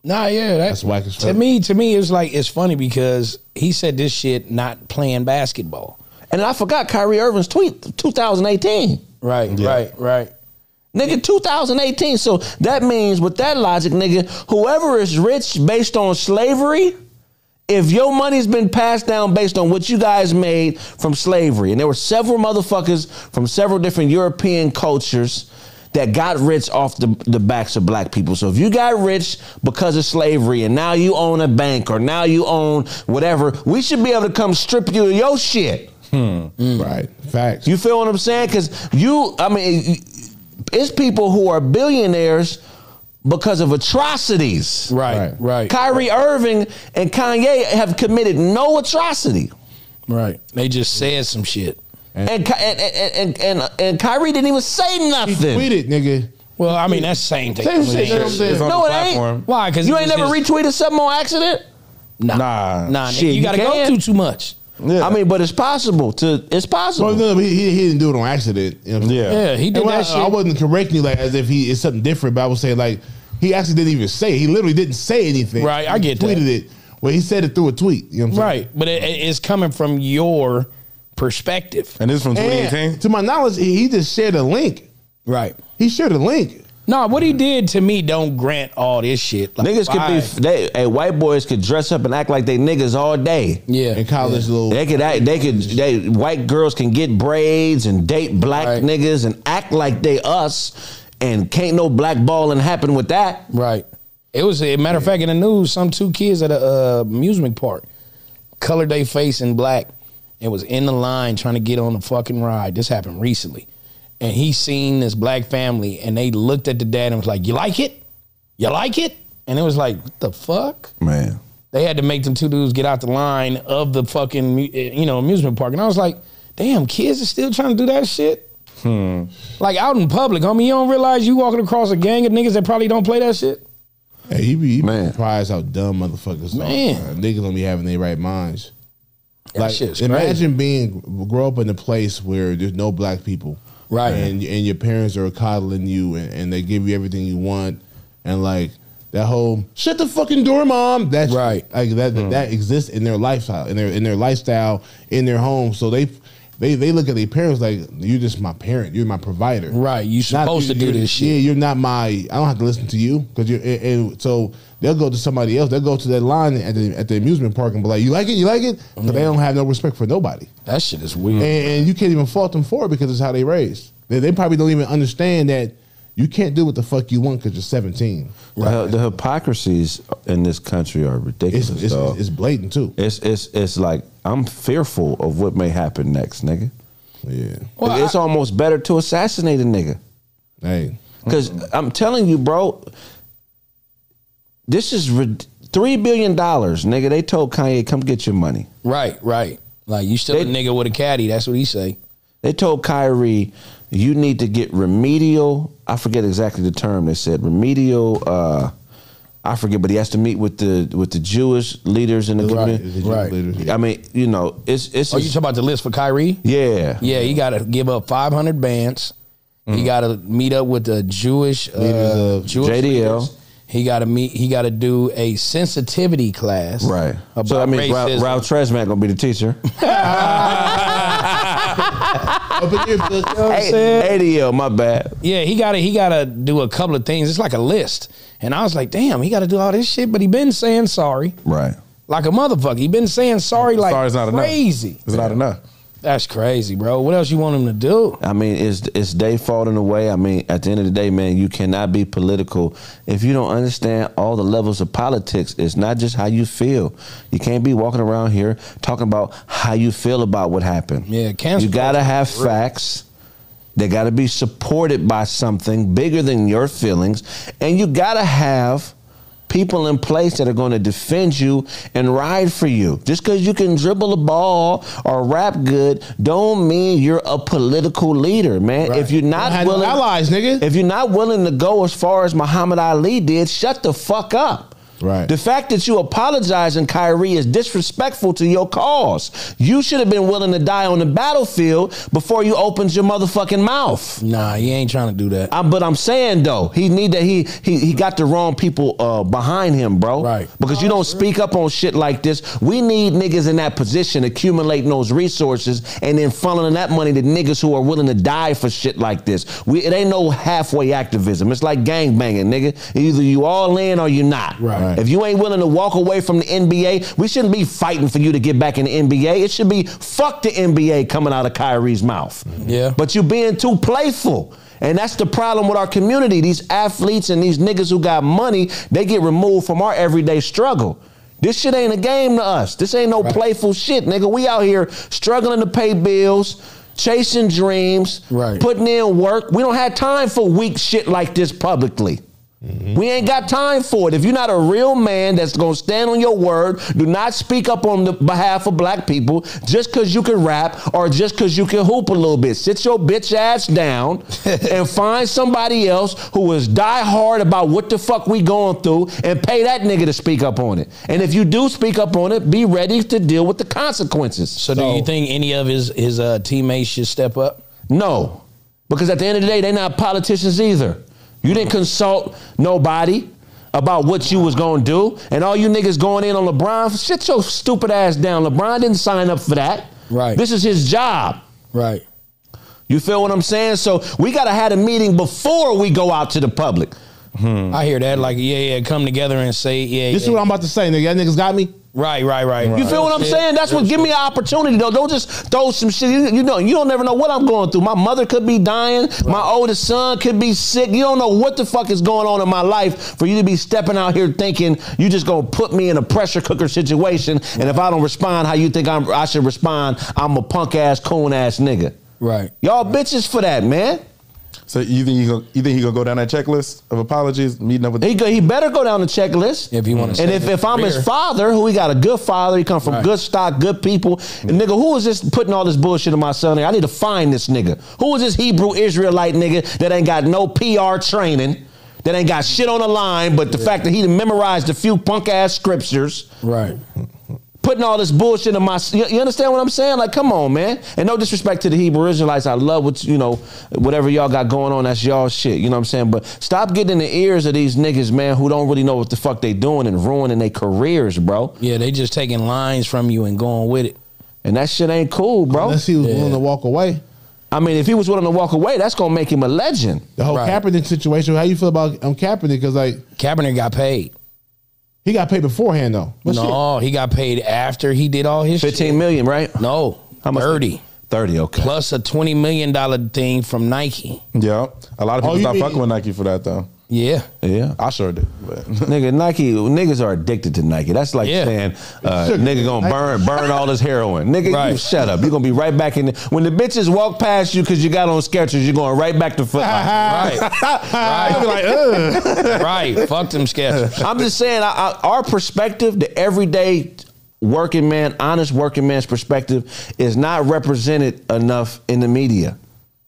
Speaker 2: Nah, yeah, that-
Speaker 4: That's whack as
Speaker 2: To
Speaker 4: fuck.
Speaker 2: me, to me, it's like it's funny because he said this shit not playing basketball.
Speaker 1: And I forgot Kyrie Irving's tweet, 2018.
Speaker 2: Right, right, right.
Speaker 1: Nigga, 2018. So that means, with that logic, nigga, whoever is rich based on slavery, if your money's been passed down based on what you guys made from slavery, and there were several motherfuckers from several different European cultures that got rich off the, the backs of black people. So if you got rich because of slavery and now you own a bank or now you own whatever, we should be able to come strip you of your shit.
Speaker 2: Hmm.
Speaker 4: Right. Facts.
Speaker 1: Mm. You feel what I'm saying? Because you, I mean, it's people who are billionaires because of atrocities.
Speaker 2: Right,
Speaker 4: Right.
Speaker 2: right,
Speaker 1: Kyrie Irving and Kanye have committed no atrocity,
Speaker 2: right. They just said some shit.
Speaker 1: and Ky- and and and, and, and Kyrie didn't even say
Speaker 4: he
Speaker 1: nothing.
Speaker 4: tweeted, nigga.
Speaker 2: Well, I mean, that's the same thing.
Speaker 4: Same shit. You know what I'm
Speaker 2: Shit.
Speaker 4: saying?
Speaker 3: It's on
Speaker 1: No,
Speaker 3: the
Speaker 1: it ain't.
Speaker 3: platform.
Speaker 2: Why? Because
Speaker 1: You ain't never retweeted something on accident.
Speaker 2: Nah,
Speaker 3: Nah.
Speaker 2: nah. nah
Speaker 1: Shit,
Speaker 2: you got to
Speaker 1: you
Speaker 2: go
Speaker 1: can.
Speaker 2: through too much.
Speaker 3: Yeah.
Speaker 1: I mean, but it's possible to. It's possible.
Speaker 4: Well, no, but he, he didn't do it on accident. You know what I'm saying?
Speaker 3: Yeah.
Speaker 2: Yeah, he
Speaker 4: And
Speaker 2: did
Speaker 4: when I,
Speaker 2: that shit.
Speaker 4: I wasn't correcting you like as if he is something different, but I was saying like he actually didn't even say. it. He literally didn't say anything.
Speaker 2: Right, I
Speaker 4: He
Speaker 2: get that.
Speaker 4: tweeted it. Well, he said it through a tweet. You know what I'm saying?
Speaker 2: Right, but it, it- it's coming from your perspective.
Speaker 3: And this is from
Speaker 4: And
Speaker 3: 2018.
Speaker 4: to my knowledge, he he just shared a link.
Speaker 2: Right.
Speaker 4: He shared a link.
Speaker 2: No, what he did to me don't grant all this shit. Like,
Speaker 1: Niggas
Speaker 2: why?
Speaker 1: could be they hey, white boys could dress up and act like they niggas all day.
Speaker 2: yeah.
Speaker 4: In college, little
Speaker 1: They could act, they could they white girls can get braids and date black
Speaker 2: Right.
Speaker 1: niggas and act like they us and can't no blackballing happen with that.
Speaker 2: Right. It was a matter of fact in the news. Some two kids at a uh, amusement park colored their face in black and was in the line trying to get on the fucking ride. This happened recently, and he seen this black family and they looked at the dad and was like, "You like it? You like it?" And it was like, "What the fuck?"
Speaker 1: Man.
Speaker 2: They had to make them two dudes get out the line of the fucking mu- eh, you know amusement park, and I was like, "Damn, kids are still trying to do that shit." Hmm. Like out in public, homie, you don't realize you walking across a gang of niggas that probably don't play that shit.
Speaker 4: Hey, you be, you be
Speaker 1: Man.
Speaker 4: surprised how dumb motherfuckers
Speaker 2: Man.
Speaker 4: are. Uh, Niggas don't be having their right minds. Like,
Speaker 2: shit's
Speaker 4: imagine being grow up in a place where there's no black people,
Speaker 2: Right.
Speaker 4: And and your parents are coddling you, and, and they give you everything you want, and like that whole shut the fucking door, mom. That's
Speaker 2: Right.
Speaker 4: Like that that exists in their lifestyle, in their in their lifestyle, in their home. So they. They, they look at their parents like you're just my parent, you're my provider.
Speaker 2: Right, you
Speaker 4: Not-
Speaker 2: supposed to
Speaker 4: you're-
Speaker 2: do this shit.
Speaker 4: Yeah, you're not my. I don't have to listen to you because you're. And, and so they'll go to somebody else. They'll go to that line at the at the amusement park and be like, "You like it? You like it?" But they don't have no respect for nobody,
Speaker 2: That shit is weird.
Speaker 4: and, and you can't even fault them for it because it's how they raised. They, they probably don't even understand that you can't do what the fuck you want because you're 17.
Speaker 1: The, the hypocrisies in this country are ridiculous.
Speaker 4: It's it's,
Speaker 1: dog.
Speaker 4: it's, blatant too.
Speaker 1: It's it's it's like I'm fearful of what may happen next, nigga.
Speaker 4: Yeah.
Speaker 2: Well,
Speaker 1: it's almost better to assassinate a nigga.
Speaker 4: Hey.
Speaker 1: Cause I'm telling you, bro, this is rid- three billion dollars, nigga. They told Kanye, "Come get your money."
Speaker 2: right, right. Like you still a
Speaker 1: They-
Speaker 2: nigga with a caddy. That's what he say.
Speaker 1: They told Kyrie, "You need to get remedial." I forget exactly the term they said. Remedial. Uh, I forget, but he has to meet with the with the Jewish leaders in the community.
Speaker 2: Right.
Speaker 1: I mean, you know, it's it's
Speaker 2: Oh, you talking about the list for Kyrie?
Speaker 1: yeah. Mm-hmm.
Speaker 2: Yeah, he got to give up five hundred bands. He got to meet up with the Jewish
Speaker 4: Leaders
Speaker 2: uh,
Speaker 4: of
Speaker 2: Jewish
Speaker 1: JDL.
Speaker 2: leaders. He got to meet. He got to do a sensitivity class.
Speaker 1: Right.
Speaker 2: About
Speaker 1: So I mean, Ralph,
Speaker 2: racism. <laughs>
Speaker 1: Ralph Tresman gonna be the teacher.
Speaker 4: Up in your book.
Speaker 1: Hey, ADL, my bad.
Speaker 2: Yeah, he got to he got to do a couple of things. It's like a list. And I was like, damn, he got to do all this shit. But he been saying sorry
Speaker 1: Right.
Speaker 2: like a motherfucker. He been saying sorry like
Speaker 3: Sorry's not enough.
Speaker 2: crazy.
Speaker 3: It's not enough.
Speaker 2: That's crazy, bro. What else you want him to do?
Speaker 1: I mean, it's it's they fault in a way. I mean, at the end of the day, man, you cannot be political if you don't understand all the levels of politics. It's not just how you feel. You can't be walking around here talking about how you feel about what happened.
Speaker 2: Yeah, cancel
Speaker 1: You gotta
Speaker 2: culture
Speaker 1: have
Speaker 2: is real.
Speaker 1: facts. They gotta be supported by something bigger than your feelings, and you gotta have. People in place that are going to defend you and ride for you. Just because you can dribble a ball or rap good, don't mean you're a political leader, man. If you're
Speaker 4: I
Speaker 1: not
Speaker 4: had no
Speaker 1: willing,
Speaker 4: allies, nigga.
Speaker 1: if you're not willing to go as far as Muhammad Ali did, shut the fuck up.
Speaker 4: Right.
Speaker 1: The fact that you apologizing, Kyrie, is disrespectful to your cause. You should have been willing to die on the battlefield before you opened your motherfucking mouth.
Speaker 2: Nah, he ain't trying to do that.
Speaker 1: I, but I'm saying though, he need that he he he got the wrong people uh, behind him, bro.
Speaker 2: Right.
Speaker 1: Because you don't speak up on shit like this. We need niggas in that position accumulating those resources and then funneling that money to niggas who are willing to die for shit like this. We it ain't no halfway activism. It's like gang banging, nigga. Either you all in or you not.
Speaker 2: Right.
Speaker 1: If you ain't willing to walk away from the NBA, we shouldn't be fighting for you to get back in the NBA. It should be fuck the NBA coming out of Kyrie's mouth.
Speaker 2: Mm-hmm. Yeah.
Speaker 1: But you being too playful. And that's the problem with our community. These athletes and these niggas who got money, they get removed from our everyday struggle. This shit ain't a game to us. This ain't no playful shit, nigga. We out here struggling to pay bills, chasing dreams,
Speaker 2: Right.
Speaker 1: putting in work. We don't have time for weak shit like this publicly. We ain't got time for it. If you're not a real man that's gonna stand on your word, do not speak up on the behalf of black people just cause you can rap or just cause you can hoop a little bit. Sit your bitch ass down and find somebody else who is die hard about what the fuck we going through and pay that nigga to speak up on it. And if you do speak up on it, be ready to deal with the consequences.
Speaker 2: So, do you think any of his his uh, teammates should step up?
Speaker 1: No. Because at the end of the day, they're not politicians either. You didn't consult nobody about what you was gonna do, and all you niggas going in on LeBron, sit your stupid ass down. LeBron didn't sign up for that.
Speaker 2: Right.
Speaker 1: This is his job.
Speaker 2: Right.
Speaker 1: You feel what I'm saying? So we gotta have a meeting before we go out to the public.
Speaker 2: I hear that. Like, yeah, yeah, come together and say, yeah,
Speaker 4: This is
Speaker 2: yeah.
Speaker 4: what I'm about to say, nigga. Y'all niggas got me.
Speaker 2: right, right, right.
Speaker 1: You feel what I'm saying? That's what give me an opportunity though. Don't just throw some shit. You, you know, you don't never know what I'm going through. My mother could be dying. My oldest son could be sick. You don't know what the fuck is going on in my life for you to be stepping out here thinking you just gonna put me in a pressure cooker situation. And if I don't respond how you think I'm, I should respond, I'm a punk ass, coon ass nigga.
Speaker 2: Right.
Speaker 1: Y'all bitches for that, man.
Speaker 3: So you think he go, you think he gonna go down that checklist of apologies, meeting up with?
Speaker 1: He go, he better go down the checklist.
Speaker 2: If you wanna
Speaker 1: Mm. and if,
Speaker 2: save his
Speaker 1: if I'm his
Speaker 2: career.
Speaker 1: father, who he got a good father, he come from
Speaker 2: Right.
Speaker 1: good stock, good people. And nigga, who is this putting all this bullshit on my son? I need to find this nigga. Who is this Hebrew Israelite nigga that ain't got no PR training? That ain't got shit on the line, but the fact that he done memorized a few punk ass scriptures,
Speaker 2: Right.
Speaker 1: putting all this bullshit in my. You, you understand what I'm saying? Like, come on, man. And no disrespect to the Hebrew Israelites. I love what you know, whatever y'all got going on. That's y'all shit. You know what I'm saying? But stop getting in the ears of these niggas, man, who don't really know what the fuck they doing and ruining their careers, bro.
Speaker 2: Yeah, they just taking lines from you and going with it.
Speaker 1: And that shit ain't cool, bro.
Speaker 4: Unless he was willing to walk away.
Speaker 1: I mean, if he was willing to walk away, that's gonna make him a legend.
Speaker 4: The whole
Speaker 2: Right.
Speaker 4: Kaepernick situation. How you feel about um, Kaepernick? Because like
Speaker 2: Kaepernick got paid.
Speaker 4: he got paid beforehand though. But shit.
Speaker 2: no, he got paid after he did all his shit.
Speaker 1: Fifteen million, right?
Speaker 2: No,
Speaker 1: How much?
Speaker 2: thirty
Speaker 1: Thirty, okay.
Speaker 2: plus a twenty million dollar thing from Nike.
Speaker 3: Yeah, a lot of people
Speaker 4: you
Speaker 3: stop
Speaker 4: mean-
Speaker 3: fucking with Nike for that though.
Speaker 2: Oh, Yeah,
Speaker 1: Yeah.
Speaker 3: I sure did. But. <laughs>
Speaker 1: Nigga, Nike niggas are addicted to Nike. That's like
Speaker 2: Yeah.
Speaker 1: saying
Speaker 3: <laughs>
Speaker 1: uh,
Speaker 4: Sugar.
Speaker 1: nigga gonna burn burn all this heroin. Nigga, you
Speaker 2: Right.
Speaker 1: shut up. You're gonna be right back in. The, when the bitches walk past you because you got on Skechers, you're going right back to Foot Locker.
Speaker 2: <laughs>
Speaker 1: <laughs>
Speaker 2: right,
Speaker 4: I'd be
Speaker 2: right,
Speaker 4: like, ugh.
Speaker 2: <laughs> right. Fuck them sketches.
Speaker 1: I'm just saying, I, I, our perspective, the everyday working man, honest working man's perspective, is not represented enough in the media.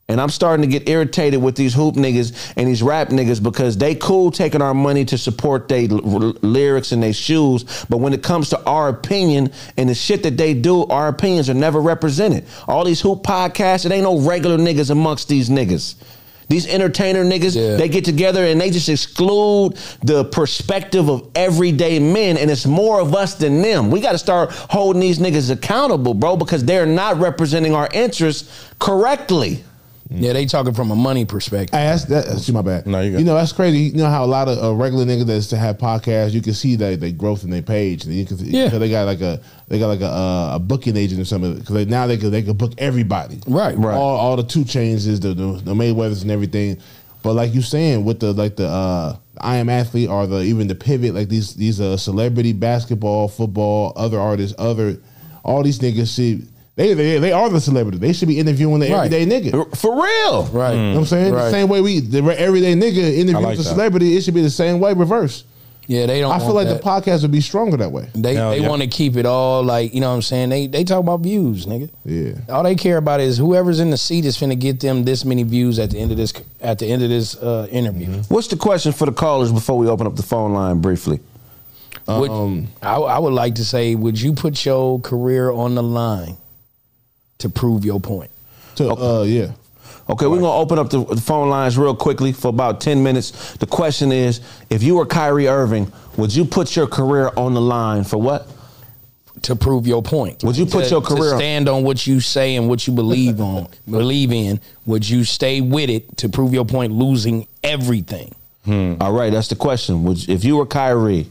Speaker 1: And I'm starting to get irritated with these hoop niggas and these rap niggas because they cool taking our money to support their lyrics and their shoes, but when it comes to our opinion and the shit that they do, our opinions are never represented. All these hoop podcasts, it ain't no regular niggas amongst these niggas. These entertainer niggas,
Speaker 2: Yeah.
Speaker 1: they get together and they just exclude the perspective of everyday men, and it's more of us than them. We got to start holding these niggas accountable, bro, because they're not representing our interests correctly.
Speaker 2: Yeah, they talking from a money perspective.
Speaker 4: I asked that. That's my bad.
Speaker 3: No, you good.
Speaker 4: You know that's crazy. You know how a lot of uh, regular niggas that's to have podcasts, you can see that they growth in their page, and you can
Speaker 2: Yeah.
Speaker 4: cause they got like a they got like a, uh, a booking agent or something because now they could they could book everybody.
Speaker 2: Right, right.
Speaker 4: All, all the two changes, the, the the Mayweather's and everything. But like you saying with the like the uh, I am athlete or the even the pivot like these these uh, celebrity basketball football other artists other all these niggas see. They, they, they are the celebrity. They should be interviewing the
Speaker 2: Right.
Speaker 4: everyday nigga.
Speaker 1: For real.
Speaker 2: Right.
Speaker 4: You know what I'm saying? The
Speaker 2: Right.
Speaker 4: same way we, the re- everyday nigga
Speaker 3: I
Speaker 4: interviews
Speaker 3: like
Speaker 4: a
Speaker 3: that.
Speaker 4: celebrity, it should be the same way, reverse.
Speaker 2: Yeah, they don't.
Speaker 4: I feel like the
Speaker 2: pop.
Speaker 4: podcast would be stronger that way.
Speaker 2: They
Speaker 3: Hell
Speaker 2: they
Speaker 3: yeah.
Speaker 2: want to keep it all like you know what I'm saying. They they talk about views, nigga.
Speaker 4: Yeah.
Speaker 2: All they care about is whoever's in the seat is finna get them this many views at the end of this at the end of this uh, interview.
Speaker 1: What's the question for the callers Mm-hmm. before we open up the um, phone line briefly?
Speaker 2: Would, I, I would like to say, would you put your career on the line to prove your point?
Speaker 4: To, uh, yeah.
Speaker 1: Okay, we're gonna open up the, the phone lines real quickly for about 10 minutes. The question is if you were Kyrie Irving, would you put your career on the line for what?
Speaker 2: To prove your point,
Speaker 1: Would you put
Speaker 2: To-
Speaker 1: your career
Speaker 2: to
Speaker 1: on-
Speaker 2: stand on what you say and what you
Speaker 1: <laughs>
Speaker 2: believe on, believe in? Would you stay with it to prove your point, losing everything? Hmm.
Speaker 1: All right, that's the question. Would you- if you were Kyrie,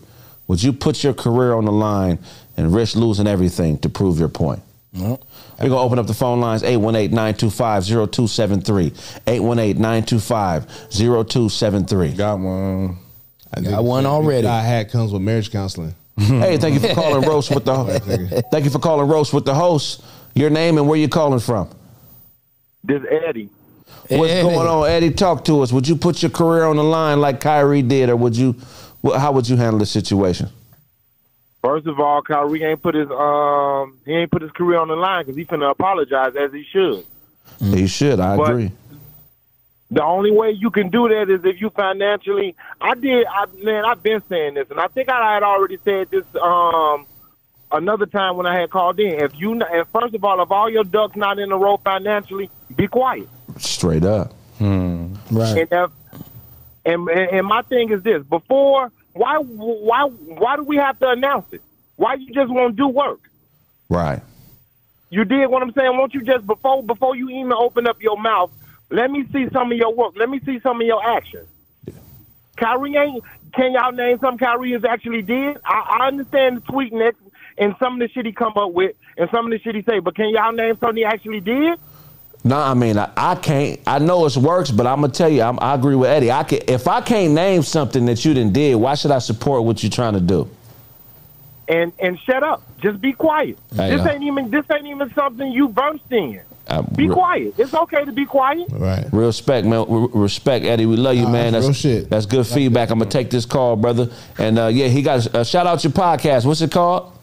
Speaker 1: would you put your career on the line and risk losing everything to prove your point? We're going to open up the phone lines 818 925 0273. 818 925 0273.
Speaker 3: Got one.
Speaker 4: I
Speaker 2: Got one already.
Speaker 4: I had comes with marriage counseling.
Speaker 1: <laughs> Hey, thank you
Speaker 4: <laughs>
Speaker 1: for calling Roast with the Thank you for calling Roast with the host. Your name and where you calling from.
Speaker 6: This Eddie.
Speaker 1: What's
Speaker 2: Eddie.
Speaker 1: going on, Eddie? Talk to us. Would you put your career on the line like Kyrie did, or would you? wh- How would you handle the situation?
Speaker 6: First of all, Kyrie ain't put his um he ain't put his career on the line because he finna apologize as he should. Hmm.
Speaker 1: He should. I
Speaker 6: But-
Speaker 1: agree.
Speaker 6: The only way you can do that is if you financially. I did. I man, I've been saying this, and I think I had already said this um another time when I had called in. If you not- and first of all, if all your ducks not in a row financially, be quiet.
Speaker 1: Straight up.
Speaker 6: Hmm.
Speaker 2: Right.
Speaker 6: And if, and and my thing is this: before why why why do we have to announce it? Why you just won't do work?
Speaker 1: Right.
Speaker 6: You did what I'm saying? Won't you just before before you even open up your mouth, let me see some of your work. Let me see some of your action. Kyrie ain't. Can y'all name some Kyrie has actually did? I, I understand the tweet and, that- and some of the shit he come up with and some of the shit he say, but can y'all name something he actually did?
Speaker 1: No, I mean I, I can't. I know it's works, but I'm gonna tell you, I'm, I agree with Eddie. I can, if I can't name something that you didn't did, why should I support what you're trying to do?
Speaker 6: And and shut up. Just be quiet.
Speaker 1: Hey,
Speaker 6: this
Speaker 1: uh,
Speaker 6: ain't even this ain't even something you burst in.
Speaker 1: Uh,
Speaker 6: Be
Speaker 1: re-
Speaker 6: quiet. It's okay to be quiet.
Speaker 4: Right.
Speaker 1: Real Respect, man. Re- respect, Eddie. We love you,
Speaker 4: Nah,
Speaker 1: man.
Speaker 4: that's
Speaker 1: That's
Speaker 4: real shit.
Speaker 1: That's good feedback. I'm gonna take this call, brother. And uh, yeah, he got uh, shout out your podcast. What's it called?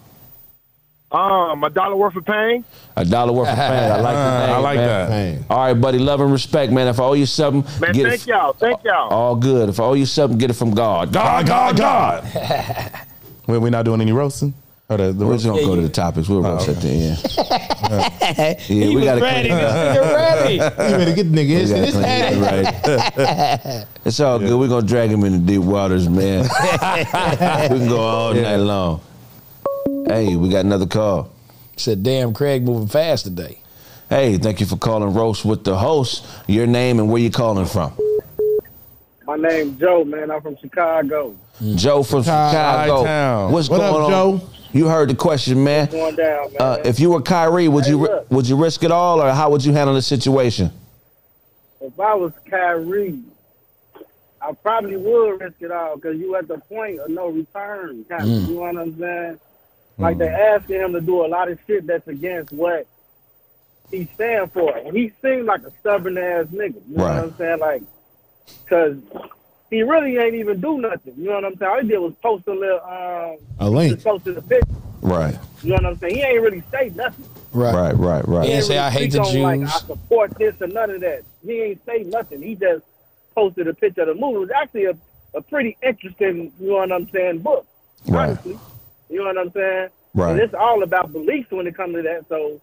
Speaker 6: Um, a dollar worth of pain.
Speaker 1: A dollar worth of pain. I like the name,
Speaker 3: <laughs> I like
Speaker 1: man.
Speaker 3: that.
Speaker 4: Dang.
Speaker 1: All right, buddy. Love and respect, man. If I owe you something,
Speaker 6: Man,
Speaker 1: get
Speaker 6: thank
Speaker 1: it.
Speaker 6: y'all. Thank
Speaker 1: <laughs>
Speaker 6: y'all.
Speaker 1: All good. If I owe you something, get it from God. God.
Speaker 3: God, God, God. Wait, we're not doing any roasting? Oh, Or the, the
Speaker 1: We're just
Speaker 3: roast?
Speaker 1: gonna go to Oh, the topics. We'll roast at the end. <laughs>
Speaker 2: <laughs>
Speaker 1: yeah, we gotta clean- <laughs>
Speaker 4: You better get the nigga. It's,
Speaker 1: We gotta
Speaker 4: it's
Speaker 1: clean
Speaker 4: Eddie.
Speaker 1: it right. <laughs> It's all good. We're gonna drag him into deep waters, man. we can go all night long. Hey, we got another call.
Speaker 2: Said, damn, Craig moving fast today.
Speaker 1: Hey, thank you for calling Roast with the host. Your name and where you calling from?
Speaker 7: <laughs> My name's Joe, man. I'm from Chicago.
Speaker 1: Joe from Chicago.
Speaker 3: Chi-town.
Speaker 1: What's
Speaker 4: What
Speaker 1: going
Speaker 4: up,
Speaker 1: on?
Speaker 4: Joe?
Speaker 1: You heard the question, man.
Speaker 7: Going down, man.
Speaker 1: Uh, if you were Kyrie, would you
Speaker 7: Hey,
Speaker 1: ri-
Speaker 7: look.
Speaker 1: would you risk it all, or how would you handle the situation?
Speaker 7: if I was Kyrie, I probably would risk it all because you at the point of no return. Kind of,
Speaker 2: Mm.
Speaker 7: You know what I'm saying? Like they asking him to do a lot of shit that's against what he stand for. And he seemed like a stubborn ass nigga. You know
Speaker 1: Right.
Speaker 7: what I'm saying? Like, cause he really ain't even do nothing. You know what I'm saying? All he did was post a little, um,
Speaker 4: A link.
Speaker 7: just posted a picture.
Speaker 1: Right,
Speaker 7: You know what I'm saying? He ain't really say nothing.
Speaker 2: Right.
Speaker 1: right, right, right.
Speaker 2: Yeah.
Speaker 7: didn't
Speaker 2: say,
Speaker 7: really
Speaker 2: "I hate
Speaker 7: speak
Speaker 2: the
Speaker 7: on, Like,
Speaker 2: Jews."
Speaker 7: I support this or none of that. He ain't say nothing. He just posted a picture of the movie. It was actually a, a pretty interesting, you know what I'm saying, book.
Speaker 1: Right.
Speaker 7: Honestly. You know what I'm saying?
Speaker 1: Right.
Speaker 7: And it's all about beliefs when it comes to that. So,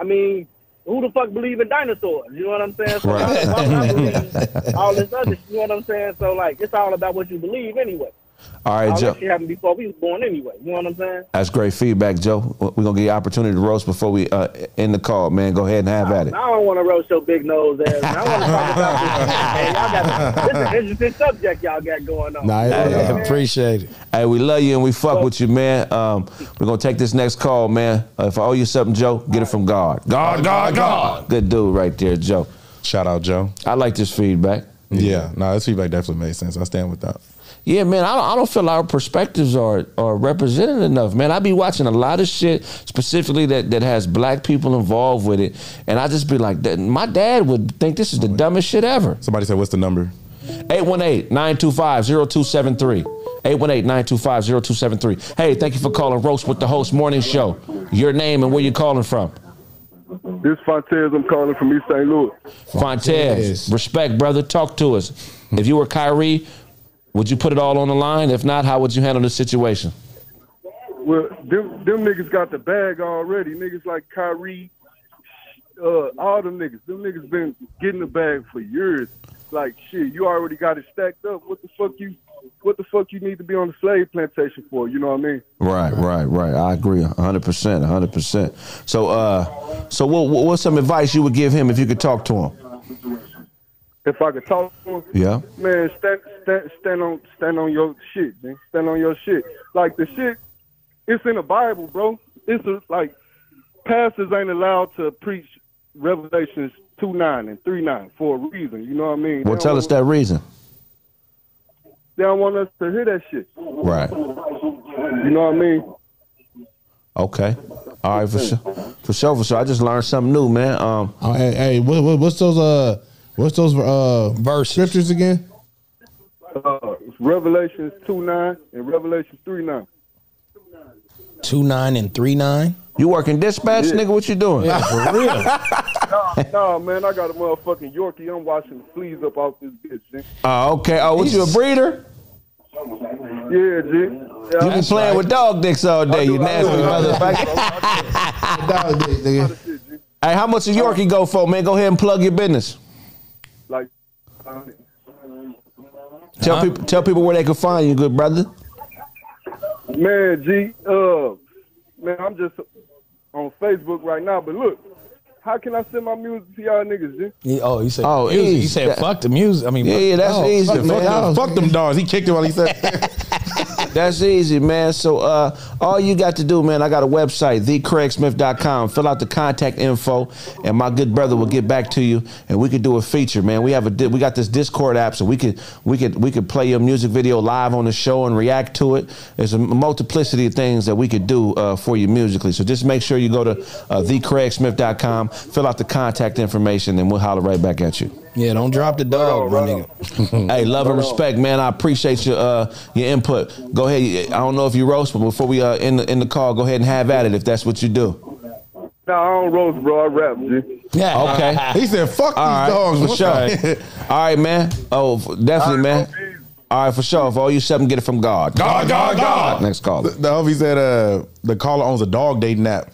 Speaker 7: I mean, who the fuck believe in dinosaurs? You know what I'm saying? So
Speaker 1: Right.
Speaker 7: why- why would I
Speaker 1: <laughs>
Speaker 7: believe all this other, you know what I'm saying? So, like, it's all about what you believe anyway.
Speaker 1: All right,
Speaker 7: All
Speaker 1: Joe.
Speaker 7: that shit happened before we was born anyway. You know what I'm saying?
Speaker 1: That's great feedback, Joe. We're gonna give you opportunity to roast before we uh, end the call, man. Go ahead and have at it.
Speaker 7: I don't want to roast your big nose ass. I want to talk about this. Hey, y'all got, this is an interesting subject y'all got going on.
Speaker 4: Nah, it-
Speaker 7: You know what I'm saying?
Speaker 2: Appreciate it.
Speaker 1: Hey, we love you and we fuck with you, man. Um, we're gonna take this next call, man. Uh, if I owe you something, Joe, get it from God.
Speaker 3: God, God, God.
Speaker 1: Good dude, right there, Joe.
Speaker 3: Shout out, Joe.
Speaker 1: I like this feedback.
Speaker 3: Yeah, no, this feedback definitely made sense. I stand with that.
Speaker 1: Yeah, man, I don't, I don't feel our perspectives are are represented enough, man. I be watching a lot of shit specifically that that has black people involved with it, and I just be like, that. my dad would think this is the dumbest shit ever.
Speaker 3: Somebody said, what's the number?
Speaker 1: 818-925-0273. 818-925-0273. Hey, thank you for calling Roast with the Host Morning Show. Your name and where you calling from.
Speaker 8: This Fontez, I'm calling from East St. Louis.
Speaker 1: Fontez.
Speaker 4: Fontez.
Speaker 1: Respect, brother. Talk to us. If you were Kyrie, would you put it all on the line? If not, how would you handle the situation?
Speaker 8: Well, them them niggas got the bag already. Niggas like Kyrie, uh, all them niggas. Them niggas been getting the bag for years. Like shit, you already got it stacked up. What the fuck you? What the fuck you need to be on the slave plantation for? You know what I mean?
Speaker 1: Right, right, right. I agree, hundred percent, hundred percent. So, uh, so what, what- what's some advice you would give him if you could talk to him?
Speaker 8: If I could talk to him,
Speaker 1: Yeah.
Speaker 8: man, stand, stand, stand on, stand on your shit, man. Stand on your shit. Like the shit, it's in the Bible, bro. It's a, like pastors ain't allowed to preach Revelations two nine and three nine for a reason. You know what I mean?
Speaker 1: Well,
Speaker 8: They
Speaker 1: tell
Speaker 8: don't
Speaker 1: us that
Speaker 8: want-
Speaker 1: reason.
Speaker 8: They don't want us to hear that shit.
Speaker 1: Right.
Speaker 8: You know what I mean?
Speaker 1: Okay. All right. For sure. For sure. For sure. I just learned something new, man. Um,
Speaker 4: Oh, hey, hey what, what, what's those uh what's those uh
Speaker 2: Verses.
Speaker 4: scriptures again?
Speaker 8: Uh, it's Revelations two nine and Revelations three nine.
Speaker 2: Two nine and three nine.
Speaker 1: you working dispatch, nigga? What you doing? <laughs>
Speaker 2: for real.
Speaker 8: <laughs> Nah, man, I got a motherfucking Yorkie. I'm washing fleas up off this bitch. G.
Speaker 1: Oh, okay. Oh, what you a breeder?
Speaker 8: Yeah, G. Yeah,
Speaker 1: You been playing with dog dicks all day, you nasty motherfucker. <laughs>
Speaker 2: <laughs>
Speaker 4: Dog dick, nigga.
Speaker 8: shit, G.
Speaker 1: Hey, how much a Yorkie go for, man? Go ahead and plug your business.
Speaker 8: Like,
Speaker 1: Tell people, tell people where they can find you, good brother.
Speaker 8: Man, G, uh, man, I'm just on Facebook right now. But look, how can I send my music to y'all niggas? G?
Speaker 2: He- oh, he said.
Speaker 1: Oh,
Speaker 2: Oh, he,
Speaker 1: easy.
Speaker 2: said
Speaker 1: That-
Speaker 2: fuck the music. I mean,
Speaker 1: Yeah, yeah, that's
Speaker 2: oh,
Speaker 1: easy,
Speaker 2: fuck-
Speaker 1: man.
Speaker 2: fuck
Speaker 1: Oh.
Speaker 2: the-
Speaker 3: Fuck them dogs. He kicked it while
Speaker 1: <laughs>
Speaker 3: he said.
Speaker 1: That's easy, man. So uh, all you got to do, man, I got a website, thecraigsmith.com. Fill out the contact info, and my good brother will get back to you, and we could do a feature, man. We have a di- we got this Discord app, so we could we could we could play your music video live on the show and react to it. There's a multiplicity of things that we could do uh, for you musically. So just make sure you go to uh, thecraigsmith.com, fill out the contact information, and we'll holler right back at you.
Speaker 2: Yeah, don't drop the dog, my nigga.
Speaker 1: Hey, love and respect, man. I appreciate your uh, your input. Go ahead. I don't know if you roast, but before we uh, end the, end the call, go ahead and have at it if that's what you do.
Speaker 8: Nah, I don't roast, bro. I rap, G.
Speaker 2: Yeah.
Speaker 1: Okay.
Speaker 3: <laughs> He said, "Fuck these
Speaker 1: All right,
Speaker 3: dogs."
Speaker 1: for
Speaker 3: What
Speaker 1: sure. <laughs>
Speaker 3: the-
Speaker 1: All right, man. Oh, f- definitely, man. All right, for sure. For all you seven, get it from God.
Speaker 3: God, God, God.
Speaker 1: Next call.
Speaker 3: The, the homie said, uh, the caller owns a dog dating app.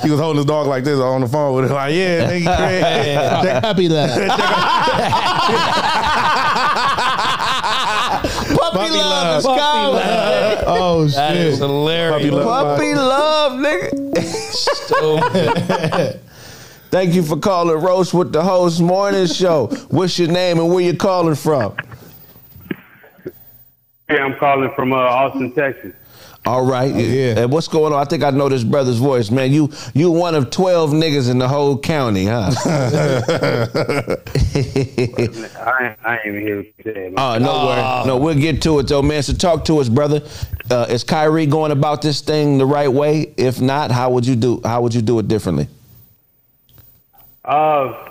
Speaker 3: <laughs> he was holding his dog like this on the phone with it, like, yeah, thank
Speaker 1: <laughs>
Speaker 3: you, Craig.
Speaker 4: Check
Speaker 3: <laughs>
Speaker 4: puppy love.
Speaker 1: Puppy, love. Let's go.
Speaker 4: Oh
Speaker 2: That is
Speaker 4: shit.
Speaker 2: hilarious.
Speaker 1: Puppy love, nigga.
Speaker 3: <laughs>
Speaker 1: Thank you for calling Roast with the Host Morning Show. What's your name and where you calling from?
Speaker 9: Yeah, I'm calling from uh, Austin, Texas.
Speaker 1: All right.
Speaker 4: yeah.
Speaker 1: And what's going on? I think I know this brother's voice, man. You you one of twelve niggas in the whole county, huh? <laughs>
Speaker 9: I ain't, I ain't even here what you said.
Speaker 1: Oh,
Speaker 9: man.
Speaker 1: no worry. No, we'll get to it though, man. So talk to us, brother. Uh, is Kyrie going about this thing the right way? If not, how would you do how would you do it differently?
Speaker 9: Uh,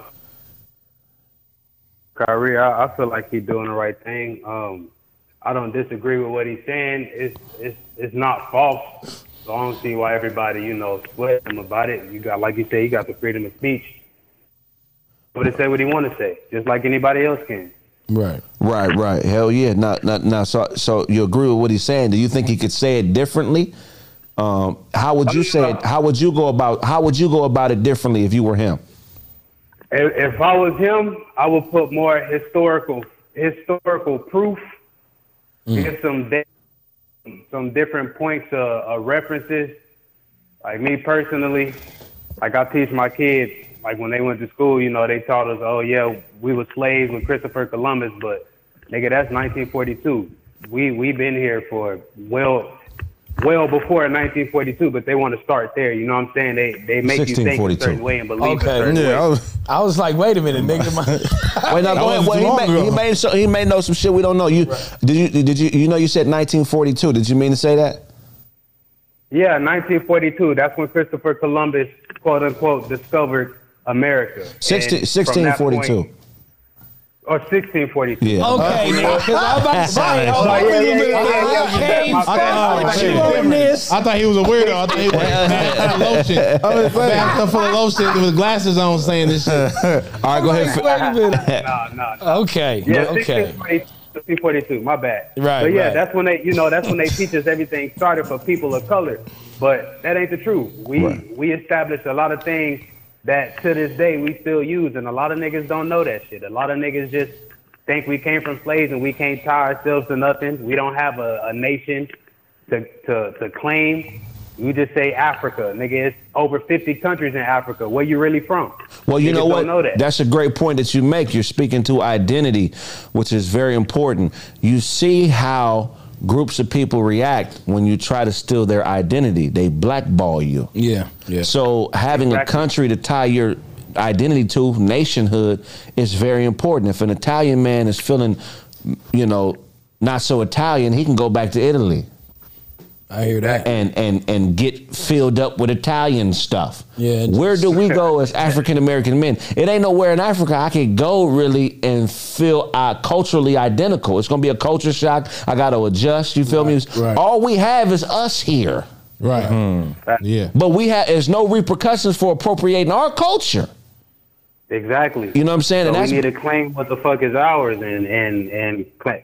Speaker 9: Kyrie, I, I feel like he's doing the right thing. Um, I don't disagree with what he's saying. It's it's it's not false. So I don't see why everybody you know sweat him about it. You got like you say, you got the freedom of speech. But to say what he want to say, just like anybody else can.
Speaker 2: Right.
Speaker 1: Right, right. Hell yeah. Now now, now so so you agree with what he's saying. Do you think he could say it differently? Um, how would you say it? How would you go about how would you go about it differently if you were him?
Speaker 9: If, if I was him, I would put more historical historical proof, give some da- some different points of uh, references. Like me personally, like I teach my kids, like when they went to school, you know, they taught us, oh yeah, we were slaves with Christopher Columbus, but nigga, that's 1942. We we been here for well well before 1942, but they want to start there. You know what I'm saying? They they make you think a
Speaker 1: 1642.
Speaker 9: certain way and believe a
Speaker 2: Okay,
Speaker 9: certain way.
Speaker 3: yeah, I was,
Speaker 2: I was like, wait a minute, nigga. My- <laughs>
Speaker 1: Wait, now go
Speaker 3: That
Speaker 1: ahead.
Speaker 3: was
Speaker 1: Well,
Speaker 3: long
Speaker 1: he, may,
Speaker 3: ago.
Speaker 1: he may so, he may know some shit we don't know. You did you did you you know you said 1942? Did you mean to say that?
Speaker 9: Yeah, 1942. That's when Christopher Columbus, quote unquote, discovered America.
Speaker 1: 16,
Speaker 9: And from that Oh,
Speaker 1: 1642.
Speaker 9: point- or 1642.
Speaker 1: yeah.
Speaker 2: okay, nigga. Because I'm about to say, oh,
Speaker 9: Uh, yeah, yeah, yeah, yeah, yeah,
Speaker 2: I
Speaker 9: yeah.
Speaker 2: came
Speaker 9: My
Speaker 2: fast
Speaker 9: bad.
Speaker 2: like
Speaker 9: My
Speaker 2: you
Speaker 9: bad.
Speaker 2: on this.
Speaker 4: I thought he was a weirdo. I thought he was like,
Speaker 1: <laughs>
Speaker 4: lotion. Bathtub full of lotion with glasses on saying this shit.
Speaker 1: <laughs> All right, go ahead.
Speaker 2: Wait a minute.
Speaker 9: <laughs> No, no, no.
Speaker 2: Okay.
Speaker 9: Yeah,
Speaker 2: okay.
Speaker 9: 1642, 1642. My bad.
Speaker 2: Right,
Speaker 9: But yeah,
Speaker 2: right.
Speaker 9: that's when they, you know, that's when they teach us everything started for people of color. But that ain't the truth. We we established a lot of things that to this day we still use, and a lot of niggas don't know that shit. A lot of niggas just think we came from slaves and we can't tie ourselves to nothing. We don't have a, a nation to, to to claim. You just say Africa, nigga. It's over 50 countries in Africa. Where you really from?
Speaker 1: Well, you
Speaker 9: Niggas
Speaker 1: know
Speaker 9: don't
Speaker 1: what?
Speaker 9: Know that.
Speaker 1: That's a great point that you make. You're speaking to identity, which is very important. You see how groups of people react when you try to steal their identity. They blackball you.
Speaker 2: Yeah. Yeah.
Speaker 1: So having a
Speaker 9: Exactly.
Speaker 1: country to tie your identity to, nationhood, is very important. If an Italian man is feeling, you know, not so Italian, he can go back to Italy
Speaker 2: I hear that.
Speaker 1: and and and get filled up with Italian stuff.
Speaker 2: Yeah, just-
Speaker 1: Where do we go
Speaker 4: <laughs>
Speaker 1: as African American men? It ain't nowhere in Africa I can go really and feel uh, culturally identical. It's gonna be a culture shock. I got to adjust. You feel me?
Speaker 4: right.
Speaker 1: All we have is us here.
Speaker 4: Right.
Speaker 1: Hmm.
Speaker 4: Yeah.
Speaker 1: But we have there's no repercussions for appropriating our culture.
Speaker 9: Exactly.
Speaker 1: You know what I'm saying? And
Speaker 9: So we
Speaker 1: that's-
Speaker 9: need to claim what the fuck is ours and and and claim.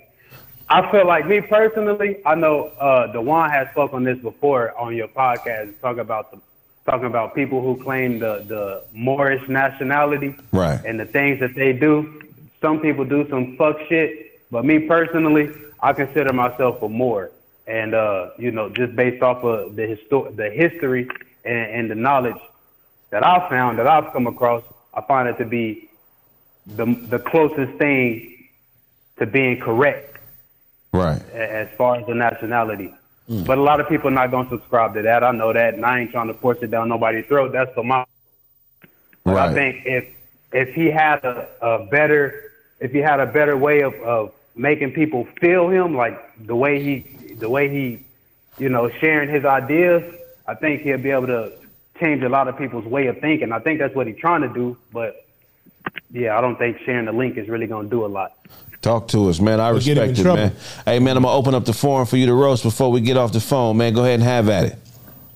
Speaker 9: I feel like me personally, I know uh Dewan has spoke on this before on your podcast, talk about the talking about people who claim the the Moorish nationality
Speaker 3: Right.
Speaker 9: and the things that they do. Some people do some fuck shit, but me personally, I consider myself a Moor. and uh, you know, just based off of the histo- the history and, and the knowledge that I found that I've come across, I find it to be the the closest thing to being correct
Speaker 3: Right. Hmm.
Speaker 9: a- as far as the nationality. But a lot of people are not going to subscribe to that. I know that, and I ain't trying to force it down nobody's throat. That's for my. But I
Speaker 3: Right.
Speaker 9: think if if he had a, a better if he had a better way of, of making people feel him, like the way he the way he you know sharing his ideas, I think he'll be able to change a lot of people's way of thinking. I think that's what he's trying to do. But yeah, I don't think sharing the link is really going to do a lot.
Speaker 1: Talk to us, man. I
Speaker 4: We'll get him
Speaker 1: respect it,
Speaker 4: in trouble.
Speaker 1: man. Hey, man, I'm gonna open up the forum for you to roast before we get off the phone, man. Go ahead and have at it.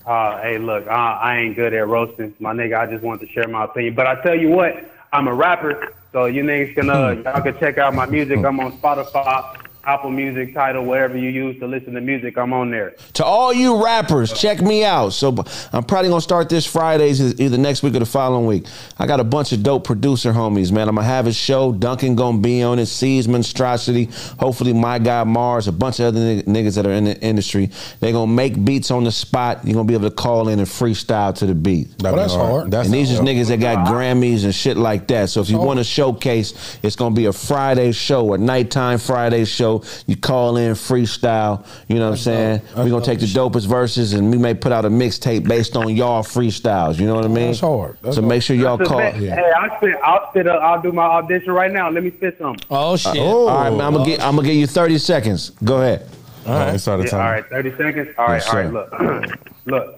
Speaker 9: Uh, hey, look, I, I ain't good at roasting, my nigga. I just wanted to share my opinion. But I tell you what, I'm a rapper, so you niggas can
Speaker 1: Hmm.
Speaker 9: uh, y'all can check out my music. I'm on Spotify, Apple Music, Title, whatever you use to listen to music. I'm on there.
Speaker 1: To all you rappers, check me out. So I'm probably gonna start this Fridays, e, either next week or the following week. I got a bunch of dope producer homies, man. I'm gonna have a show. Duncan gonna be on it. Seas Monstrosity. Hopefully, my guy Mars, a bunch of other nigg- niggas that are in the industry. They gonna make beats on the spot. You're gonna be able to call in and freestyle to the beat.
Speaker 3: That'd be
Speaker 2: that's hard.
Speaker 3: That's
Speaker 1: and these is
Speaker 3: hard.
Speaker 1: niggas that got Grammys and shit like that. So if
Speaker 2: Oh.
Speaker 1: you want to showcase, it's gonna be a Friday show, a nighttime Friday show. You call in freestyle. You know what I'm saying? We're gonna take the dopest verses and we may put out a mixtape based on y'all freestyles. You know what I mean?
Speaker 2: That's hard. That's
Speaker 1: so make sure y'all
Speaker 9: So,
Speaker 1: call.
Speaker 9: man, Hey, I'll spit, I'll spit, uh, I'll do my audition right now. Let me spit something.
Speaker 2: Oh shit.
Speaker 1: Uh, All right, man.
Speaker 2: Oh.
Speaker 1: I'm gonna get. I'm gonna give you 30 seconds. Go ahead.
Speaker 3: All right. It's out of
Speaker 9: Yeah,
Speaker 3: time.
Speaker 9: all right, 30 seconds. All right,
Speaker 1: Yes,
Speaker 9: all right, look. <clears throat> look.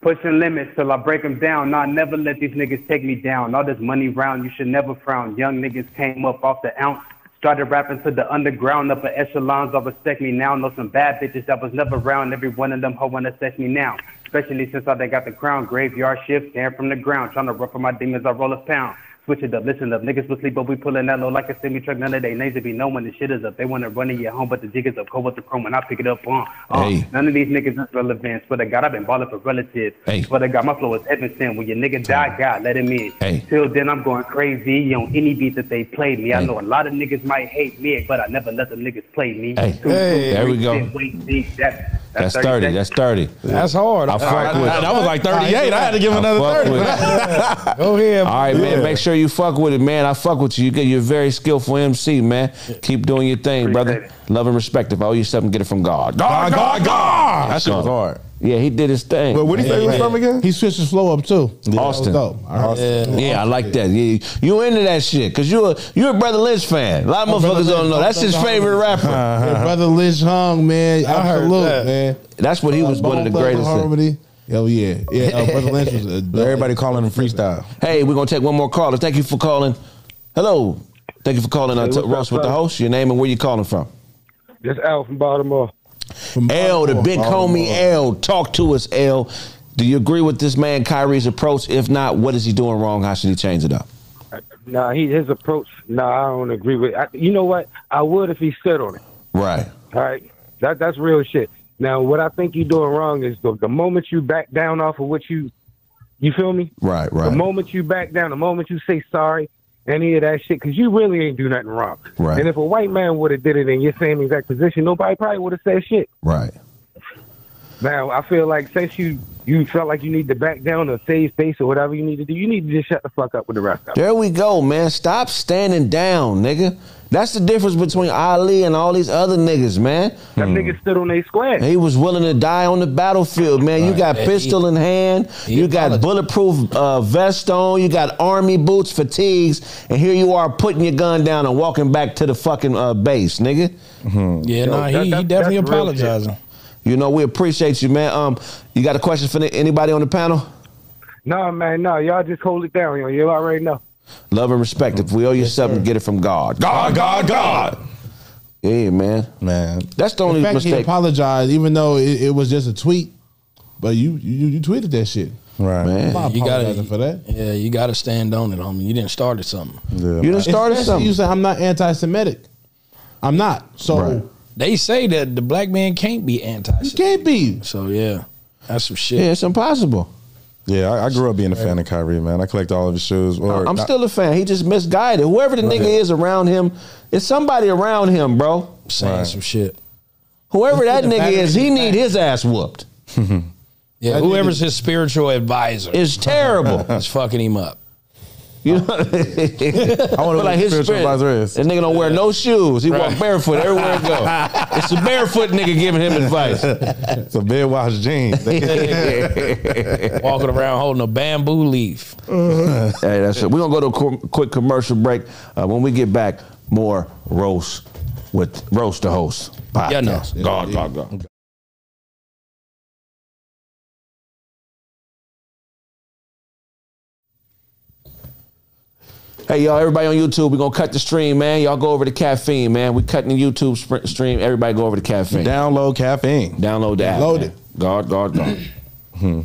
Speaker 9: Pushing limits till I break 'em down. Nah, never let these niggas take me down. All this money round, you should never frown. Young niggas came up off the ounce. Started rapping to the underground, upper echelons of respect me now. Know some bad bitches that was never around. Every one of them hoe wanna sex me now. Especially since I done got the crown. Graveyard shift, stand from the ground. Trying to run from my demons, I roll a pound. Switch it up, listen up. Niggas will sleep, but we pulling that low like a semi truck. None of they names to be known when the shit is up. They wanna run in your home, but the jig is up. Cold with the chrome when I pick it up on. Uh,
Speaker 1: Hey.
Speaker 9: None of these niggas is relevant. Swear to God, I've been balling for relatives.
Speaker 1: Hey.
Speaker 9: Swear to God, my flow is Evanston. When your nigga die, God, let him in.
Speaker 1: Hey.
Speaker 9: Till then, I'm going crazy on any beat that they play me. I know a lot of niggas might hate me, but I never let them niggas play me.
Speaker 1: Hey.
Speaker 9: Two, two,
Speaker 1: Hey. There we
Speaker 9: three,
Speaker 1: go.
Speaker 9: six, wait, six, that-
Speaker 1: That's 30. That's 30.
Speaker 2: That's hard.
Speaker 1: I fuck
Speaker 3: That-
Speaker 1: with.
Speaker 3: That was like 38. I had to give
Speaker 1: I
Speaker 3: another
Speaker 1: fuck
Speaker 3: 30.
Speaker 1: with it.
Speaker 2: Go ahead.
Speaker 1: All right, man. Make sure you fuck with it, man. I fuck with you. You get you're a very skillful MC, man. Keep doing your thing, brother.
Speaker 9: it.
Speaker 1: Love and respect. If I owe you something, get it from God.
Speaker 3: God, God, God. That shit was
Speaker 1: Gone.
Speaker 3: hard.
Speaker 1: Yeah, he did his thing.
Speaker 3: But what do you say he was from again?
Speaker 4: He switched his flow up too.
Speaker 1: Austin.
Speaker 4: That was dope. All right.
Speaker 1: yeah, I like that. Yeah, you into that shit because you're you're a Brother Lynch fan. A lot of
Speaker 4: Oh, Brother
Speaker 1: motherfuckers don't
Speaker 4: Lynch.
Speaker 1: know. That's his
Speaker 4: Brother
Speaker 1: favorite
Speaker 4: <laughs>
Speaker 1: rapper.
Speaker 4: Yeah, brother Lynch Hung, man.
Speaker 2: I heard
Speaker 4: Absolute,
Speaker 2: that.
Speaker 4: man.
Speaker 1: That's what he was one of the
Speaker 4: Bone Thugs
Speaker 1: greatest. thing.
Speaker 4: Harmony. Oh yeah, yeah. uh, brother Lynch was a
Speaker 3: <laughs>
Speaker 4: dope.
Speaker 3: Everybody
Speaker 8: <laughs>
Speaker 3: calling him freestyle.
Speaker 1: Hey, we're gonna take one more caller. Thank you for calling. Hello, thank you for calling. uh,
Speaker 8: what's
Speaker 1: Ross
Speaker 8: up,
Speaker 1: with the
Speaker 8: bro?
Speaker 1: host. Your name and where you calling from?
Speaker 8: This Al from Baltimore.
Speaker 4: From
Speaker 1: L, the
Speaker 4: Baltimore.
Speaker 1: big homie
Speaker 4: Baltimore.
Speaker 1: L. Talk to us, L. Do you agree with this man Kyrie's approach? If not, what is he doing wrong? How should he change it up?
Speaker 8: Nah, he, his approach. Nah, I don't agree with. I, you know what? I would if he stood on it.
Speaker 1: Right.
Speaker 8: All right, that that's real shit. Now, what I think you're doing wrong is the, the moment you back down off of what you, you feel me?
Speaker 1: Right,
Speaker 8: The
Speaker 1: right.
Speaker 8: moment you back down, the moment you say sorry, any of that shit, because you really ain't do nothing wrong.
Speaker 1: Right.
Speaker 8: And if a white man would have did it in your same exact position, nobody probably would have said shit.
Speaker 1: right.
Speaker 8: Now, I feel like since you you felt like you need to back down or save face or whatever you need to do, you need to just shut the fuck up with the rest of it.
Speaker 1: There we go, man. Stop standing down, nigga. That's the difference between Ali and all these other niggas, man.
Speaker 8: Them niggas stood on their square.
Speaker 1: He was willing to die on the battlefield, man. You got
Speaker 2: Man,
Speaker 1: pistol in hand, you got
Speaker 2: apologized.
Speaker 1: bulletproof uh, vest on, you got army boots, fatigues, and here you are putting your gun down and walking back to the fucking uh, base, nigga.
Speaker 2: Hmm. Yeah, no, nah,
Speaker 8: that-
Speaker 2: he, he
Speaker 8: that-
Speaker 2: definitely
Speaker 8: that's real shit.
Speaker 2: apologizing.
Speaker 1: You know, we appreciate you, man. Um, you got a question for the- anybody on the panel?
Speaker 8: Nah, man, nah, y'all just hold it down. Yo. You already know.
Speaker 1: Love and respect. If we owe you something, get it from God.
Speaker 3: God, God, God.
Speaker 1: Yeah, man.
Speaker 3: Man.
Speaker 1: That's the only
Speaker 4: In fact, he
Speaker 1: mistake.
Speaker 4: apologized, even though it, it was just a tweet. But you, you, you tweeted that shit.
Speaker 3: Right.
Speaker 1: Man.
Speaker 4: I'm not
Speaker 2: You gotta-
Speaker 4: apologizing for that.
Speaker 2: Yeah, you got to stand on it, homie. You didn't start at something.
Speaker 3: Yeah,
Speaker 1: You
Speaker 3: man.
Speaker 1: done started
Speaker 4: Especially
Speaker 1: something.
Speaker 4: You say I'm not anti-Semitic. I'm not. So
Speaker 1: Right.
Speaker 2: They say that the black man can't be anti.
Speaker 4: you can't be.
Speaker 2: So yeah, that's some shit.
Speaker 1: Yeah, it's impossible.
Speaker 3: Yeah, I, I grew up being a fan of Kyrie, man. I collect all of his shoes. Or
Speaker 1: I'm
Speaker 3: not-
Speaker 1: still a fan. He just misguided. Whoever the nigga is around him, it's somebody around him, bro.
Speaker 2: Saying
Speaker 3: Right.
Speaker 2: some shit.
Speaker 8: Whoever that
Speaker 10: the
Speaker 8: nigga
Speaker 10: battery
Speaker 8: is,
Speaker 10: in
Speaker 8: he
Speaker 10: the
Speaker 8: need his ass whooped.
Speaker 2: Yeah, whoever's his spiritual advisor
Speaker 8: It's terrible.
Speaker 2: <laughs> is fucking him up.
Speaker 8: You know,
Speaker 2: <laughs>
Speaker 8: I
Speaker 3: I want to like his spiritual advisor is.
Speaker 8: That <laughs> nigga don't
Speaker 3: <laughs>
Speaker 8: wear no shoes. He walk barefoot everywhere
Speaker 11: <laughs>
Speaker 8: he go. It's a barefoot nigga giving him
Speaker 3: <laughs>
Speaker 8: advice.
Speaker 3: It's a bed wash jeans.
Speaker 8: <laughs>
Speaker 2: Walking around holding a bamboo leaf.
Speaker 8: Hey, that's it. We're gonna go to a qu- quick commercial break. Uh, when we get back, more roast with roast the host. Podcast.
Speaker 2: Yeah, no.
Speaker 8: God, God, God. Hey, y'all, everybody on YouTube, we're going to cut the stream, man. Y'all go over to Caffeine, man. we cutting the YouTube spr- stream. Everybody go over to Caffeine.
Speaker 3: Download caffeine.
Speaker 8: Download the app.
Speaker 10: Load
Speaker 8: man.
Speaker 10: it.
Speaker 8: God,
Speaker 1: <clears throat>
Speaker 8: God, God.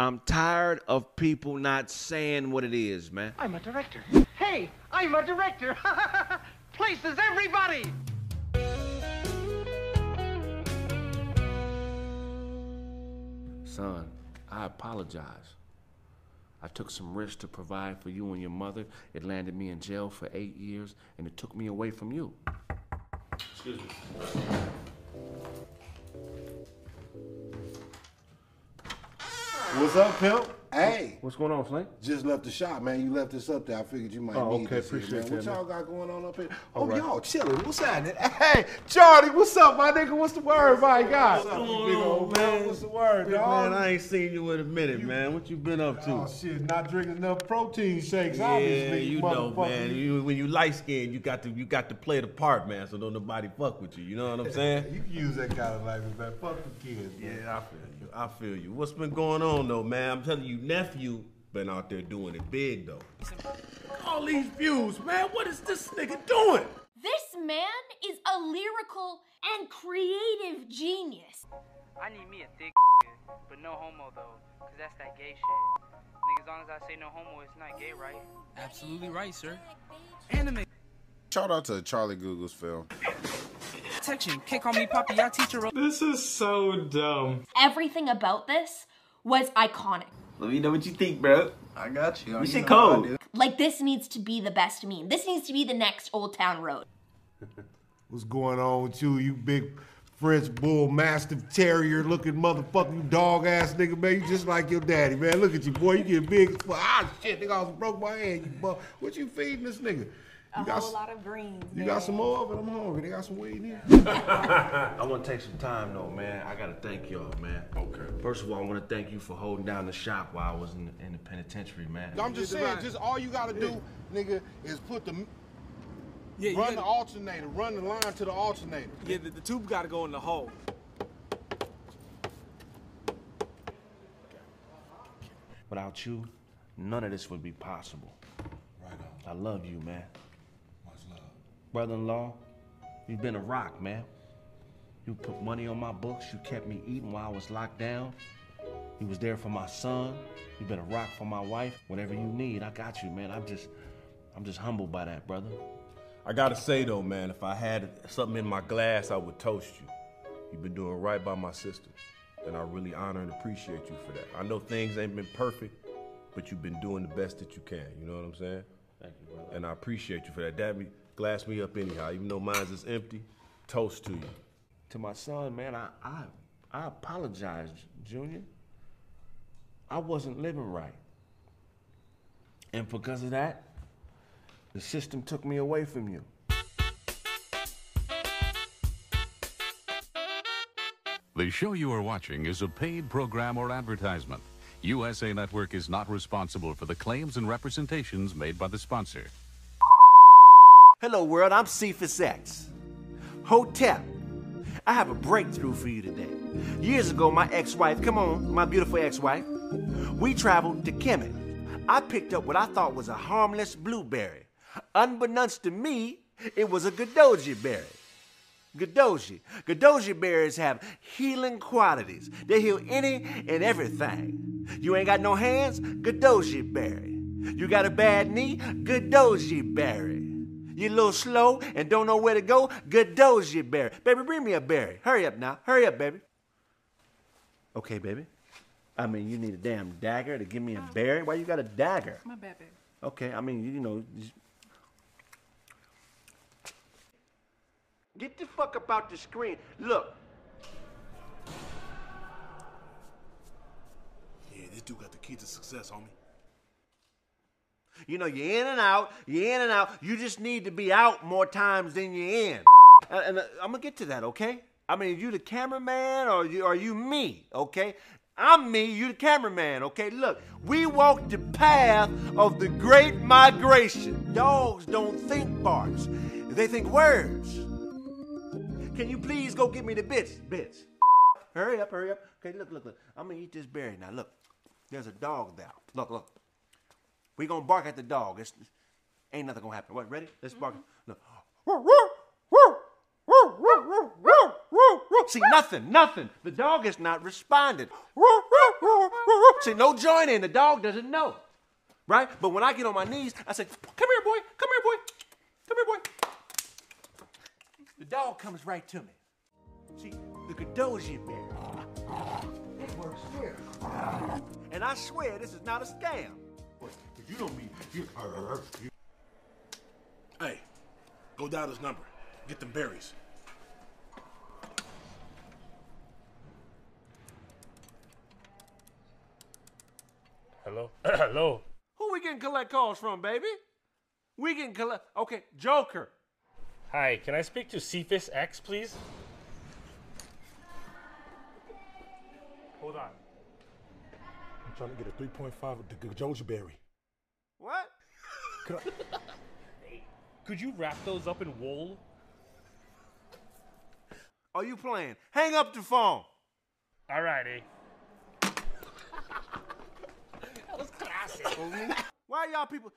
Speaker 8: I'm tired of people not saying what it is, man.
Speaker 12: I'm a director. Hey, I'm a director. Places everybody.
Speaker 1: Son, I apologize. I took some risks to provide for you and your mother. It landed me in jail for eight years, and it took me away from you. Excuse me.
Speaker 11: What's up, pimp? Hey,
Speaker 1: What's going on, Flint?
Speaker 11: just left the shop, man. You left this up there. I figured you might
Speaker 1: Oh,
Speaker 11: need
Speaker 1: okay.
Speaker 11: this. here,
Speaker 1: Appreciate
Speaker 11: man.
Speaker 1: that,
Speaker 11: What y'all got going on up here? oh,
Speaker 1: right.
Speaker 11: y'all chilling. What's happening? <laughs> Hey, Charlie, what's up, my nigga? What's the word, my guy? What's
Speaker 1: going
Speaker 11: big
Speaker 1: on,
Speaker 11: old
Speaker 1: man?
Speaker 11: What's the word, dog?
Speaker 1: Man, I ain't seen you in a minute, man. What you been up to?
Speaker 11: Oh shit, not drinking enough protein shakes,
Speaker 1: yeah,
Speaker 11: obviously.
Speaker 1: you know,
Speaker 11: motherfucker.
Speaker 1: man. You, when you light skinned, you got to you got to play the part, man. So don't nobody fuck with you. You know what I'm saying?
Speaker 11: <laughs> You can use that kind of language, man. Fuck the kids, man.
Speaker 1: Yeah, I feel you. I feel you. What's been going on though, man? I'm telling you, nephew been out there doing it big though. All these views, man. What is this nigga doing?
Speaker 13: This man is a lyrical and creative genius.
Speaker 12: I need me a thick <laughs> but no homo though, cause that's that gay shit. Nigga, as long as I say no homo, it's not gay, right? Absolutely right, sir. Anime.
Speaker 11: Shout out to Charlie Google's film.
Speaker 12: Protection. Can't call me Poppy. I teach her.
Speaker 1: This is so dumb.
Speaker 13: Everything about this was iconic.
Speaker 1: Let me know what you think, bro. I got you. We should
Speaker 11: know what I
Speaker 1: code.
Speaker 13: Like, this needs to be the best meme. This needs to be the next Old Town Road.
Speaker 11: What's going on with you, you big French bull mastiff terrier looking motherfucking dog ass nigga, man? You just like your daddy, man. Look at you, boy. You get big. as fuck. Ah, shit, nigga, I almost broke my hand. You bu- What you feeding this nigga? You got, s-
Speaker 13: of greens.
Speaker 11: you got some more of it? I'm hungry. They got some weed in here.
Speaker 1: I want to take some time though, man. I gotta thank y'all, man. Okay. First of all, I want to thank you for holding down the shop while I was in the, in the penitentiary, man.
Speaker 11: I'm just saying, just all you gotta do, nigga, is put the
Speaker 12: Yeah,
Speaker 11: run the alternator, run the line to the alternator.
Speaker 12: yeah the, the tube gotta go in the hole.
Speaker 1: Without you, none of this would be possible. Right on. I love you, man. Brother-in-law, you've been a rock, man. You put money on my books. You kept me eating while I was locked down. You was there for my son. You've been a rock for my wife. Whatever you need, I got you, man. I'm just, I'm just humbled by that, brother. I gotta say though, man, if I had something in my glass, I would toast you. You've been doing right by my sister, and I really honor and appreciate you for that. I know things ain't been perfect, but you've been doing the best that you can. You know what I'm saying? Thank you, brother. And I appreciate you for that. That be, glass me up anyhow, even though mine's is empty. Toast to you. To my son, man, I I, I apologize, Junior. I wasn't living right, and because of that, the system took me away from you.
Speaker 14: The show you are watching is a paid program or advertisement. USA Network is not responsible for the claims and representations made by the sponsor.
Speaker 1: Hello, world. I'm Cephas X. Hotep. I have a breakthrough for you today. Years ago, my ex wife, come on, my beautiful ex wife, We traveled to Kemet. I picked up what I thought was a harmless blueberry. Unbeknownst to me, it was a Godoji berry. Godoji. Godoji berries have healing qualities. They heal any and everything. You ain't got no hands? Godoji berry. You got a bad knee? Godoji berry. You a little slow and don't know where to go? Godoji berry. Baby, bring me a berry. Hurry up now. Hurry up, baby. Okay, baby. I mean, you need a damn dagger to give me a berry? Why you got a dagger?
Speaker 7: My bad, babe.
Speaker 1: Okay, I mean, you know. j- Get the fuck up out the screen. Look.
Speaker 4: Yeah, this dude got the key to success, homie.
Speaker 1: You know, you're in and out, you're in and out. You just need to be out more times than you're in. And, and, uh, I'm gonna get to that, okay? I mean, you the cameraman or you are you me, okay? I'm me, you the cameraman, okay? Look, we walk the path of the great migration. Dogs don't think barks, they think words. Can you please go get me the bits? Bits. Hurry up, hurry up. Okay, look, look, look. I'm gonna eat this berry now. Look, there's a dog there. Look, look. We gonna bark at the dog. It's ain't nothing gonna happen. What? Ready? Let's bark. No. See nothing, nothing. The dog is not responding. See no joining. The dog doesn't know, right? But when I get on my knees, I say, "Come here, boy. Come here, boy. Come here, boy." The dog comes right to me. See the Godoji bear. It works here. And I swear this is not a scam.
Speaker 4: If you don't mean you, uh, you- Hey, go dial his number. Get them berries.
Speaker 2: Hello? <clears throat> Hello?
Speaker 1: Who we getting collect calls from, baby? We getting collect. Okay, Joker.
Speaker 2: Hi, can I speak to Cephas X, please? Hold on.
Speaker 4: I'm trying to get a 3.5 of the Gojoji berry.
Speaker 1: What?
Speaker 4: Could I-
Speaker 2: Could you wrap those up in wool?
Speaker 1: Are you playing? Hang up the phone. <laughs>
Speaker 2: Alrighty.
Speaker 1: That was classic. Why y'all people?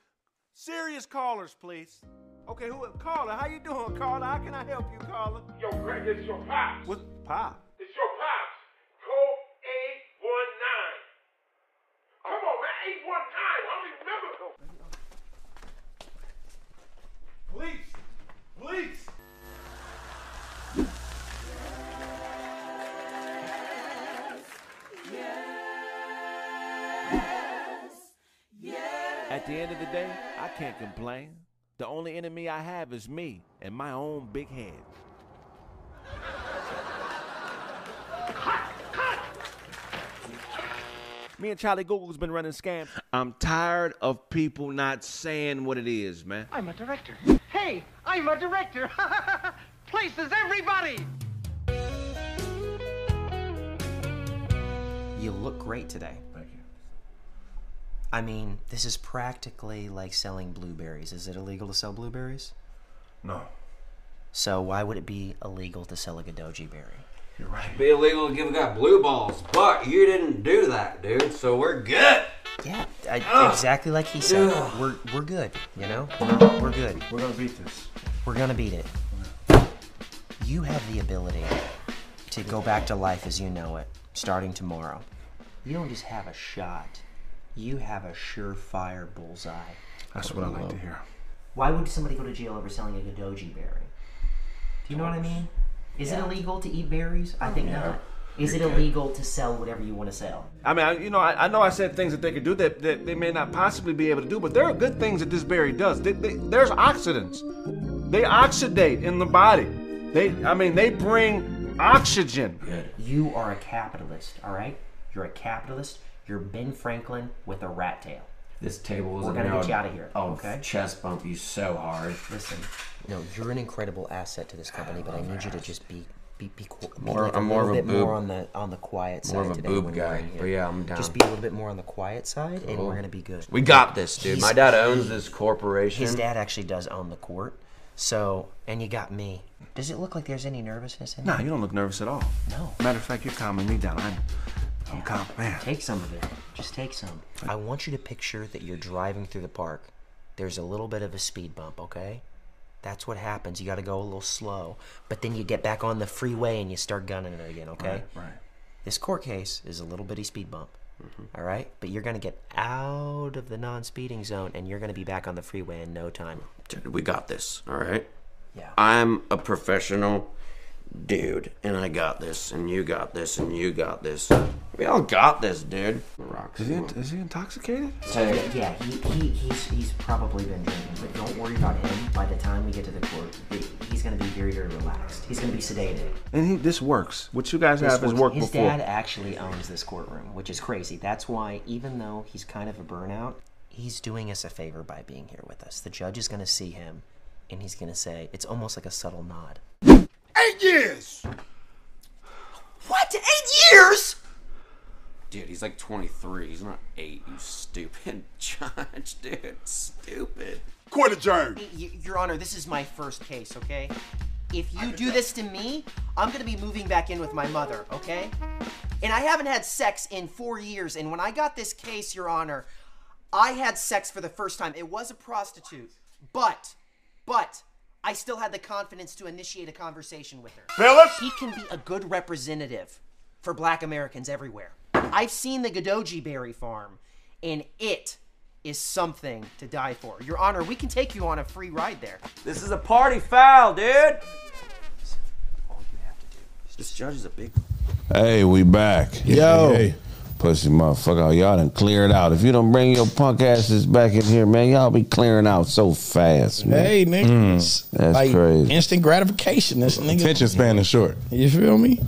Speaker 1: Serious callers, please. Okay, who? Caller, how you doing, caller? How can I help you, caller? Yo, Greg, it's your pops. What pop?
Speaker 4: It's your pops. Code 819. Come on, man. 819. I don't even remember. Please. Please.
Speaker 1: At the end of the day, I can't complain. The only enemy I have is me and my own big head. Me and Charlie Google's been running scams. I'm tired of people not saying what it is, man.
Speaker 15: I'm a director. Hey, I'm a director. Places everybody.
Speaker 5: You look great today. Thank you. I mean, this is practically like selling blueberries. Is it illegal to sell blueberries?
Speaker 4: No.
Speaker 5: So why would it be illegal to sell a Godoji berry?
Speaker 4: You're right.
Speaker 16: Be illegal to give a guy blue balls, but you didn't do that, dude. So we're good.
Speaker 5: Yeah,
Speaker 16: Ugh.
Speaker 5: I, exactly like he said.
Speaker 16: Ugh.
Speaker 5: We're we're good, you know. We're good. We're gonna beat this. We're gonna beat it. You have the ability to go back to life as you know it, starting tomorrow. You don't just have a shot. You have a surefire bullseye.
Speaker 4: That's what I like to hear.
Speaker 5: Why would somebody go to jail over selling a Godoji berry? Do you know what I mean? Is
Speaker 4: Yeah.
Speaker 5: it illegal to eat berries? I think
Speaker 4: Yeah.
Speaker 5: not. Is it
Speaker 4: You're good.
Speaker 5: illegal to sell whatever you want to sell?
Speaker 1: I mean, I, you know, I, I know I said things that they could do that, that they may not possibly be able to do, but there are good things that this berry does. They- they- there's oxidants. They oxidate in the body. They, I mean, they bring oxygen.
Speaker 5: You are a capitalist, all right? You're a capitalist. You're Ben Franklin with a rat tail.
Speaker 16: This table is
Speaker 5: We're gonna get you out of here.
Speaker 16: Oh,
Speaker 5: okay.
Speaker 16: Chest bump you so hard.
Speaker 5: Listen, no, you're an incredible asset to this company, but I need you to just be be be, qu- be
Speaker 16: More-
Speaker 5: like
Speaker 16: I'm more
Speaker 5: little
Speaker 16: of a
Speaker 5: bit
Speaker 16: boob-
Speaker 5: more on the on the quiet
Speaker 16: more
Speaker 5: side
Speaker 16: of a
Speaker 5: today
Speaker 16: boob
Speaker 5: when we're
Speaker 16: guy,
Speaker 5: in here.
Speaker 16: but yeah, I'm down.
Speaker 5: Just be a little bit more on the quiet side, and
Speaker 16: Cool.
Speaker 5: we're gonna be good.
Speaker 16: We got this, dude. My dad owns
Speaker 5: he-
Speaker 16: this corporation.
Speaker 5: His dad actually does own the court. So, and you got me. Does it look like there's any nervousness in
Speaker 16: Nah,
Speaker 5: there?
Speaker 16: you don't look nervous at all.
Speaker 5: No.
Speaker 16: Matter of fact, you're calming me down. I'm,
Speaker 5: I'm man. Take some of it. Just take some. I want you to picture that you're driving through the park. There's a little bit of a speed bump, okay? That's what happens. You got to go a little slow, but then you get back on the freeway and you start gunning it again, okay?
Speaker 17: Right, right.
Speaker 5: This court case is a little bitty speed bump. all right? But you're going to get out of the non speeding zone and you're going to be back on the freeway in no time.
Speaker 16: Dude, we got this, all right? Yeah. I'm a professional dude, and I got this, and you got this, and you got this. We all got this, dude. Rocks.
Speaker 3: Is he, is he intoxicated?
Speaker 5: Yeah, he, he, he's, he's probably been drinking, but don't worry about him. By the time we get to the court, he- he's going to be very, very relaxed. He's going to be sedated.
Speaker 17: And he, this works. What you guys
Speaker 5: This
Speaker 17: have has
Speaker 5: works.
Speaker 17: worked
Speaker 5: His
Speaker 17: before.
Speaker 5: dad actually owns this courtroom, which is crazy. That's why, even though he's kind of a burnout, he's doing us a favor by being here with us. The judge is going to see him, and he's going to say, it's almost like a subtle nod.
Speaker 11: Eight years.
Speaker 16: What? Eight years? Dude, he's like 23. He's not eight, you stupid <laughs> judge, dude. Stupid.
Speaker 11: Court adjourned.
Speaker 5: Y- Your Honor, this is my first case, okay? If you do this to me, I'm gonna be moving back in with my mother, okay? And I haven't had sex in four years, and when I got this case, Your Honor, I had sex for the first time. It was a prostitute, but, but, I still had the confidence to initiate a conversation with her. Phillips? He can be a good representative for black Americans everywhere. I've seen the Godoji Berry farm, and it is something to die for. Your Honor, we can take you on a free ride there.
Speaker 16: This is a party foul, dude. This judge is a big.
Speaker 1: Hey, we back. Yo. Pussy motherfucker, y'all done cleared out. If you don't bring your punk asses back in here, man, y'all be clearing out so fast, man. Hmm.
Speaker 2: Hey, niggas.
Speaker 1: That's
Speaker 2: like
Speaker 1: crazy.
Speaker 2: instant gratification. This nigga.
Speaker 1: span is short.
Speaker 2: You feel me?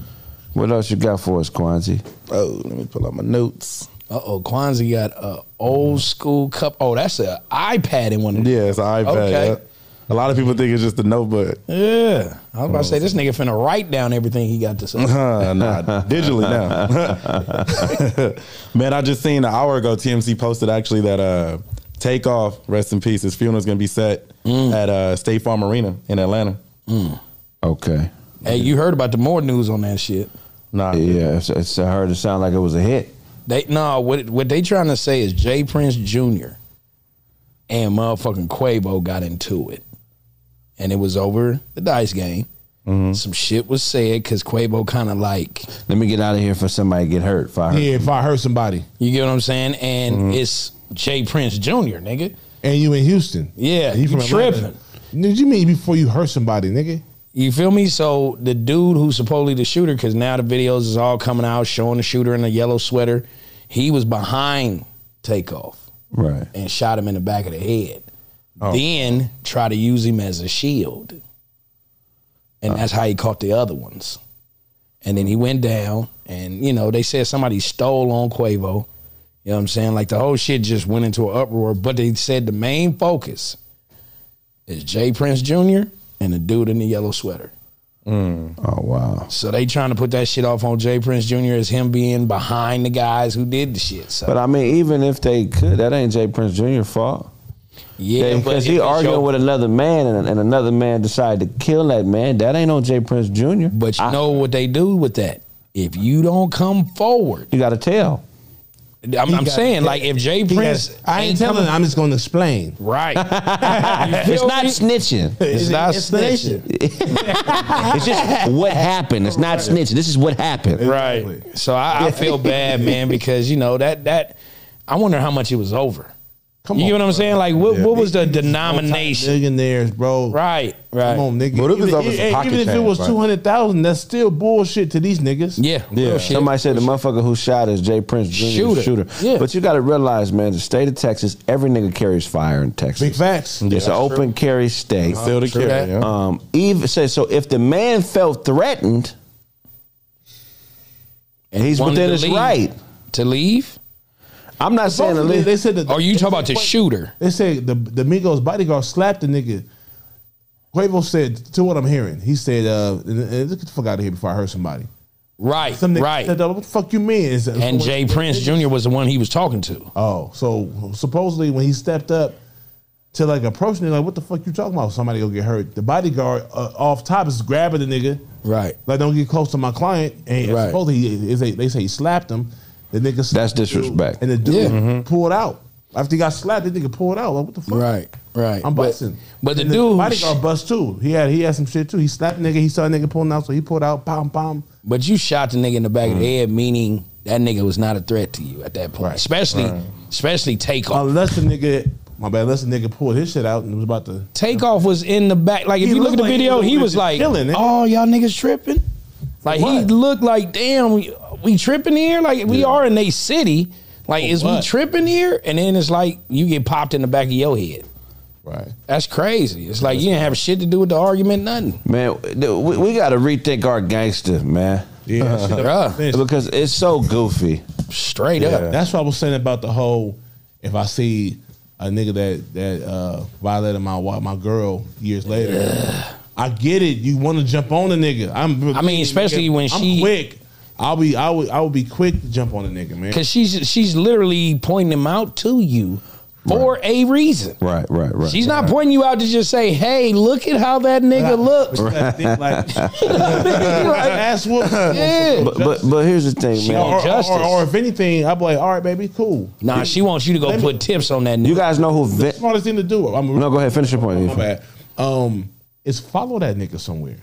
Speaker 1: What else you got for us, Quanzi?
Speaker 2: Oh, let me pull out my notes. Uh oh, Kwanzaa got a old school cup. Oh, that's an iPad in one of them.
Speaker 3: Yeah, it's an iPad.
Speaker 2: Okay.
Speaker 3: yeah. A lot of people think it's just a notebook.
Speaker 2: Yeah. I was about to say, this nigga finna write down everything he got to say.
Speaker 1: <laughs>
Speaker 3: Uh, nah, digitally now. <laughs> Man, I just seen an hour ago TMC posted actually that uh Takeoff, rest in peace, his funeral's gonna be set
Speaker 2: Mm.
Speaker 3: at uh State Farm Arena in Atlanta.
Speaker 1: Okay.
Speaker 2: Hey, you heard about Uh, the more news on that shit.
Speaker 3: Nah.
Speaker 1: Yeah, it's, it's, I heard it sound like it was a hit.
Speaker 2: They no, what what they trying to say is Jay Prince Jr. and motherfucking Quavo got into it, and it was over the dice game. Some shit was said because Quavo kind of like
Speaker 1: Mm-hmm. Let me get out of here for somebody get hurt. Mm-hmm. If I hurt.
Speaker 2: Yeah,
Speaker 4: if I hurt somebody.
Speaker 2: you get what I'm saying, and it's Jay Prince Jr. nigga.
Speaker 4: And you in Houston.
Speaker 2: Yeah,
Speaker 4: And
Speaker 2: you
Speaker 4: Atlanta.
Speaker 2: tripping.
Speaker 4: Did you mean before you hurt somebody, nigga?
Speaker 2: You feel me? So the dude who's supposedly the shooter, because now the videos is all coming out showing the shooter in a yellow sweater. He was behind takeoff,
Speaker 1: right,
Speaker 2: and shot him in the back of the head. Then try to use him as a shield, and that's how he caught the other ones. And then he went down, and you know they said somebody stole on Quavo. You know what I'm saying? Like the whole shit just went into an uproar. But they said the main focus is Jay Prince Jr. and the dude in the yellow sweater.
Speaker 1: Oh wow.
Speaker 2: So they trying to put that shit off on Jay Prince Jr. as him being behind the guys who did the shit. So
Speaker 1: But I mean, even if they could, that ain't Jay Prince Jr.'s fault.
Speaker 2: yeah, but
Speaker 1: because
Speaker 2: if
Speaker 1: he
Speaker 2: it's
Speaker 1: arguing
Speaker 2: your-
Speaker 1: with another man, and, and another man decided to kill that man. That ain't on Jay Prince Jr.
Speaker 2: But you know what they do with that? If you don't come forward,
Speaker 1: you got to tell.
Speaker 2: I'm,
Speaker 4: He
Speaker 2: I'm
Speaker 4: got-
Speaker 2: saying like if Jay
Speaker 4: he
Speaker 2: Prince,
Speaker 4: got- I ain't telling. I'm just going to explain.
Speaker 1: <laughs>
Speaker 2: Right.
Speaker 1: It's not snitching. It's, not
Speaker 4: explanation.
Speaker 1: snitching. it's just <laughs> what happened. It's not snitching. This is what happened.
Speaker 2: Right. So I, I feel bad, man, because you know that that I wonder how much it was over. Come you get what I'm saying? Like what, what was the denomination?
Speaker 4: Millionaires, bro.
Speaker 2: Right, right.
Speaker 4: Come on, nigga.
Speaker 2: But if it's
Speaker 4: even
Speaker 2: over some
Speaker 4: hey,
Speaker 2: pocket
Speaker 4: even if it
Speaker 2: change,
Speaker 4: was
Speaker 2: right?
Speaker 4: two hundred thousand, that's still bullshit to these niggas.
Speaker 2: Yeah,
Speaker 1: Yeah. Somebody said the motherfucker who shot is Jay Prince Jr. Shooter.
Speaker 4: Oh, Shooter.
Speaker 1: shooter.
Speaker 4: Yeah.
Speaker 1: But you got to realize, man, the state of Texas, every nigga carries fire in Texas.
Speaker 4: Big facts.
Speaker 1: It's an open carry state.
Speaker 3: Still the True carry, that. yeah.
Speaker 1: Um, even say so, if the man felt threatened, and he's
Speaker 2: Wanted
Speaker 1: within
Speaker 2: to
Speaker 1: his
Speaker 2: leave.
Speaker 1: right
Speaker 2: to leave.
Speaker 1: I'm not saying to leave.
Speaker 4: They said that.
Speaker 2: Are you talking about the shooter?
Speaker 4: They said the the Migos bodyguard slapped the nigga. Quavo said to what I'm hearing. He said, uh, and- and "Get the fuck out of here before I hurt somebody."
Speaker 2: Right,
Speaker 4: Some nigga
Speaker 2: right.
Speaker 4: Said, "What the fuck you mean?" Is that-
Speaker 2: And Jay Prince Jr. was the one he was talking to.
Speaker 4: Oh, so supposedly when he stepped up to like approaching, it, like, "What the fuck you talking about? Somebody gonna get hurt." The bodyguard uh, off top is grabbing the nigga.
Speaker 2: Right.
Speaker 4: Like, don't get close to my client. And
Speaker 2: Right.
Speaker 4: supposedly, he, is they, they say he slapped him. The nigga
Speaker 1: That's disrespect.
Speaker 4: And the dude
Speaker 2: Mm-hmm.
Speaker 4: pulled out. After he got slapped, the nigga pulled out. Like, what the fuck?
Speaker 2: Right, right.
Speaker 4: I'm
Speaker 2: But-
Speaker 4: busting.
Speaker 2: but the
Speaker 4: And
Speaker 2: dude-
Speaker 4: bodyguard bust too. He had he had some shit too. He slapped nigga. He saw a nigga pulling out, so he pulled out. Pom pom.
Speaker 2: But you shot the nigga in the back of
Speaker 1: Mm.
Speaker 2: the head, meaning that nigga was not a threat to you at that point. Especially, especially takeoff.
Speaker 4: Unless the nigga, my bad. Unless the nigga pulled his shit out and was about to.
Speaker 2: Takeoff was in the back. Like if
Speaker 4: He
Speaker 2: you look at
Speaker 4: looked
Speaker 2: the
Speaker 4: like he
Speaker 2: video,
Speaker 4: was
Speaker 2: he
Speaker 4: just
Speaker 2: was like,
Speaker 4: chilling, didn't he?
Speaker 2: "Oh, y'all niggas tripping." Like he looked like, "Damn, we, we tripping here." Like we are in a city. Like is we
Speaker 4: what?
Speaker 2: tripping here? And then it's like you get popped in the back of your head.
Speaker 4: Right.
Speaker 2: That's crazy. It's like you didn't have shit to do with the argument, nothing.
Speaker 1: Man, dude, we, we got to rethink our gangster, man.
Speaker 4: Yeah,
Speaker 1: <laughs>
Speaker 4: that shit up.
Speaker 1: because it's so goofy.
Speaker 2: Straight
Speaker 4: Yeah. That's what I was saying about the whole. If I see a nigga that that uh, violated my wa- my girl years later, I get it. You want to jump on a nigga. I'm.
Speaker 2: I mean, especially when
Speaker 4: I'm
Speaker 2: she-
Speaker 4: quick. I'll be. I would. I would be quick to jump on a nigga,
Speaker 2: <laughs>
Speaker 4: man.
Speaker 2: Because she's she's literally pointing him out to you for a reason.
Speaker 1: Right, right, right.
Speaker 2: She's not pointing you out to just say, "Hey, look at how that nigga looks."
Speaker 4: Ass
Speaker 2: <laughs>
Speaker 4: whoop.
Speaker 1: <laughs>
Speaker 2: Yeah.
Speaker 1: But, but but here's the thing,
Speaker 4: Or,
Speaker 1: man.
Speaker 4: or- or- or if anything, I'll be like, all right, baby, cool.
Speaker 2: Nah, she wants you to go
Speaker 4: Let me-
Speaker 2: put tips on that nigga.
Speaker 1: You guys know who Vin?
Speaker 4: Smartest thing to do. I'm
Speaker 1: No, go ahead. Finish your
Speaker 2: Oh,
Speaker 1: point.
Speaker 4: my bad. Um, is follow that nigga somewhere.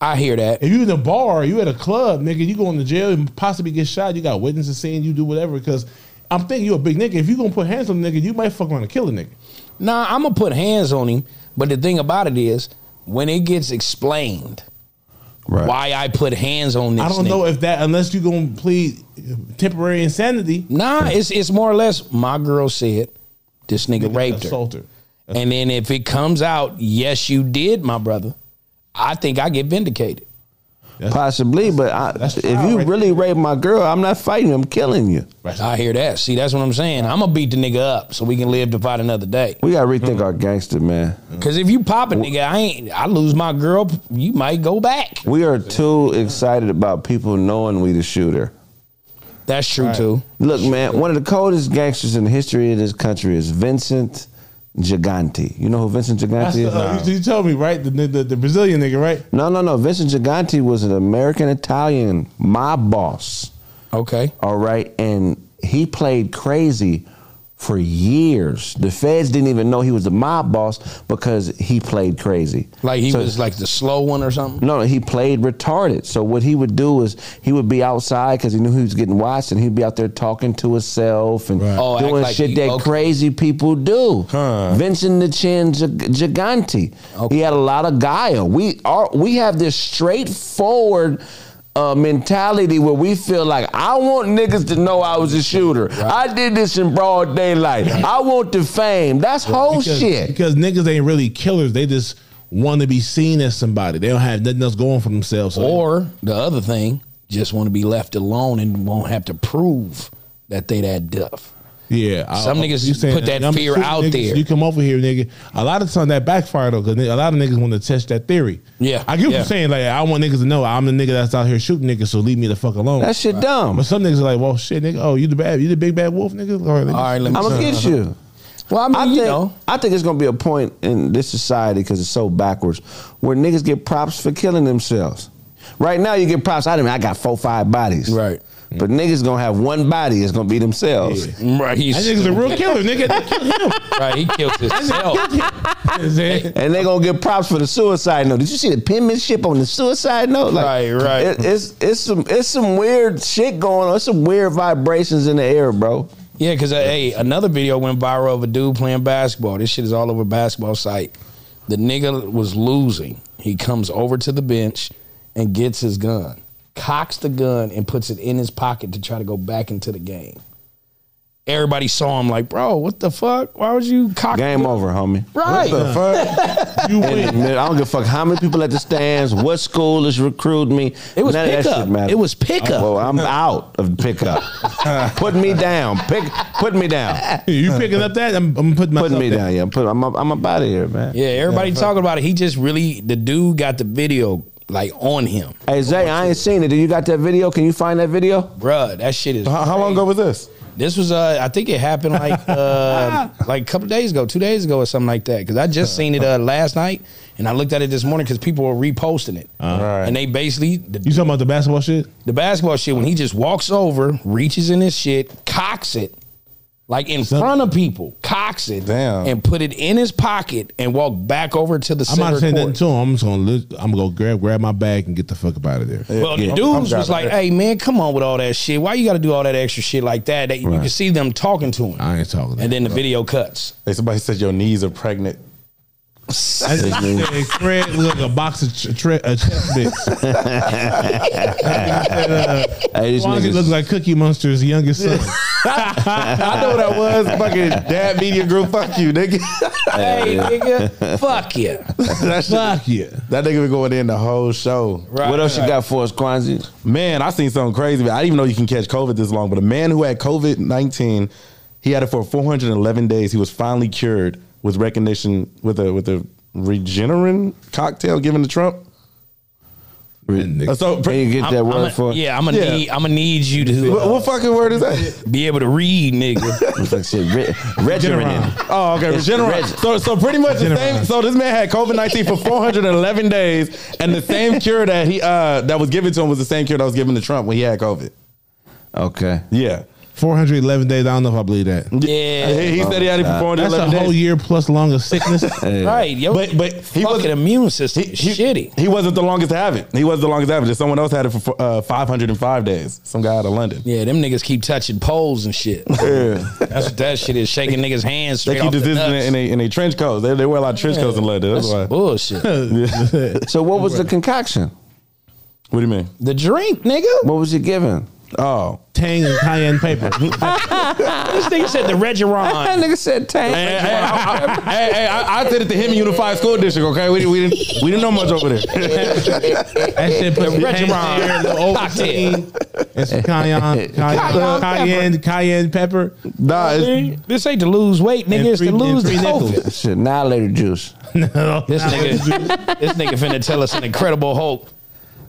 Speaker 2: I hear that.
Speaker 4: If you in a bar, you at a club, nigga, you going to jail and possibly get shot. You got witnesses seeing you do whatever. Because I'm thinking you a big nigga. If you gonna put hands on a nigga, you might fuck around and kill a nigga.
Speaker 2: Nah, I'm gonna put hands on him. But the thing about it is, when it gets explained,
Speaker 1: Right.
Speaker 2: why I put hands on this.
Speaker 4: I don't
Speaker 2: nigga.
Speaker 4: know if that unless you gonna plead temporary insanity.
Speaker 2: Nah, it's it's more or less. My girl said this nigga raped her.
Speaker 4: assault her.
Speaker 2: And then if it comes out, yes, you did, my brother. I think I get vindicated.
Speaker 1: Possibly, but I, if you really rape my girl, I'm not fighting you. I'm killing you.
Speaker 2: I hear that. See, that's what I'm saying. I'm gonna beat the nigga up so we can live to fight another day.
Speaker 1: We gotta
Speaker 4: Mm-hmm.
Speaker 1: rethink our gangster, man.
Speaker 2: Cause if you pop a nigga, I ain't. I lose my girl. You might go back.
Speaker 1: We are too excited about people knowing we the shooter.
Speaker 2: That's true too.
Speaker 1: Look, man, one of the coldest gangsters in the history of this country is Vincent Gigante. You know who Vincent
Speaker 4: That's
Speaker 1: Gigante
Speaker 4: the,
Speaker 1: is?
Speaker 4: uh, you, you told me right, the, the, the Brazilian nigga, right?
Speaker 1: No, no, no. Vincent Gigante was an American Italian mob boss.
Speaker 2: Okay.
Speaker 1: All right. And he played crazy for years. The feds didn't even know he was the mob boss because he played crazy.
Speaker 2: Like he
Speaker 1: So-
Speaker 2: was like the slow one or something.
Speaker 1: No, no, he played retarded. So what he would do is he would be outside because he knew he was getting watched, and he'd be out there talking to himself and
Speaker 2: Oh, act
Speaker 1: doing
Speaker 2: like
Speaker 1: shit
Speaker 2: he-
Speaker 1: that
Speaker 2: okay.
Speaker 1: crazy people do. Vincent the Chin Gig- Gigante. He had a lot of guile. We are we have this straightforward. Uh, mentality where we feel like I want niggas to know I was a shooter. I did this in broad daylight. I want the fame. That's whole
Speaker 4: because,
Speaker 1: shit.
Speaker 4: Because niggas ain't really killers. They just want to be seen as somebody. They don't have nothing else going for themselves. So
Speaker 2: Or the other thing, just want to be left alone and won't have to prove that they that duff.
Speaker 4: yeah,
Speaker 2: Some niggas
Speaker 4: you saying
Speaker 2: put that
Speaker 4: I'm
Speaker 2: fear
Speaker 4: shooting
Speaker 2: out
Speaker 4: niggas,
Speaker 2: there.
Speaker 4: You come over here, nigga. A lot of times that backfire though, because a lot of niggas want to test that theory.
Speaker 2: Yeah,
Speaker 4: I get what
Speaker 2: yeah.
Speaker 4: you're saying. Like I want niggas to know I'm the nigga that's out here shooting niggas, so leave me the fuck alone.
Speaker 1: That shit dumb.
Speaker 4: But some niggas are like, well, shit, nigga. Oh, you the bad, you the big bad wolf, nigga. All right,
Speaker 2: All right, let me-
Speaker 1: I'm gonna get you.
Speaker 2: Well, I mean,
Speaker 1: I
Speaker 2: you
Speaker 1: think
Speaker 2: know.
Speaker 1: I think it's gonna be a point in this society because it's so backwards where niggas get props for killing themselves. Right now, you get props. I mean, I got four, five bodies. Right. But niggas gonna have one body. It's gonna be themselves.
Speaker 2: Right, he's
Speaker 4: That nigga's a real killer, nigga. They killed him.
Speaker 2: <laughs> right. He killed himself.
Speaker 1: <laughs> And they gonna get props for the suicide note. Did you see the penmanship on the suicide note? Like,
Speaker 2: Right, right.
Speaker 1: it- it's it's some it's some weird shit going on. It's some weird vibrations in the air, bro.
Speaker 2: yeah, because uh, hey, another video went viral of a dude playing basketball. This shit is all over basketball site. The nigga was losing. He comes over to the bench and gets his gun, cocks the gun, and puts it in his pocket to try to go back into the game. Everybody saw him like, bro, what the fuck? Why would you cock?
Speaker 1: Game over, homie.
Speaker 2: Right.
Speaker 4: <laughs> You
Speaker 1: And
Speaker 4: win.
Speaker 1: I don't give a fuck how many people at the stands, what school is recruiting me.
Speaker 2: It was
Speaker 1: None of that
Speaker 2: pickup.
Speaker 1: shit matters.
Speaker 2: It was pickup.
Speaker 1: Well, I'm out of pickup.
Speaker 4: <laughs>
Speaker 1: put me down. Pick. Put me down.
Speaker 4: you picking up that? I'm, I'm putting myself
Speaker 1: Put me
Speaker 4: there.
Speaker 1: down. Yeah. I'm, put, I'm, up- I'm up out of here, man.
Speaker 2: Yeah, everybody talking about it. He just really the dude got the video like on him,
Speaker 1: Hey Zay, I ain't seen it. Do you got that video? Can you find that video?
Speaker 2: bruh. That shit is.
Speaker 4: Uh-huh.
Speaker 3: How, how long ago was this?
Speaker 2: This was uh, I think it happened like uh, like a couple days ago, two days ago or something like that. Because I just seen it uh, last night, and I looked at it this morning because people were reposting it, and they basically the,
Speaker 4: Uh-huh. You talking about the basketball shit?
Speaker 2: the basketball shit when he just walks over, reaches in his shit, cocks it. Like in front of people, cocks it,
Speaker 4: Damn.
Speaker 2: and put it in his pocket, and walk back over to the
Speaker 4: I'm not
Speaker 2: center
Speaker 4: saying
Speaker 2: court.
Speaker 4: nothing to him. I'm just gonna li- I'm gonna go grab grab my bag and get the fuck up out of there.
Speaker 2: Well, the dudes was like, "Hey man, come on with all that shit. Why you got to do all that extra shit like that?" That you
Speaker 3: Right.
Speaker 2: can see them talking to him.
Speaker 4: I ain't talking.
Speaker 2: And then the video cuts.
Speaker 3: Hey, somebody said your knees are
Speaker 2: <laughs>
Speaker 3: pregnant.
Speaker 4: <laughs> Hey, Fred look like a box of ch- tre- uh,
Speaker 2: <laughs>
Speaker 4: chest bits. <laughs>
Speaker 2: <laughs>
Speaker 1: Hey, this
Speaker 4: Wonky
Speaker 1: nigga's-
Speaker 4: looks like Cookie Monster's youngest son.
Speaker 3: <laughs> I know what that was. Fucking dad media group. Fuck you, nigga.
Speaker 2: Hey, nigga,
Speaker 3: <laughs>
Speaker 2: fuck you.
Speaker 3: fuck
Speaker 4: you.
Speaker 3: That nigga been going in the whole show.
Speaker 2: Right, What else you right. got
Speaker 3: for us, Kwanzaa? Man, I seen something crazy. I didn't even know you can catch COVID this long. But a man who had COVID nineteen, he had it for 411 days. He was finally cured with recognition with a with a regenerin cocktail given to Trump. Uh, so
Speaker 1: They get that word
Speaker 2: I'ma-
Speaker 1: for it.
Speaker 2: Yeah, I'm gonna
Speaker 1: Yeah.
Speaker 2: need. I'm gonna need you to.
Speaker 1: What- what
Speaker 3: fucking word is
Speaker 2: <laughs>
Speaker 3: that?
Speaker 2: Be able to read, nigga.
Speaker 1: <laughs> It's like shit. Re- Regeneron.
Speaker 3: Oh, okay.
Speaker 1: It's
Speaker 3: Regeneron.
Speaker 1: reg-
Speaker 3: so, so pretty much the same. So this man had COVID nineteen for 411 days, and the same cure that he uh that was given to him was the same cure that was given to Trump when he had COVID.
Speaker 1: Okay.
Speaker 3: Yeah.
Speaker 4: 411 days. I don't know if I believe that.
Speaker 2: Yeah.
Speaker 3: He, he said he had it for 411
Speaker 4: That's a
Speaker 3: days.
Speaker 4: whole year plus long of sickness.
Speaker 2: Right, yo.
Speaker 3: But but he was
Speaker 2: immune system. is shitty.
Speaker 3: He wasn't the longest to have it. He wasn't the longest to have it. Just someone else had it for uh, 505 days. Some guy out of London.
Speaker 2: Yeah, them niggas keep touching poles and shit.
Speaker 3: Yeah.
Speaker 2: That's what that shit is. Shaking niggas' hands
Speaker 3: They
Speaker 2: straight
Speaker 3: keep
Speaker 2: off the
Speaker 3: this in
Speaker 2: nuts.
Speaker 3: they in they trench coats. They, they wear a lot of trench coats in
Speaker 2: Yeah,
Speaker 3: London. That's,
Speaker 2: that's
Speaker 3: why
Speaker 1: bullshit. <laughs> so what was the concoction?
Speaker 3: What do you mean?
Speaker 2: The drink, nigga.
Speaker 1: What was it given?
Speaker 3: Oh,
Speaker 4: Tang and cayenne paper.
Speaker 2: this nigga said the Regeron.
Speaker 1: <laughs> That nigga said tank.
Speaker 3: Hey, hey, I- I- hey, hey, I, I did it to him Unified School District. Okay, we, we didn't we didn't know much over there.
Speaker 4: That shit put
Speaker 3: <laughs>
Speaker 2: The
Speaker 4: some Regeron.
Speaker 2: Regeron
Speaker 4: there, a little Ovaltine, and some <laughs> cayenne, cayenne, cayenne, cayenne pepper.
Speaker 3: Nah, it's,
Speaker 2: Nigga, This ain't to lose weight, nigga.
Speaker 4: And
Speaker 2: It's
Speaker 4: three-
Speaker 2: to
Speaker 4: and
Speaker 2: lose the
Speaker 4: three nickels.
Speaker 2: COVID.
Speaker 1: Shit, annihilator juice.
Speaker 4: No,
Speaker 2: This nigga, this nigga finna tell us an incredible hope.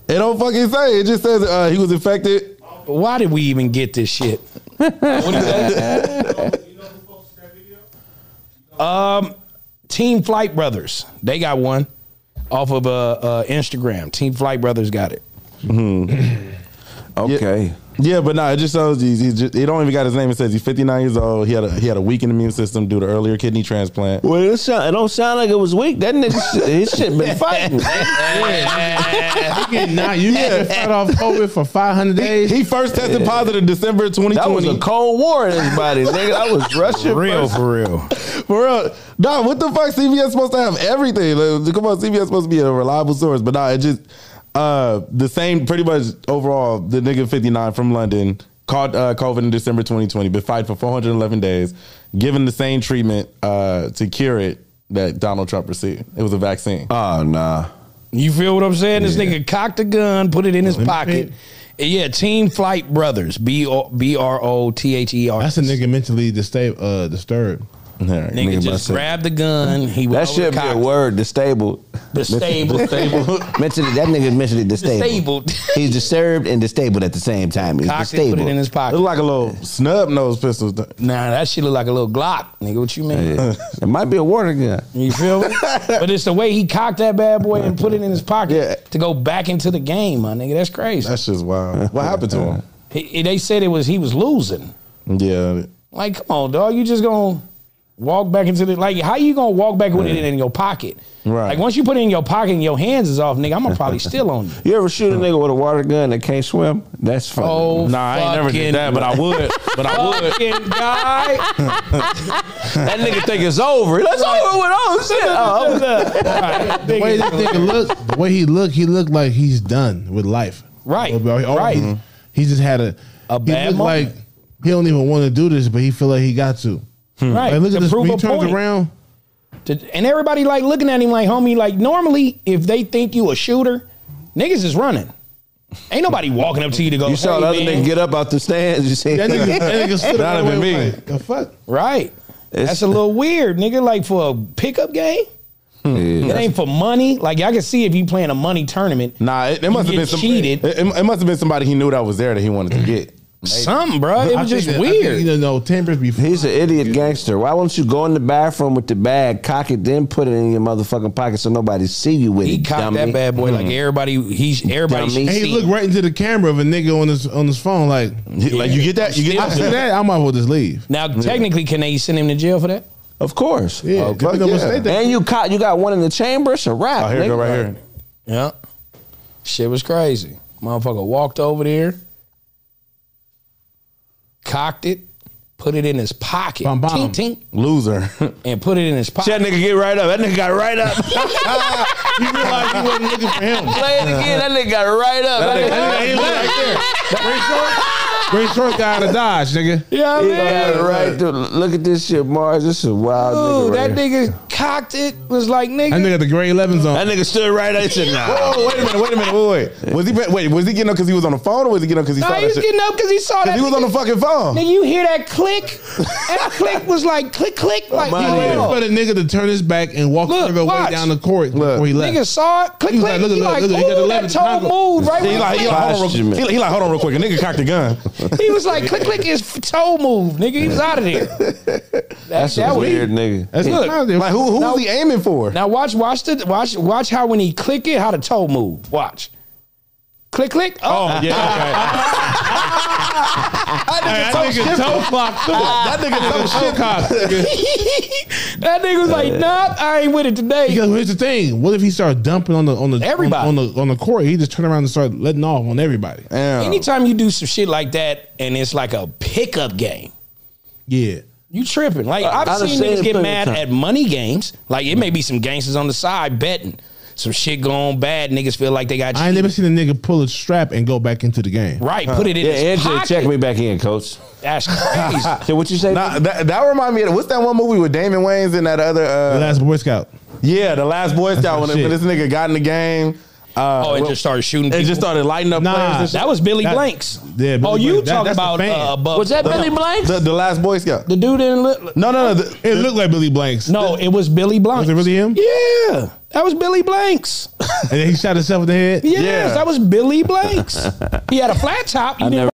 Speaker 3: it don't fucking say. It just says uh, he was infected.
Speaker 2: Why did we even get this shit?
Speaker 3: Hmm.
Speaker 2: <laughs> um, Team Flight Brothers, they got one off of uh, uh Instagram. Team Flight Brothers got it.
Speaker 1: Okay.
Speaker 3: Yeah, but no, it just shows he's, he's just, it don't even got his name. It says he's 59 years old. He had a, he had a weakened immune system due to earlier kidney transplant.
Speaker 1: Well, it, sound, it don't sound like it was weak. That nigga,
Speaker 2: <laughs>
Speaker 1: shit- his shit
Speaker 3: <laughs>
Speaker 1: been fighting.
Speaker 2: <laughs>
Speaker 4: You getting now? You getting fed off COVID for 500 days?
Speaker 3: He first tested positive December 2020.
Speaker 1: That was a cold war in his body, nigga. That
Speaker 3: <laughs>
Speaker 1: was Russian.
Speaker 2: Real for real.
Speaker 3: For real, nah. What the fuck? CVS supposed to have everything. Like, come on, CVS supposed to be a reliable source, but nah. It just uh, the same, pretty much overall. The nigga fifty nine from London caught uh, COVID in December twenty twenty, but fight for four hundred eleven days, given the same treatment uh, to cure it that Donald Trump received. It was a vaccine.
Speaker 1: Oh nah.
Speaker 2: You feel what I'm saying? This nigga cocked a gun, put it in his pocket. Yeah, Team Flight Brothers, B O B R O T H E R.
Speaker 4: That's a nigga mentally distab- uh, disturbed.
Speaker 3: Nigga
Speaker 2: Nigga just grabbed the gun. He
Speaker 1: That
Speaker 2: was
Speaker 1: should be a
Speaker 2: overcocked.
Speaker 1: word. Distable.
Speaker 2: Distable.
Speaker 1: Distable. mentally, that nigga mentally disabled.
Speaker 2: Disabled.
Speaker 1: He's disturbed and disabled at the same time. He's
Speaker 2: Cocked it,
Speaker 1: disabled.
Speaker 2: put it in his
Speaker 3: It
Speaker 2: pocket.
Speaker 3: looked like a little snub nose pistol.
Speaker 2: Nah, that shit look like a little Glock, nigga. What you mean?
Speaker 1: Yeah. it might be a water gun.
Speaker 2: You
Speaker 1: <laughs>
Speaker 2: feel me? but it's the way he cocked that bad boy and put it in his pocket to go back into the game, my nigga. That's crazy.
Speaker 3: That's just wild. What happened to him?
Speaker 2: <laughs> He- he- they said it was he was losing.
Speaker 3: Yeah.
Speaker 2: Like, come on, dog. You just gonna walk back into the like? How you gonna walk back with it in your pocket?
Speaker 3: Right.
Speaker 2: Like once you put it in your pocket and your hands is off, nigga, I'm
Speaker 1: <laughs>
Speaker 2: gonna probably steal on you.
Speaker 1: You ever shoot a nigga with a water gun that can't swim? That's funny.
Speaker 2: Oh,
Speaker 3: Nah, I ain't never
Speaker 2: fucking-
Speaker 3: did that, but I would. But
Speaker 4: <laughs>
Speaker 3: I
Speaker 1: <laughs>
Speaker 3: would.
Speaker 2: Fucking guy.
Speaker 1: That nigga think it's over. That's over with all
Speaker 2: <laughs>
Speaker 1: this shit. Oh,
Speaker 4: The way this <laughs> nigga look, the way he look, he looked like he's done with life.
Speaker 2: Right,
Speaker 4: Or- or- or
Speaker 2: right.
Speaker 4: oh, He, he just had a
Speaker 2: A bad
Speaker 4: He looked
Speaker 2: moment.
Speaker 4: like he don't even want to do this, but he feel like he got to.
Speaker 2: Right.
Speaker 4: Like, look
Speaker 2: to
Speaker 4: at this.
Speaker 2: prove
Speaker 4: When he
Speaker 2: a
Speaker 4: turns
Speaker 2: point.
Speaker 4: around.
Speaker 2: To- and everybody like looking at him like, homie, like normally if they think you a shooter, niggas is running. Ain't nobody walking up to you to go.
Speaker 1: you saw
Speaker 2: "Hey,
Speaker 1: the other
Speaker 2: man."
Speaker 1: nigga get up out the stands. You see,
Speaker 4: That nigga, that
Speaker 1: <laughs>
Speaker 4: nigga stood
Speaker 3: That'd have
Speaker 4: up
Speaker 3: been
Speaker 4: and
Speaker 3: me.
Speaker 4: went like, the fuck.
Speaker 2: Right. That's a little weird, nigga. Like for a pickup game,
Speaker 1: Hmm.
Speaker 2: it ain't for money. Like y'all can see if you playing a money tournament.
Speaker 3: Nah, it, it must have
Speaker 2: get
Speaker 3: been some,
Speaker 2: cheated.
Speaker 3: It, it- it must have been somebody he knew that was there that he wanted to get.
Speaker 2: Something, bro. It
Speaker 4: I think
Speaker 2: was just
Speaker 4: that- I think,
Speaker 2: weird.
Speaker 4: you know, no, ten years before.
Speaker 1: He's an idiot gangster. Why won't you go in the bathroom with the bag, cock it, then put it in your motherfucking pocket so nobody see you with it?
Speaker 2: He copped that
Speaker 1: dummy?
Speaker 2: bad boy like
Speaker 1: Mhm.
Speaker 2: everybody. He's everybody.
Speaker 4: And he
Speaker 2: seen.
Speaker 4: looked right into the camera of a nigga on his on his phone, like,
Speaker 2: like, you get that? You get
Speaker 4: I
Speaker 2: that?
Speaker 4: see that. I might as well just leave.
Speaker 2: Now, technically, can they send him to jail for that?
Speaker 1: Of course.
Speaker 4: Yeah,
Speaker 1: Oh, fuck
Speaker 4: you know,
Speaker 1: yeah.
Speaker 4: mistake that-
Speaker 1: And you caught, you got one in the chamber. It's a wrap.
Speaker 2: Oh, here it
Speaker 1: nigga.
Speaker 2: go right here. Yeah. Shit was crazy. Motherfucker walked over there, cocked it, put it in his pocket.
Speaker 3: Bum, bum.
Speaker 2: Tink,
Speaker 4: <laughs>
Speaker 3: Loser.
Speaker 2: tink, and put it in his pocket.
Speaker 3: That nigga get right up. <laughs> That nigga got right up.
Speaker 4: you realize you wasn't looking for him.
Speaker 1: Play it again. That nigga got right up. <laughs>
Speaker 4: That nigga- that nigga- he looked right there. Great short guy in a Dodge, nigga.
Speaker 2: Yeah,
Speaker 1: He
Speaker 2: man.
Speaker 1: got right there. Look at this shit, Mars. This is a wild
Speaker 2: Ooh,
Speaker 1: nigga.
Speaker 2: that
Speaker 1: right here.
Speaker 2: nigga cocked it. Was like, nigga.
Speaker 4: That nigga had the gray 11s on.
Speaker 1: That nigga stood right at you.
Speaker 3: Whoa, whoa, wait a minute, wait a minute, wait, wait. Was he wait? Was he getting up because he was on the phone, or was he getting up because he
Speaker 2: Nah,
Speaker 3: saw
Speaker 2: he
Speaker 3: that
Speaker 2: was
Speaker 3: shit?
Speaker 2: getting up because he saw
Speaker 3: 'Cause
Speaker 2: that.
Speaker 3: he was on the fucking phone.
Speaker 2: Nigga, you hear that click? that click was like click, click, like.
Speaker 4: He
Speaker 2: yo.
Speaker 4: waited for the nigga to turn his back and walk
Speaker 2: Look,
Speaker 4: the way
Speaker 2: watch.
Speaker 4: down the court before he left.
Speaker 2: Nigga saw it. Click,
Speaker 4: He was like,
Speaker 2: click.
Speaker 4: look,
Speaker 2: he
Speaker 4: look,
Speaker 2: like,
Speaker 4: look, he got the
Speaker 2: ooh, that
Speaker 4: legs
Speaker 2: toe
Speaker 4: toggle.
Speaker 2: moved right
Speaker 3: He
Speaker 2: when
Speaker 3: like, he
Speaker 2: click.
Speaker 3: like, hold on real,
Speaker 1: Posture,
Speaker 3: he, he like, hold on real quick. A nigga cocked a gun.
Speaker 2: He was like, click, click, his f- toe moved, nigga. He was out of there.
Speaker 3: <laughs>
Speaker 1: That's a
Speaker 2: that was-
Speaker 1: weird nigga.
Speaker 4: That's
Speaker 1: Yeah.
Speaker 4: look,
Speaker 3: Like, who, who was he aiming for?
Speaker 2: Now watch, watch the watch, watch how when he click it, how the toe move. Watch. Click, click. Oh,
Speaker 3: yeah.
Speaker 4: That nigga toe clock. That nigga toe shit cop.
Speaker 2: <laughs> that nigga was like, nah, I ain't with it today.
Speaker 4: Because here's the thing: what if he started dumping on the on the
Speaker 2: Everybody.
Speaker 4: on, the on the court? He just turned around and started letting off on everybody.
Speaker 3: Damn.
Speaker 2: Anytime you do some shit like that, and it's like a pickup game.
Speaker 4: Yeah,
Speaker 2: You tripping. Like I've
Speaker 1: I done
Speaker 2: seen
Speaker 1: seen
Speaker 2: niggas
Speaker 1: it
Speaker 2: get
Speaker 1: plenty
Speaker 2: mad
Speaker 1: of times.
Speaker 2: at money games. Like it may be some gangsters on the side betting. Some shit going bad. Niggas feel like they got
Speaker 4: I ain't never seen a nigga pull a strap and go back into the game.
Speaker 2: right. Put it in
Speaker 1: Yeah,
Speaker 2: his
Speaker 1: Angela,
Speaker 2: pocket.
Speaker 1: check me back in, coach.
Speaker 2: That's crazy.
Speaker 1: So what you say?
Speaker 3: Nah, that, that remind me of what's that one movie with Damon Wayans and that other?
Speaker 4: The
Speaker 3: Uh,
Speaker 4: last Boy Scout.
Speaker 3: yeah, the last Boy Scout when,
Speaker 4: my
Speaker 3: when this
Speaker 4: shit.
Speaker 3: nigga got in the game. Uh,
Speaker 2: oh, and just started shooting.
Speaker 3: it
Speaker 2: people.
Speaker 3: just started lighting up
Speaker 4: Nah.
Speaker 3: players. And shit.
Speaker 2: That was Billy
Speaker 4: That-
Speaker 2: Blanks.
Speaker 4: Yeah, Billy
Speaker 2: oh, you
Speaker 4: Blanks. That-
Speaker 2: talking
Speaker 4: that's the
Speaker 2: about
Speaker 4: fan.
Speaker 2: uh, above?
Speaker 1: Was that Billy Blanks?
Speaker 3: The, the last Boy Scout.
Speaker 2: the dude in? Li-
Speaker 3: No, no, no. the-
Speaker 4: It looked like Billy Blanks.
Speaker 2: no, it was Billy
Speaker 4: Was
Speaker 2: Blanks.
Speaker 4: it really him?
Speaker 2: Yeah, that was Billy Blanks. <laughs>
Speaker 4: And then he shot himself in the head.
Speaker 2: Yes,
Speaker 3: Yeah.
Speaker 2: that was Billy Blanks. he had a flat top. You didn't
Speaker 1: never-